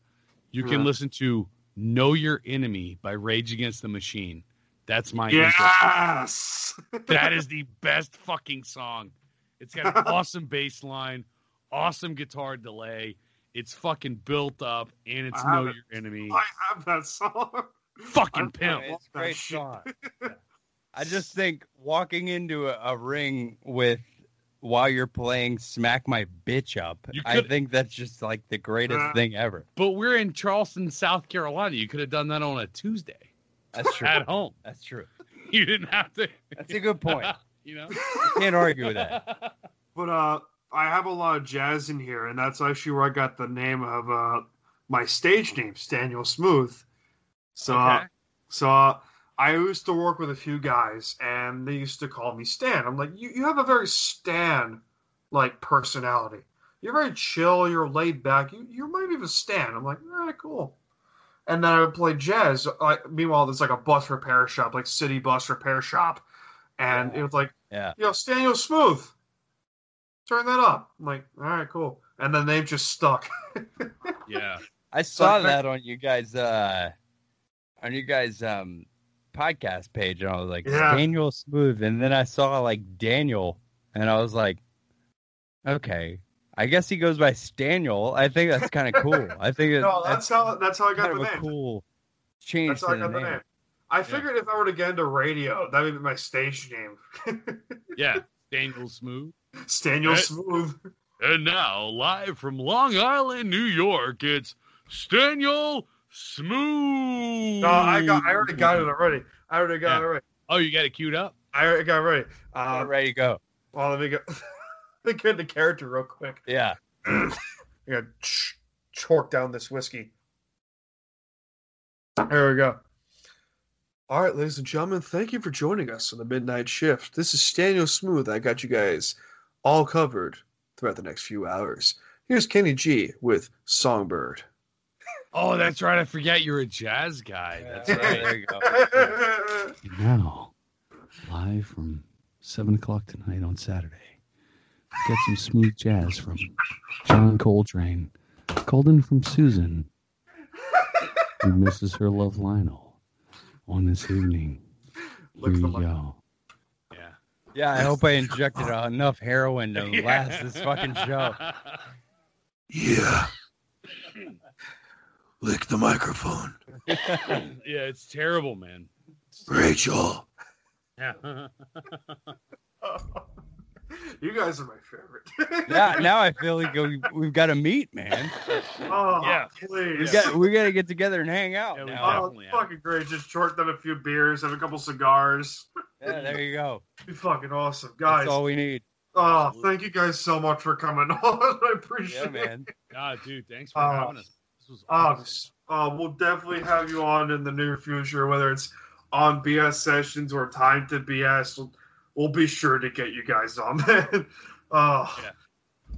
Speaker 3: You can
Speaker 4: Yeah.
Speaker 3: listen to "Know Your Enemy" by Rage Against the Machine. That's my
Speaker 4: Yes.
Speaker 3: intro. That is the best fucking song. It's got an awesome bass line, awesome guitar delay. It's fucking built up, and it's
Speaker 4: I have
Speaker 3: "Know
Speaker 4: it.
Speaker 3: Your Enemy."
Speaker 4: I have that song.
Speaker 3: fucking
Speaker 4: I
Speaker 3: pimp.
Speaker 4: love
Speaker 2: It's a
Speaker 4: that
Speaker 2: great
Speaker 4: shit.
Speaker 2: song. I just think walking into a, a ring with while you're playing Smack My Bitch Up.
Speaker 3: You
Speaker 2: I
Speaker 3: could-
Speaker 2: think that's just like the greatest
Speaker 4: Uh,
Speaker 2: thing ever.
Speaker 3: But we're in Charleston, South Carolina. You could have done that on a Tuesday
Speaker 2: That's true.
Speaker 3: at home.
Speaker 2: That's true.
Speaker 3: You didn't have to.
Speaker 2: That's a good point.
Speaker 3: you know.
Speaker 2: Can't argue with that.
Speaker 4: But uh, I have a lot of jazz in here, and that's actually where I got the name of uh, my stage name, Staniel Smooth. So,
Speaker 3: Okay.
Speaker 4: so uh, I used to work with a few guys, and they used to call me Stan. I'm like, you, you have a very Stan like personality. You're very chill. You're laid back. You you might even Stan. I'm like, all right, cool. And then I would play jazz. Like, meanwhile, there's like a bus repair shop, like city bus repair shop, and it was like
Speaker 2: Yeah.
Speaker 4: yo, Staniel Smooth. Turn that up. I'm like, all right, cool. And the name just stuck.
Speaker 3: Yeah.
Speaker 2: I saw
Speaker 4: I-
Speaker 2: that on you guys uh on you guys um podcast page and I was like
Speaker 4: Yeah.
Speaker 2: Daniel Smooth and then I saw like Daniel and I was like okay I guess he goes by Staniel. I think that's kind of cool. I think it,
Speaker 4: no, that's how that's how I got
Speaker 2: kind
Speaker 4: the
Speaker 2: of a
Speaker 4: name.
Speaker 2: cool
Speaker 4: that's
Speaker 2: change
Speaker 4: how
Speaker 2: to
Speaker 4: I
Speaker 2: the
Speaker 4: got the
Speaker 2: name.
Speaker 4: name. I figured if I were to get into radio, that would be my stage name,
Speaker 3: Yeah. Daniel Smooth.
Speaker 4: Staniel
Speaker 3: Right.
Speaker 4: Smooth.
Speaker 3: And now, live from Long Island, New York, it's Staniel Smooth.
Speaker 4: No, I got. I already got it already. I already got it
Speaker 3: Yeah.
Speaker 4: already.
Speaker 3: Oh, you got it queued up.
Speaker 4: I already got it already.
Speaker 2: All
Speaker 4: Uh,
Speaker 2: right, you go.
Speaker 4: Well, let me go. let me get into character real quick.
Speaker 2: Yeah.
Speaker 4: I gotta ch- chork down this whiskey. There we go. All right, ladies and gentlemen, thank you for joining us on the midnight shift. This is Daniel Smooth. I got you guys all covered throughout the next few hours. Here's Kenny G with Songbird.
Speaker 3: Oh, that's right. I forgot you're a jazz guy. That's right.
Speaker 2: There you go.
Speaker 5: And now, live from 7 o'clock tonight on Saturday, get some smooth jazz from John Coltrane, called in from Susan, who misses her love Lionel on this evening. Here
Speaker 4: Look for
Speaker 5: you
Speaker 4: my-
Speaker 5: go.
Speaker 3: Yeah.
Speaker 2: Yeah, I hope I injected enough heroin to last this fucking show.
Speaker 5: Yeah. Lick the microphone.
Speaker 3: yeah, it's terrible, man.
Speaker 5: Rachel.
Speaker 3: Yeah.
Speaker 4: you guys are my favorite.
Speaker 2: Yeah, now I feel like we, we've got to meet, man.
Speaker 4: oh,
Speaker 3: Yeah.
Speaker 4: please.
Speaker 2: We got we got to get together and hang out.
Speaker 3: Yeah, we
Speaker 2: now.
Speaker 3: do.
Speaker 4: Oh, it's fucking great. Just short down a few beers, have a couple cigars.
Speaker 2: Yeah, there you go.
Speaker 4: Be fucking awesome, guys.
Speaker 2: That's all we need.
Speaker 4: Oh, thank you guys so much for coming on. I appreciate
Speaker 2: Yeah,
Speaker 4: it.
Speaker 2: man.
Speaker 3: Ah, dude, thanks for
Speaker 4: Oh.
Speaker 3: having us. This was
Speaker 4: Oh,
Speaker 3: awesome.
Speaker 4: s- uh, we'll definitely have you on in the near future, whether it's on BS sessions or time to BS. We'll, we'll be sure to get you guys on, man. Oh.
Speaker 3: Yeah.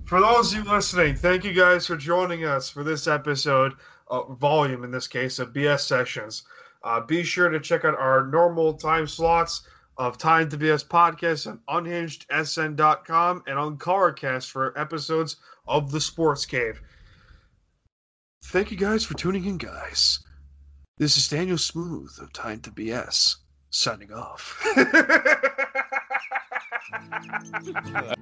Speaker 4: For those of you listening, thank you guys for joining us for this episode, uh, volume in this case, of BS sessions. Uh, be sure to check out our normal time slots of Time to BS podcast on unhingedsn.com and on Colorcast for episodes of The Sports Cave. Thank you guys for tuning in, guys. This is Daniel Smooth of Time to BS signing off.
Speaker 2: That's